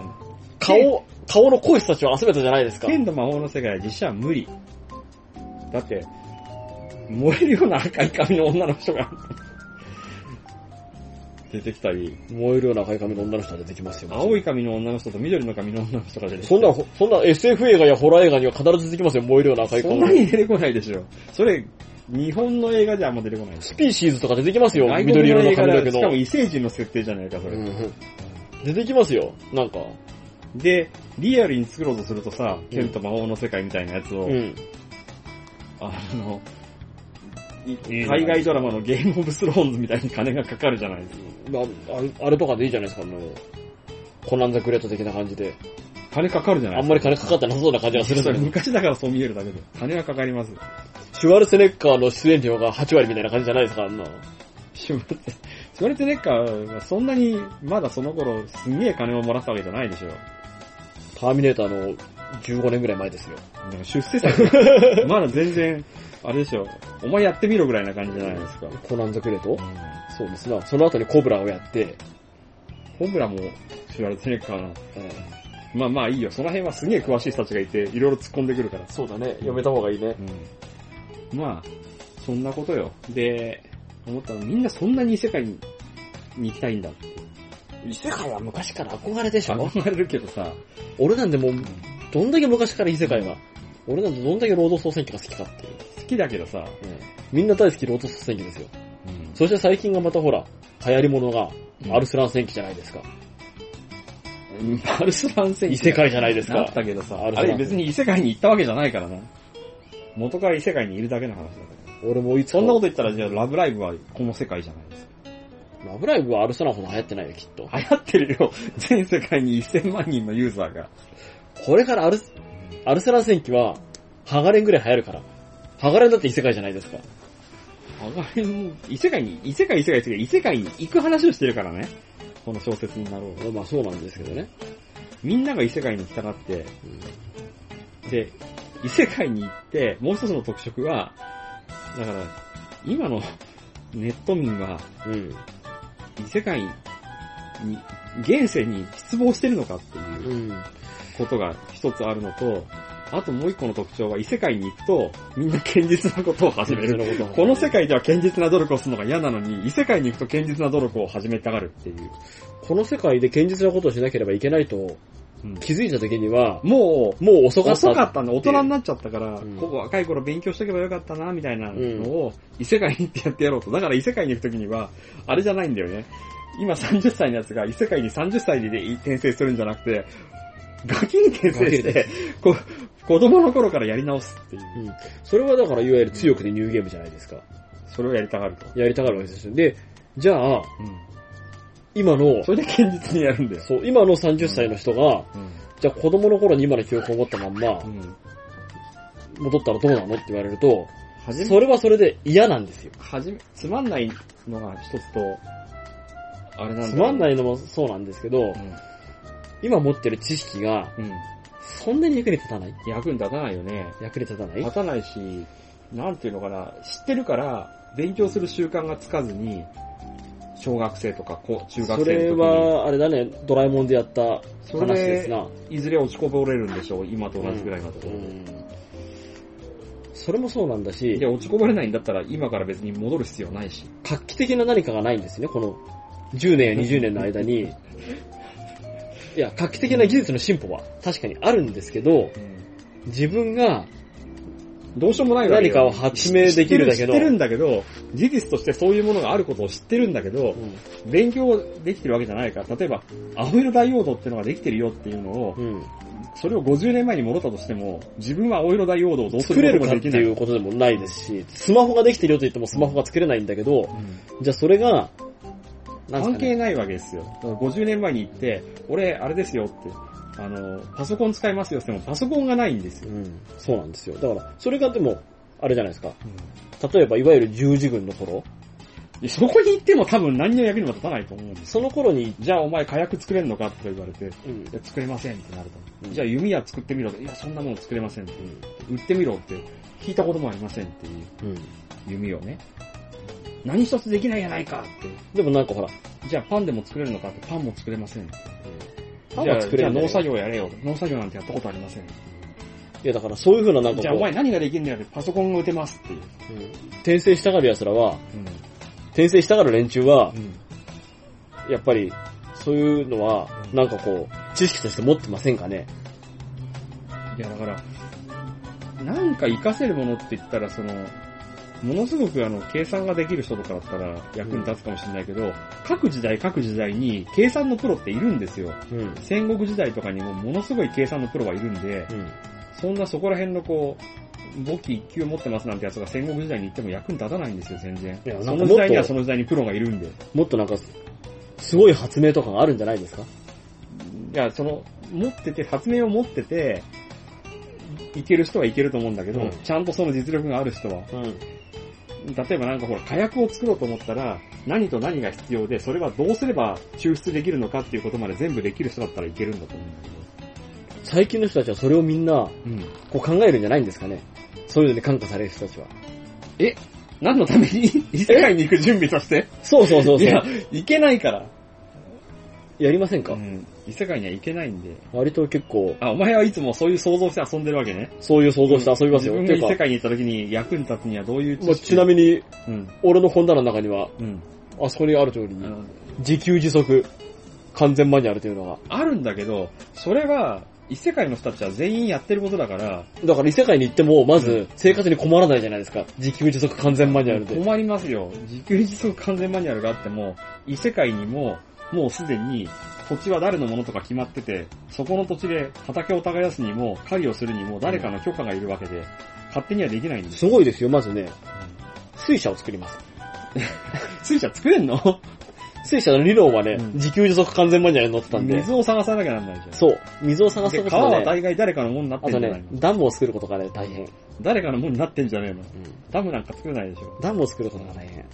[SPEAKER 2] 顔、顔の声たちを集めたじゃないですか。
[SPEAKER 1] 剣と魔法の世界は実写は無理。だって、燃えるような赤い髪の女の人が出てきたり、
[SPEAKER 2] 燃えるような赤い髪の女の人が出てきますよ。
[SPEAKER 1] 青い髪の女の人と緑の髪の女の人が出てきた
[SPEAKER 2] そんな、そんな SF 映画やホラー映画には必ず出てきますよ、燃えるような赤い
[SPEAKER 1] そん
[SPEAKER 2] 髪
[SPEAKER 1] なに出てこないでしょ。それ、日本の映画じゃあんま出てこないです
[SPEAKER 2] スピーシーズとか出てきますよ、
[SPEAKER 1] 外国
[SPEAKER 2] 緑色の
[SPEAKER 1] 映画
[SPEAKER 2] 髪
[SPEAKER 1] だ
[SPEAKER 2] の毛
[SPEAKER 1] しかも
[SPEAKER 2] の。
[SPEAKER 1] 異星人の設定じゃないか、それ。
[SPEAKER 2] うん出てきますよ、なんか。
[SPEAKER 1] で、リアルに作ろうとするとさ、剣と魔法の世界みたいなやつを、
[SPEAKER 2] うん。
[SPEAKER 1] あの、い
[SPEAKER 2] いい
[SPEAKER 1] 海外ドラマのゲームオブスローンズみたいに金がかかるじゃないですか。
[SPEAKER 2] まあ、あれあれとかでいいじゃないですか、もう。コナンザグレート的な感じで。
[SPEAKER 1] 金かかるじゃない
[SPEAKER 2] あ
[SPEAKER 1] で
[SPEAKER 2] ん
[SPEAKER 1] すか。
[SPEAKER 2] まり金かかってなさそうな感じがするん
[SPEAKER 1] そ
[SPEAKER 2] だ
[SPEAKER 1] れ
[SPEAKER 2] けど。
[SPEAKER 1] 昔だからそう見えるだけで。金はかかります。
[SPEAKER 2] シュワルツェネッカーの出演料が8割みたいな感じじゃないですか、あんな。
[SPEAKER 1] シュワルツシュワルツェネッカーはそんなに、まだその頃、すんげえ金をもらったわけじゃないでしょ。
[SPEAKER 2] ターミネーターの15年ぐらい前ですよ。
[SPEAKER 1] なんか出世 作。まだ全然、あれでしょ。お前やってみろぐらいな感じじゃないですか。
[SPEAKER 2] コナンザグレートそうですな。その後にコブラをやって、
[SPEAKER 1] ホブラもシュワルツェネッカーの。
[SPEAKER 2] うん
[SPEAKER 1] まあまあいいよ。その辺はすげえ詳しい人たちがいて、いろいろ突っ込んでくるから。
[SPEAKER 2] そうだね、やめた方がいいね。
[SPEAKER 1] うん。まあ、そんなことよ。で、思ったのみんなそんなに異世界に行きたいんだ。
[SPEAKER 2] 異世界は昔から憧れでしょ
[SPEAKER 1] 憧れるけどさ、
[SPEAKER 2] 俺なんでもう、どんだけ昔から異世界は。俺なんてどんだけ労働総選挙が好きかっていう。
[SPEAKER 1] 好きだけどさ、
[SPEAKER 2] みんな大好き労働総選挙ですよ。そして最近がまたほら、流行り物がアルスラン戦記じゃないですか。
[SPEAKER 1] うんパルス何世紀
[SPEAKER 2] 異世界じゃないです
[SPEAKER 1] なっ
[SPEAKER 2] か。
[SPEAKER 1] たけどさ、あ
[SPEAKER 2] あ
[SPEAKER 1] れ
[SPEAKER 2] るから
[SPEAKER 1] 別に異世界に行ったわけじゃないからな。元から異世界にいるだけの話だから。
[SPEAKER 2] 俺もいつ
[SPEAKER 1] そんなこ
[SPEAKER 2] も
[SPEAKER 1] と言ったら、じゃあ、ラブライブはこの世界じゃないですか。
[SPEAKER 2] ラブライブはアルソナほど流行ってないよ、きっと。
[SPEAKER 1] 流行ってるよ。全世界に1000万人のユーザーが。
[SPEAKER 2] これからアル、アルセナ戦記は、ハガレンぐらい流行るから。ハガレンだって異世界じゃないですか。
[SPEAKER 1] あがれも、異世界に、異世界異世界異世界、異世界に行く話をしてるからね。この小説になろうが。
[SPEAKER 2] まあそうなんですけどね。
[SPEAKER 1] みんなが異世界に行きたがって、で、異世界に行って、もう一つの特色は、だから、今のネット民は、
[SPEAKER 2] うん。
[SPEAKER 1] 異世界に、現世に失望してるのかっていう
[SPEAKER 2] うん。
[SPEAKER 1] ことが一つあるのと、あともう一個の特徴は異世界に行くと、みんな堅実なことを始める。
[SPEAKER 2] こと
[SPEAKER 1] この世界では堅実な努力をするのが嫌なのに、異世界に行くと堅実な努力を始めたがるっていう。
[SPEAKER 2] この世界で現実なことをしなければいけないと
[SPEAKER 1] うん
[SPEAKER 2] 気づいた時には、
[SPEAKER 1] もう、
[SPEAKER 2] もう遅かった。
[SPEAKER 1] 遅かったんだ。大人になっちゃったから、
[SPEAKER 2] うん
[SPEAKER 1] ここ若い頃勉強しとけばよかったな、みたいなのを、異世界に行ってやってやろうと。だから異世界に行くときには、あれじゃないんだよね。今30歳のやつが異世界に30歳で転生するんじゃなくて、ガキに転生し
[SPEAKER 2] ガキに
[SPEAKER 1] て、こ子供の頃からやり直すっていう。
[SPEAKER 2] うん。それはだからいわゆる強くてニューゲームじゃないですか。
[SPEAKER 1] それをやりたがると。
[SPEAKER 2] やりたがるわけですよ。で、じゃあ、今の、
[SPEAKER 1] それで堅実にやるんだよ。
[SPEAKER 2] そう、今の30歳の人が、
[SPEAKER 1] うん。
[SPEAKER 2] じゃあ子供の頃に今の記憶を持ったまんま
[SPEAKER 1] う、ん。
[SPEAKER 2] 戻ったらどうなのって言われると、
[SPEAKER 1] はじ
[SPEAKER 2] そ
[SPEAKER 1] め、
[SPEAKER 2] れはそれで嫌なんですよ。
[SPEAKER 1] はじめ、つまんないのが一つと、あれなんだ。
[SPEAKER 2] つまんないいのもそうなんですけど、今持ってる知識が、
[SPEAKER 1] うん。うん。
[SPEAKER 2] そんなに役に立たない
[SPEAKER 1] 役に立たないよね。
[SPEAKER 2] 役に立たない
[SPEAKER 1] 立たないし、なんていうのかな、知ってるから、勉強する習慣がつかずに、小学生とか高中学生の
[SPEAKER 2] そ
[SPEAKER 1] 時に
[SPEAKER 2] れ、は、あれだね、ドラえもんでやった
[SPEAKER 1] そ
[SPEAKER 2] 話です
[SPEAKER 1] れ
[SPEAKER 2] な。
[SPEAKER 1] いずれ落ちこぼれるんでしょう、今と同じぐらいのとこ
[SPEAKER 2] う
[SPEAKER 1] ろで。
[SPEAKER 2] ん。それもそうなんだし
[SPEAKER 1] で、、落ちこぼれないんだったら、今から別に戻る必要ないし。
[SPEAKER 2] 画期的な何かがないんですね、この10年や20年の間に。 いや、画期的な技術の進歩は確かにあるんですけど、自分が
[SPEAKER 1] どうしようもないわけ
[SPEAKER 2] 何
[SPEAKER 1] よ
[SPEAKER 2] かを発明できるだけど
[SPEAKER 1] 知って、るんだけど、事実としてそういうものがあることを知ってるんだけど、勉強できてるわけじゃないから、例えば、青色ダイオードってのができてるよっていうのを
[SPEAKER 2] う、んうん
[SPEAKER 1] それを50年前に戻ったとしても、自分は青色ダイオードをどうす
[SPEAKER 2] 作れ
[SPEAKER 1] る
[SPEAKER 2] る
[SPEAKER 1] こと
[SPEAKER 2] か
[SPEAKER 1] が
[SPEAKER 2] っ
[SPEAKER 1] で
[SPEAKER 2] て
[SPEAKER 1] きない
[SPEAKER 2] い。うことでもないですし、スマホができてるよと言ってもスマホが作れないんだけど、じゃあそれが、なん
[SPEAKER 1] 関
[SPEAKER 2] すかね
[SPEAKER 1] 係ないわけですよ。だから50年前に行って、俺、あれですよって、あの、パソコン使いますよって言っても、パソコンがないんですよ。
[SPEAKER 2] うん、そうなんですよ。だから、それがでも、あれじゃないですか。例えば、いわゆる十字軍の頃、
[SPEAKER 1] でそこに行っても多分何の役にも立たないと思うんです。
[SPEAKER 2] その頃に、
[SPEAKER 1] じゃあお前火薬作れんのかって言われて、い
[SPEAKER 2] うん、
[SPEAKER 1] や作れませんってなると思う。
[SPEAKER 2] うん
[SPEAKER 1] じゃあ弓矢作ってみろって。いや、そんなもの作れませんって。売ってみろって。聞いたこともありませんっていう弓をね。何一つできないじゃないかって。
[SPEAKER 2] でもなんかほら、
[SPEAKER 1] じゃあパンでも作れるのかってパンも作れません。
[SPEAKER 2] パンは作れるん
[SPEAKER 1] じ
[SPEAKER 2] だ
[SPEAKER 1] ゃあ
[SPEAKER 2] よ
[SPEAKER 1] 農作業やれよ。農作業なんてやったことありません。
[SPEAKER 2] いやだからそういう風ななんか
[SPEAKER 1] じゃあお
[SPEAKER 2] こ
[SPEAKER 1] 前何ができるんだよってパソコンが打てますっていう。
[SPEAKER 2] う、うん転生したがる奴らは、転生したがる連中は、やっぱり、そういうのは、なんかこう、知識として持ってませんかね。
[SPEAKER 1] いやだから、なんか活かせるものって言ったらその、ものすごくあの、計算ができる人とかだったら役に立つかもしれないけど、各時代各時代に計算のプロっているんですよ。
[SPEAKER 2] うん。うん。
[SPEAKER 1] 戦国時代とかにもものすごい計算のプロはいるんで、そんなそこら辺のこう、簿記一級持ってますなんてやつが戦国時代に行っても役に立たないんですよ、全然
[SPEAKER 2] いや。な
[SPEAKER 1] そ
[SPEAKER 2] んかもっ
[SPEAKER 1] の
[SPEAKER 2] と
[SPEAKER 1] 時代にはその時代にプロがいるんで。い
[SPEAKER 2] もっとなんか、すごい発明とかがあるんじゃないですか
[SPEAKER 1] や、その、持ってて、発明を持ってて、いける人はいけると思うんだけど、
[SPEAKER 2] うん
[SPEAKER 1] ちゃんとその実力がある人は、
[SPEAKER 2] うん。
[SPEAKER 1] 例えばなんかほら、火薬を作ろうと思ったら、何と何が必要で、それはどうすれば抽出できるのかっていうことまで全部できる人だったらいけるんだと思うんだ
[SPEAKER 2] 最近の人たちはそれをみんな、
[SPEAKER 1] けど。うん。
[SPEAKER 2] こう考えるんじゃないんですかね。そういうので感化される人たちは。
[SPEAKER 1] 何のために 異世界に行く準備として
[SPEAKER 2] そうそうそう
[SPEAKER 1] い
[SPEAKER 2] そう。
[SPEAKER 1] や、行けないから。
[SPEAKER 2] やりませんか、
[SPEAKER 1] うん。異世界には行けないんで。
[SPEAKER 2] 割と結構、
[SPEAKER 1] あ、お前はいつもそういう想像して遊んでるわけね。
[SPEAKER 2] そういう想像して遊びますよ。
[SPEAKER 1] 自
[SPEAKER 2] てい
[SPEAKER 1] 分が
[SPEAKER 2] う
[SPEAKER 1] 異世
[SPEAKER 2] か、
[SPEAKER 1] 界に行った時に役に立つにはどういう
[SPEAKER 2] まあ、ちなみに、
[SPEAKER 1] みに。
[SPEAKER 2] 俺の本棚の中には、
[SPEAKER 1] うん。うん。
[SPEAKER 2] あそこにある通り
[SPEAKER 1] あ
[SPEAKER 2] に、
[SPEAKER 1] の
[SPEAKER 2] 自給自足、完全マニュアルというのが。
[SPEAKER 1] あるんだけど、それは、異世界の人たちは全員やってることだから、
[SPEAKER 2] だから異世界に行っても、まず、生活に困らないじゃないですか。自給自足完全マニュアルで。
[SPEAKER 1] 困りますよ。自給自足完全マニュアルがあっても、異世界にも、もうすでに土地は誰のものとか決まってて、そこの土地で畑を耕すにも、狩りをするにも誰かの許可がいるわけで、勝手にはできないんです。
[SPEAKER 2] すごいですよ、まずね。水車を作ります。
[SPEAKER 1] 水車作れんの
[SPEAKER 2] 水車の理論はね、
[SPEAKER 1] うん
[SPEAKER 2] 自給自足完全版に載ってたんで。
[SPEAKER 1] 水を探さなきゃなんないじゃん。
[SPEAKER 2] そう。水を探す
[SPEAKER 1] で
[SPEAKER 2] こと
[SPEAKER 1] 川は
[SPEAKER 2] がね、
[SPEAKER 1] 大概誰かのものになっ
[SPEAKER 2] あ
[SPEAKER 1] てん
[SPEAKER 2] と
[SPEAKER 1] じゃない
[SPEAKER 2] ね
[SPEAKER 1] の、、
[SPEAKER 2] ダムを作ることがね、大変。うん
[SPEAKER 1] 誰かのものになってんじゃねえのダムなんか作れないでしょ。
[SPEAKER 2] ダムを作ることが大変。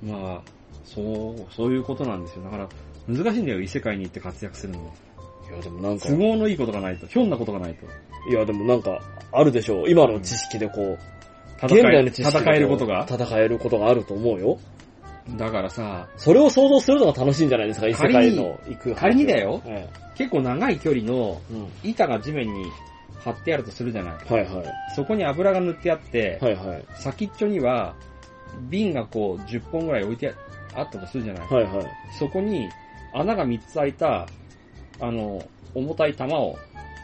[SPEAKER 1] まあ、そう、そういうことなんですよ。だから、難しいんだよ、異世界に行って活躍するのは。
[SPEAKER 2] いや、でもなんか、
[SPEAKER 1] 都合のいいことがないと、ひょんなことがないと。
[SPEAKER 2] いや、でもなんか、あるでしょう。今の知識でこう、
[SPEAKER 1] 戦
[SPEAKER 2] 現代
[SPEAKER 1] え
[SPEAKER 2] の知識で
[SPEAKER 1] 戦えることが
[SPEAKER 2] 戦えることがあると思うよ。
[SPEAKER 1] だからさ、
[SPEAKER 2] それを想像するのが楽しいんじゃないですか、異世界の行く話を
[SPEAKER 1] 仮にだよ
[SPEAKER 2] え
[SPEAKER 1] 結構長い距離の
[SPEAKER 2] えうん
[SPEAKER 1] 板が地面に張ってあるとするじゃない。
[SPEAKER 2] はいはい。
[SPEAKER 1] そこに油が塗ってあって、
[SPEAKER 2] はいはい。
[SPEAKER 1] 先っちょには瓶がこう10本ぐらい置いてあったとするじゃない。
[SPEAKER 2] はいはい。
[SPEAKER 1] そこに穴が3つ開いた、あの、重たい玉を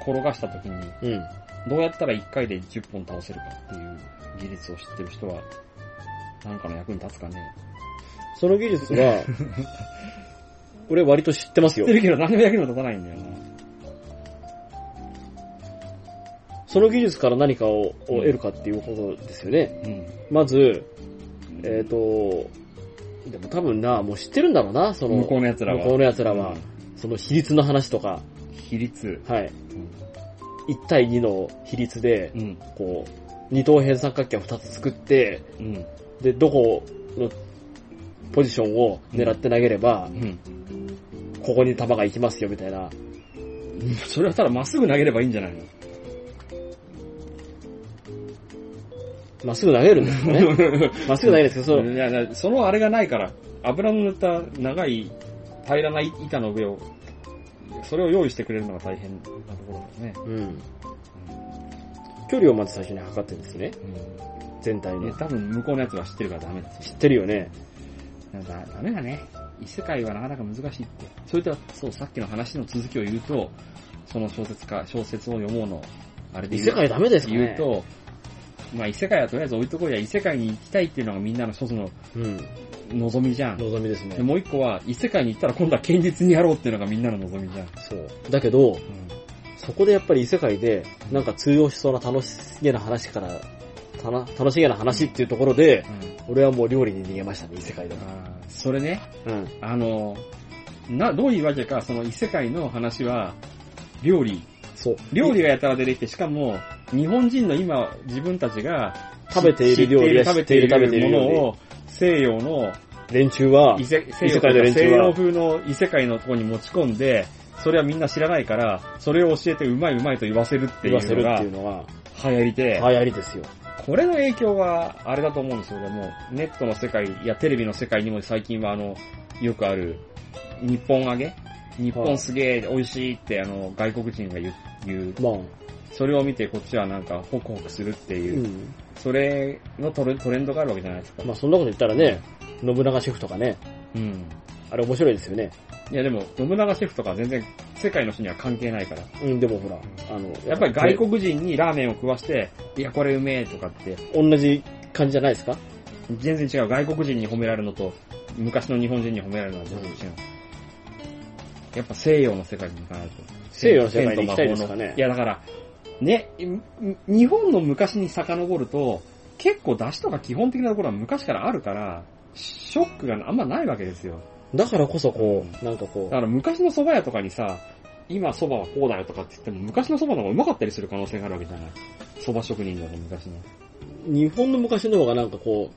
[SPEAKER 1] 転がした時に、
[SPEAKER 2] うん。
[SPEAKER 1] どうやったら1回で10本倒せるかっていう技術を知ってる人は、なんかの役に立つかね。
[SPEAKER 2] その技術 は、俺割と知ってます
[SPEAKER 1] 知っ
[SPEAKER 2] よ
[SPEAKER 1] て。るけど何も役に立たないんだよな。
[SPEAKER 2] その技術から何かをを得るかっていうことですよね。
[SPEAKER 1] うん。
[SPEAKER 2] まず、えっ、と、でも多分な、もう知ってるんだろうな、その、
[SPEAKER 1] 向こうの奴らは。
[SPEAKER 2] 向こうの奴らは、その比率の話とか、
[SPEAKER 1] うん比率。
[SPEAKER 2] はい。
[SPEAKER 1] うん
[SPEAKER 2] 1対2の比率で、
[SPEAKER 1] うん。
[SPEAKER 2] こう、二等辺三角形を2つ作って、
[SPEAKER 1] うん。
[SPEAKER 2] で、どこのポジションを狙って投げれば
[SPEAKER 1] う、ん。
[SPEAKER 2] ここに球が行きますよ、みたいな。
[SPEAKER 1] それはただまっすぐ投げればいいんじゃないの
[SPEAKER 2] まっすぐ投げるんですよね。 まっすぐ投げるんですけど、その
[SPEAKER 1] いやいやそのあれがないから、油の塗った長い平らな板の上を、それを用意してくれるのが大変なところですね。
[SPEAKER 2] うん。距離をまず最初に測ってるんですね。全体
[SPEAKER 1] うんね
[SPEAKER 2] の。
[SPEAKER 1] 多分向こうのやつは知ってるからダメです
[SPEAKER 2] 知ってるよね。
[SPEAKER 1] よ。だダメだね。異世界はなかなか難しいって。それとは、そう、さっきの話の続きを言うと、その小説か、小説を読もうの、あれで
[SPEAKER 2] 異
[SPEAKER 1] 言う
[SPEAKER 2] 世界ダメですか
[SPEAKER 1] 言う
[SPEAKER 2] ね。
[SPEAKER 1] と、まあ異世界はとりあえず置いとこうや、異世界に行きたいっていうのがみんなの一つの
[SPEAKER 2] うん。
[SPEAKER 1] 望みじゃん。
[SPEAKER 2] 望みです
[SPEAKER 1] で
[SPEAKER 2] ね。
[SPEAKER 1] もう一個は、異世界に行ったら今度は堅実にやろうっていうのがみんなの望みじゃん。
[SPEAKER 2] そう。だけど、そこでやっぱり異世界で、なんか通用しそうな楽しげな話から、たな楽しげな話っていうところで、俺はもう料理に逃げましたね、異世界では。
[SPEAKER 1] あーそれね、
[SPEAKER 2] うん。
[SPEAKER 1] あの、な、どういうわけか、その異世界の話は、料理。
[SPEAKER 2] そう。
[SPEAKER 1] 料理がやたら出てきて、しかも、日本人の今、自分たちが、
[SPEAKER 2] 食べている料理や
[SPEAKER 1] 知っている
[SPEAKER 2] 知っている
[SPEAKER 1] 食
[SPEAKER 2] 食
[SPEAKER 1] べ
[SPEAKER 2] べ
[SPEAKER 1] て
[SPEAKER 2] て
[SPEAKER 1] い
[SPEAKER 2] い
[SPEAKER 1] る
[SPEAKER 2] る
[SPEAKER 1] も
[SPEAKER 2] 料理
[SPEAKER 1] のを、西洋の、
[SPEAKER 2] 連中は
[SPEAKER 1] 異、世西洋
[SPEAKER 2] 異世界の連中
[SPEAKER 1] 西
[SPEAKER 2] は
[SPEAKER 1] 洋風の異世界のところに持ち込んで、それはみんな知らないから、それを教えてうまいうまいと言わせるってい
[SPEAKER 2] 言わせ
[SPEAKER 1] う
[SPEAKER 2] る
[SPEAKER 1] の
[SPEAKER 2] っ
[SPEAKER 1] が
[SPEAKER 2] てい
[SPEAKER 1] 流
[SPEAKER 2] うのは、
[SPEAKER 1] 行りで、
[SPEAKER 2] 流行りですよ。
[SPEAKER 1] これの影響は、あれだと思うんですよ。でも、ネットの世界、いや、テレビの世界にも最近は、あの、よくある、日本揚げ日本すげえ美味しいって、あの、外国人が言う、言う
[SPEAKER 2] まあ、
[SPEAKER 1] それを見てこっちはなんか、ホクホクするって
[SPEAKER 2] う
[SPEAKER 1] いう、
[SPEAKER 2] ん。
[SPEAKER 1] それのトレトレンドがあるわけじゃないですか。
[SPEAKER 2] まあそんなこと言ったらね、信長シェフとかね、
[SPEAKER 1] うん。
[SPEAKER 2] あれ面白いですよね。
[SPEAKER 1] いや、でも、信長シェフとか全然、世界の人には関係ないから。
[SPEAKER 2] うん、でもほら、あの、
[SPEAKER 1] やっぱり外国人にラーメンを食わして、いや、これうめえとかって、
[SPEAKER 2] 同じ感じじゃないですか
[SPEAKER 1] 全然違う。外国人に褒められるのと、昔の日本人に褒められるのは全然違う。やっぱ西洋の世界に行かないと。
[SPEAKER 2] 西洋の世界に行きたいですかね
[SPEAKER 1] いやだから、ね、ん日本の昔に遡ると、結構出汁とか基本的なところは昔からあるから、ショックがあんまないわけですよ。
[SPEAKER 2] だからこそこう、なんかこ
[SPEAKER 1] だから昔の蕎麦屋とかにさ、今蕎麦はこうだよとかって言っても、昔の蕎麦の方がうまかったりする可能性があるわけじゃない。蕎麦職人だと昔の。
[SPEAKER 2] う、日本の昔の方がなんかこう、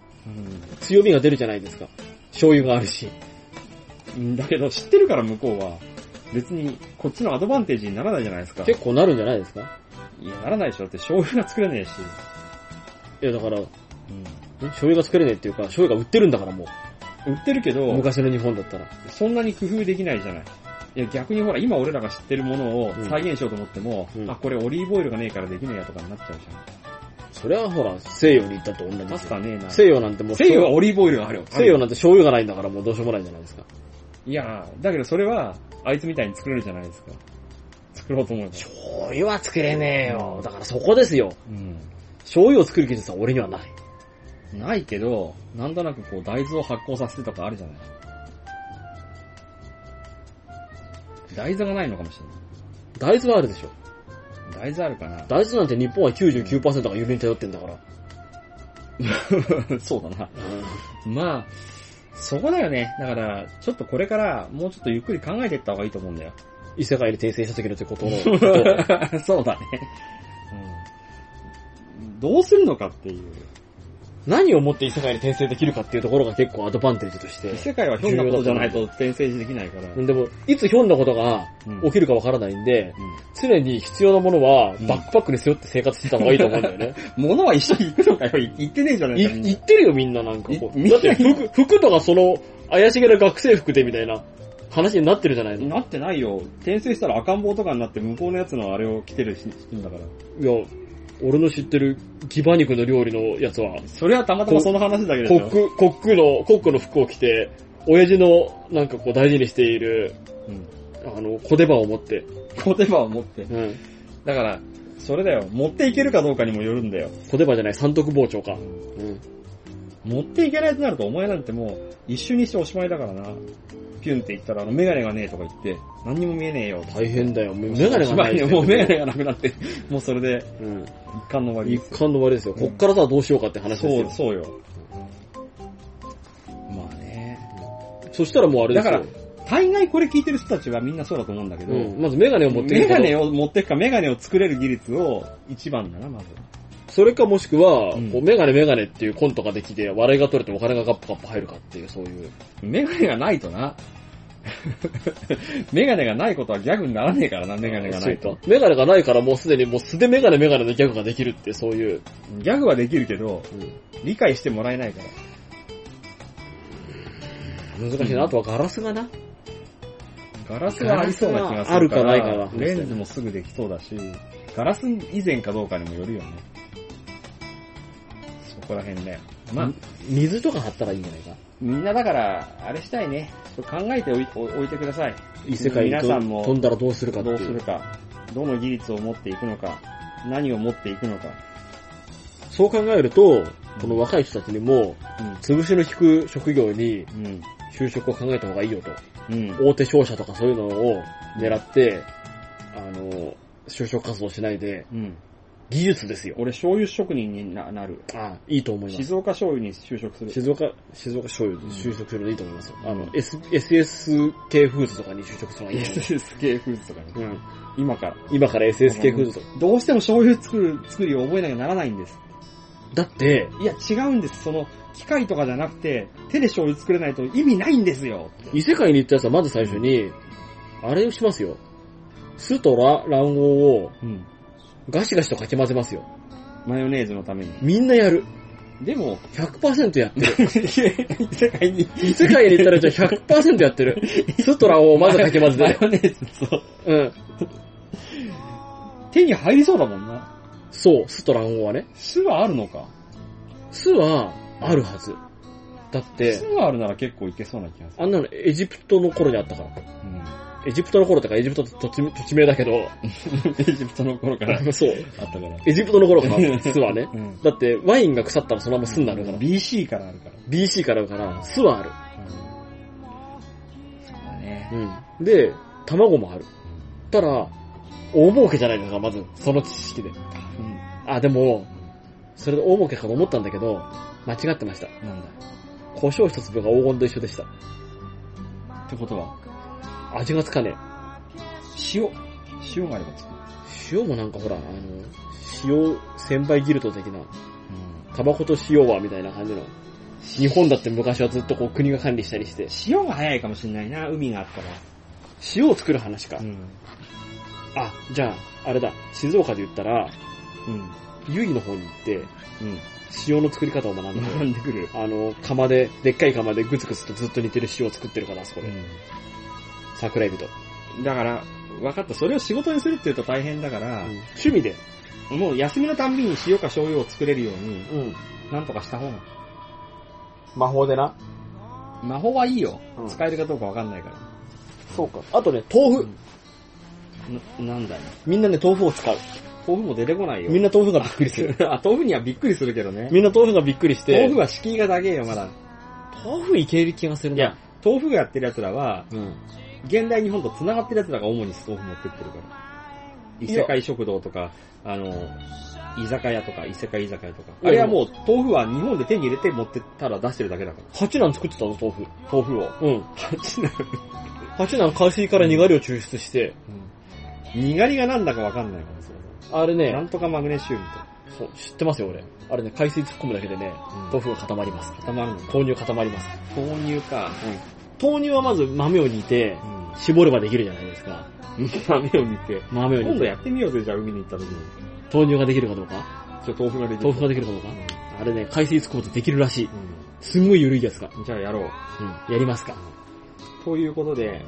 [SPEAKER 2] 強みが出るじゃないですか。醤油があるし。
[SPEAKER 1] うんだけど知ってるから向こうは、別にこっちのアドバンテージにならないじゃないですか。
[SPEAKER 2] 結構なるんじゃないですか
[SPEAKER 1] いや、ならないでしょ。だって醤油が作れねえし。
[SPEAKER 2] いやだから、ん醤油が作れねえっていうか、醤油が売ってるんだからも
[SPEAKER 1] 売ってるけ
[SPEAKER 2] う。
[SPEAKER 1] ど、
[SPEAKER 2] 昔の日本だったら。
[SPEAKER 1] そんなに工夫できないじゃない。いや、逆にほら、今俺らが知ってるものを
[SPEAKER 2] うん
[SPEAKER 1] 再現しようと思っても、
[SPEAKER 2] うん
[SPEAKER 1] あ、これオリーブオイルがねえからできねえやとかになっちゃうじ
[SPEAKER 2] それはほら、西洋に行ったと
[SPEAKER 1] ゃん。
[SPEAKER 2] 同じ
[SPEAKER 1] パ
[SPEAKER 2] です
[SPEAKER 1] ス
[SPEAKER 2] よ
[SPEAKER 1] タねえな。
[SPEAKER 2] 西洋なんてもう、
[SPEAKER 1] 西洋はオリーブオイルがあるよ。
[SPEAKER 2] 西洋なんて醤油がないんだからもうどうしようもないじゃないですか。
[SPEAKER 1] いや、だけどそれは、あいつみたいに作れるじゃないですか。作ろうと思えば。
[SPEAKER 2] 醤油は作れねえよ。だからそこですよ。
[SPEAKER 1] うん。
[SPEAKER 2] 醤油を作る技術は俺にはない。
[SPEAKER 1] ないけど、なんとなくこう、大豆を発酵させてとかあるじゃない。台座がないのかもしれな
[SPEAKER 2] 大豆はあるでしょ。
[SPEAKER 1] い。台座あるかな
[SPEAKER 2] 大豆なんて日本は99%が輸入に頼ってんだから。
[SPEAKER 1] そうだな。まあ、そこだよね。だから、ちょっとこれから、もうちょっとゆっくり考えていった方がいいと思うんだよ。
[SPEAKER 2] 異世界に転生した時のってことの こと。
[SPEAKER 1] そうだね、どうするのかっていう。
[SPEAKER 2] 何をもって異世界に転生できるかっていうところが結構アドバンテージとして
[SPEAKER 1] 異。世界はひょんなことじゃないと転生できないから。
[SPEAKER 2] でも、いつひょんなことが
[SPEAKER 1] うん
[SPEAKER 2] 起きるかわからないんで、
[SPEAKER 1] うん
[SPEAKER 2] 常に必要なものは
[SPEAKER 1] うん
[SPEAKER 2] バックパックに背負って生活してた方がいいと思うんだ よね。
[SPEAKER 1] 物は一緒に行くのかよ。い行ってねえじゃない
[SPEAKER 2] い
[SPEAKER 1] かみんな
[SPEAKER 2] 言ってるよみんななんかこう。
[SPEAKER 1] い
[SPEAKER 2] だって服、服とかその怪しげな学生服でみたいな話になってるじゃないの。
[SPEAKER 1] なってないよ。転生したら赤ん坊とかになって向こうのやつのあれを着てるしんだから。
[SPEAKER 2] いや、俺の知ってるギバ肉の料理のやつは、
[SPEAKER 1] それはたまたまその話だけでし
[SPEAKER 2] コ
[SPEAKER 1] ょ。
[SPEAKER 2] ック、コックの、コックの服を着て、親父のなんかこう大事にしている、
[SPEAKER 1] うん。
[SPEAKER 2] あの、小手羽を持って、
[SPEAKER 1] 言葉を持って。
[SPEAKER 2] うん。
[SPEAKER 1] だから、それだよ。持っていけるかどうかにもよるんだよ。
[SPEAKER 2] 小手羽じゃない、三徳包丁か。うん。
[SPEAKER 1] 持っていけないとなると、お前なんてもう、一瞬にしておしまいだからな。ピュンって言ったら、あの、メガネがねえとか言って、何にも見えねえよ。
[SPEAKER 2] 大変だよ。もうメガネがない
[SPEAKER 1] おしまいよもうメガネがなくなって、もうそれで、
[SPEAKER 2] うん。
[SPEAKER 1] 一貫の終わり
[SPEAKER 2] 一。貫の終わりですよ。こっからさ、どうしようかって話です
[SPEAKER 1] そ
[SPEAKER 2] よ
[SPEAKER 1] う、。そうよ。まあね。
[SPEAKER 2] そしたらもうあれですよ。
[SPEAKER 1] だか大概これ聞いてる人たちはみんなそうだと思うんだけど、
[SPEAKER 2] うん。まずメガネを持ってく
[SPEAKER 1] メ
[SPEAKER 2] るか
[SPEAKER 1] ガネを持ってくか、メガネを作れる技術を一番だな、まず。
[SPEAKER 2] それかもしくは、
[SPEAKER 1] うん
[SPEAKER 2] こうメガネメガネっていうコントができて、笑いが取れてお金がガッパガッパ入るかっていう、そういう。
[SPEAKER 1] メガネがないとな。 メガネがないことはギャグにならねえからな、メガネがないと。
[SPEAKER 2] そう。メガネがないからもうすでにもう素でメガネメガネのギャグができるって、そういう。
[SPEAKER 1] ギャグはできるけど、
[SPEAKER 2] うん
[SPEAKER 1] 理解してもらえないから。
[SPEAKER 2] 難しいな。あとはガラスがな。
[SPEAKER 1] ガラスはありそうな気がするから。
[SPEAKER 2] ガラスはあるかないかな
[SPEAKER 1] レンズもすぐできそうだし、ガラス以前かどうかにもよるよね。そこら辺だよ。まあ、
[SPEAKER 2] 水とか貼ったらいいんじゃないか。
[SPEAKER 1] みんなだから、あれしたいね。考えておいお置いてください。
[SPEAKER 2] 異世界に
[SPEAKER 1] 皆
[SPEAKER 2] と
[SPEAKER 1] さんも
[SPEAKER 2] 飛んだらどうするかって
[SPEAKER 1] ど
[SPEAKER 2] いう
[SPEAKER 1] うするか、どの技術を持っていくのか、何を持っていくのか。
[SPEAKER 2] そう考えると、この若い人たちにも、潰しの引く職業に
[SPEAKER 1] うん。うん。
[SPEAKER 2] 就職を考えた方がいいよと。
[SPEAKER 1] うん。
[SPEAKER 2] 大手商社とかそういうのを狙って、あの、就職活動しないで、
[SPEAKER 1] うん。
[SPEAKER 2] 技術ですよ。
[SPEAKER 1] 俺、醤油職人にななる。
[SPEAKER 2] あいいと思います。
[SPEAKER 1] 静岡醤油に就職する。
[SPEAKER 2] 静岡、静岡醤油で就職するのいいと思いますよ。あの、S、SSK フーズとかに就職するのがいい と思います。
[SPEAKER 1] SSK フーズとかね。
[SPEAKER 2] うん。
[SPEAKER 1] 今から。
[SPEAKER 2] 今から SSK フーズとか。
[SPEAKER 1] どうしても醤油作る、作りを覚えなきゃならないんです。
[SPEAKER 2] だって、
[SPEAKER 1] いや、違うんです。その、機械とかじゃなくて、手で醤油作れないと意味ないんですよ。
[SPEAKER 2] 異世界に行ったやつはまず最初に、あれをしますよ。酢とら卵黄を
[SPEAKER 1] うん。
[SPEAKER 2] ガシガシとかき混ぜますよ。
[SPEAKER 1] マヨネーズのために。
[SPEAKER 2] みんなやる。
[SPEAKER 1] で も、
[SPEAKER 2] 100%やってる。
[SPEAKER 1] 世界に、
[SPEAKER 2] 異世界に行ったらじゃあ100%やって る。酢と卵黄をまずかき混
[SPEAKER 1] マ
[SPEAKER 2] ぜ
[SPEAKER 1] ヨネーズと、
[SPEAKER 2] て。うん。
[SPEAKER 1] 手に入りそうだもんな。
[SPEAKER 2] そう、酢と卵黄はね。
[SPEAKER 1] 酢はあるのか
[SPEAKER 2] 酢はあるはず。だっ
[SPEAKER 1] 酢
[SPEAKER 2] て、
[SPEAKER 1] があるなら結構いけそうな気がする。
[SPEAKER 2] あんなのエジプトの頃にあったか
[SPEAKER 1] う
[SPEAKER 2] ら。
[SPEAKER 1] ん。
[SPEAKER 2] エジプトの頃とかエジプトって土地土地名だけど、
[SPEAKER 1] エジプトの頃からあっ
[SPEAKER 2] そう。
[SPEAKER 1] たから。
[SPEAKER 2] エジプトの頃から、酢はね。
[SPEAKER 1] うん。
[SPEAKER 2] だって、ワインが腐ったらそのまま酢になるから。
[SPEAKER 1] BC からあるから。
[SPEAKER 2] BC からだから、酢はある。
[SPEAKER 1] そうだね。
[SPEAKER 2] うん。で、卵もある。たら、大儲けじゃないですか、まず。その知識で。
[SPEAKER 1] うん。
[SPEAKER 2] あ、でも、それで大儲けかと思ったんだけど、間違ってました。
[SPEAKER 1] なんだ。
[SPEAKER 2] 胡椒一粒が黄金と一緒でした。
[SPEAKER 1] ってことは、
[SPEAKER 2] 味がつかねえ。
[SPEAKER 1] 塩。塩があれば作る。
[SPEAKER 2] 塩もなんかほら、あの、塩千倍ギルト的な、タバコと塩はみたいな感じの。日本だって昔はずっとこう国が管理したりして、
[SPEAKER 1] 塩が早いかもしれないな、海があったら。
[SPEAKER 2] 塩を作る話か。
[SPEAKER 1] ん。
[SPEAKER 2] あ、じゃあ、あれだ、静岡で言ったら、
[SPEAKER 1] うん。
[SPEAKER 2] 由比の方に行って、
[SPEAKER 1] うん。
[SPEAKER 2] 塩の作り方を学ん
[SPEAKER 1] 学
[SPEAKER 2] で、
[SPEAKER 1] んでくる。
[SPEAKER 2] あの、釜で、でっかい釜でグツグツとずっと煮てる塩を作ってるから、あそこで。桜エビと。
[SPEAKER 1] だから、分かった。それを仕事にするって言うと大変だから、
[SPEAKER 2] 趣味で。
[SPEAKER 1] もう休みのたんびに塩か醤油を作れるように、
[SPEAKER 2] うん。
[SPEAKER 1] なんとかした方が。
[SPEAKER 2] 魔法でな。
[SPEAKER 1] 魔法はいいよ。
[SPEAKER 2] うん
[SPEAKER 1] 使えるかどうか分かんないから。
[SPEAKER 2] そうか。あとね、豆腐。
[SPEAKER 1] な、なんだよ。
[SPEAKER 2] みんなね、豆腐を使う。
[SPEAKER 1] 豆腐も出てこないよ。
[SPEAKER 2] みんな豆腐がびっくりする。
[SPEAKER 1] あ、豆腐にはびっくりするけどね。
[SPEAKER 2] みんな豆腐がびっくりして。
[SPEAKER 1] 豆腐は敷居が高えよ、まだ。
[SPEAKER 2] 豆腐いける気がする
[SPEAKER 1] いや、豆腐がやってる奴らは、
[SPEAKER 2] うん。
[SPEAKER 1] 現代日本と繋がってるやつらが主にストーブ持ってってるから。異世界食堂とか、あの、居酒屋とか、異世界居酒屋とか。
[SPEAKER 2] いや
[SPEAKER 1] あれはもう、豆腐は日本で手に入れて持ってったら出してるだけだから。
[SPEAKER 2] 八男作ってたの、豆腐。
[SPEAKER 1] 豆腐を。
[SPEAKER 2] うん。 八男海水から苦りを抽出して、
[SPEAKER 1] 苦りがなんだかわかんないから、それ
[SPEAKER 2] あれね
[SPEAKER 1] な、んとかマグネシウムと。
[SPEAKER 2] そう、知ってますよ、俺。あれね、海水突っ込むだけでね、
[SPEAKER 1] 豆腐
[SPEAKER 2] 豆腐が固まります。
[SPEAKER 1] 固まるのか
[SPEAKER 2] 豆乳固まります。
[SPEAKER 1] 豆乳か。
[SPEAKER 2] 豆乳はまず豆を煮て、
[SPEAKER 1] うん。
[SPEAKER 2] 絞ればできるじゃないですか。
[SPEAKER 1] 豆を見て。
[SPEAKER 2] 豆を
[SPEAKER 1] 今
[SPEAKER 2] 煮
[SPEAKER 1] 度
[SPEAKER 2] て、
[SPEAKER 1] やってみようぜ、じゃあ海に行った時に。
[SPEAKER 2] 豆乳ができるかどうか
[SPEAKER 1] ちょ、豆腐が出て
[SPEAKER 2] 豆
[SPEAKER 1] きた
[SPEAKER 2] 腐ができるかどうかあれね、海水突っ込むとできるらしい。
[SPEAKER 1] う
[SPEAKER 2] すんごい緩いやつが。
[SPEAKER 1] ん。じゃあやろう。
[SPEAKER 2] うん、やりますか。
[SPEAKER 1] ということで、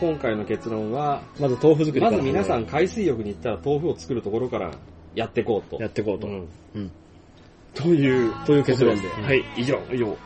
[SPEAKER 1] 今回の結論は、
[SPEAKER 2] まず豆腐作り
[SPEAKER 1] まず皆さん海水浴に行ったら豆腐を作るところからやっていこうと。
[SPEAKER 2] やっていこうと。
[SPEAKER 1] うん
[SPEAKER 2] うん
[SPEAKER 1] という、
[SPEAKER 2] という結論で。
[SPEAKER 1] うん
[SPEAKER 2] はい、以上。以上。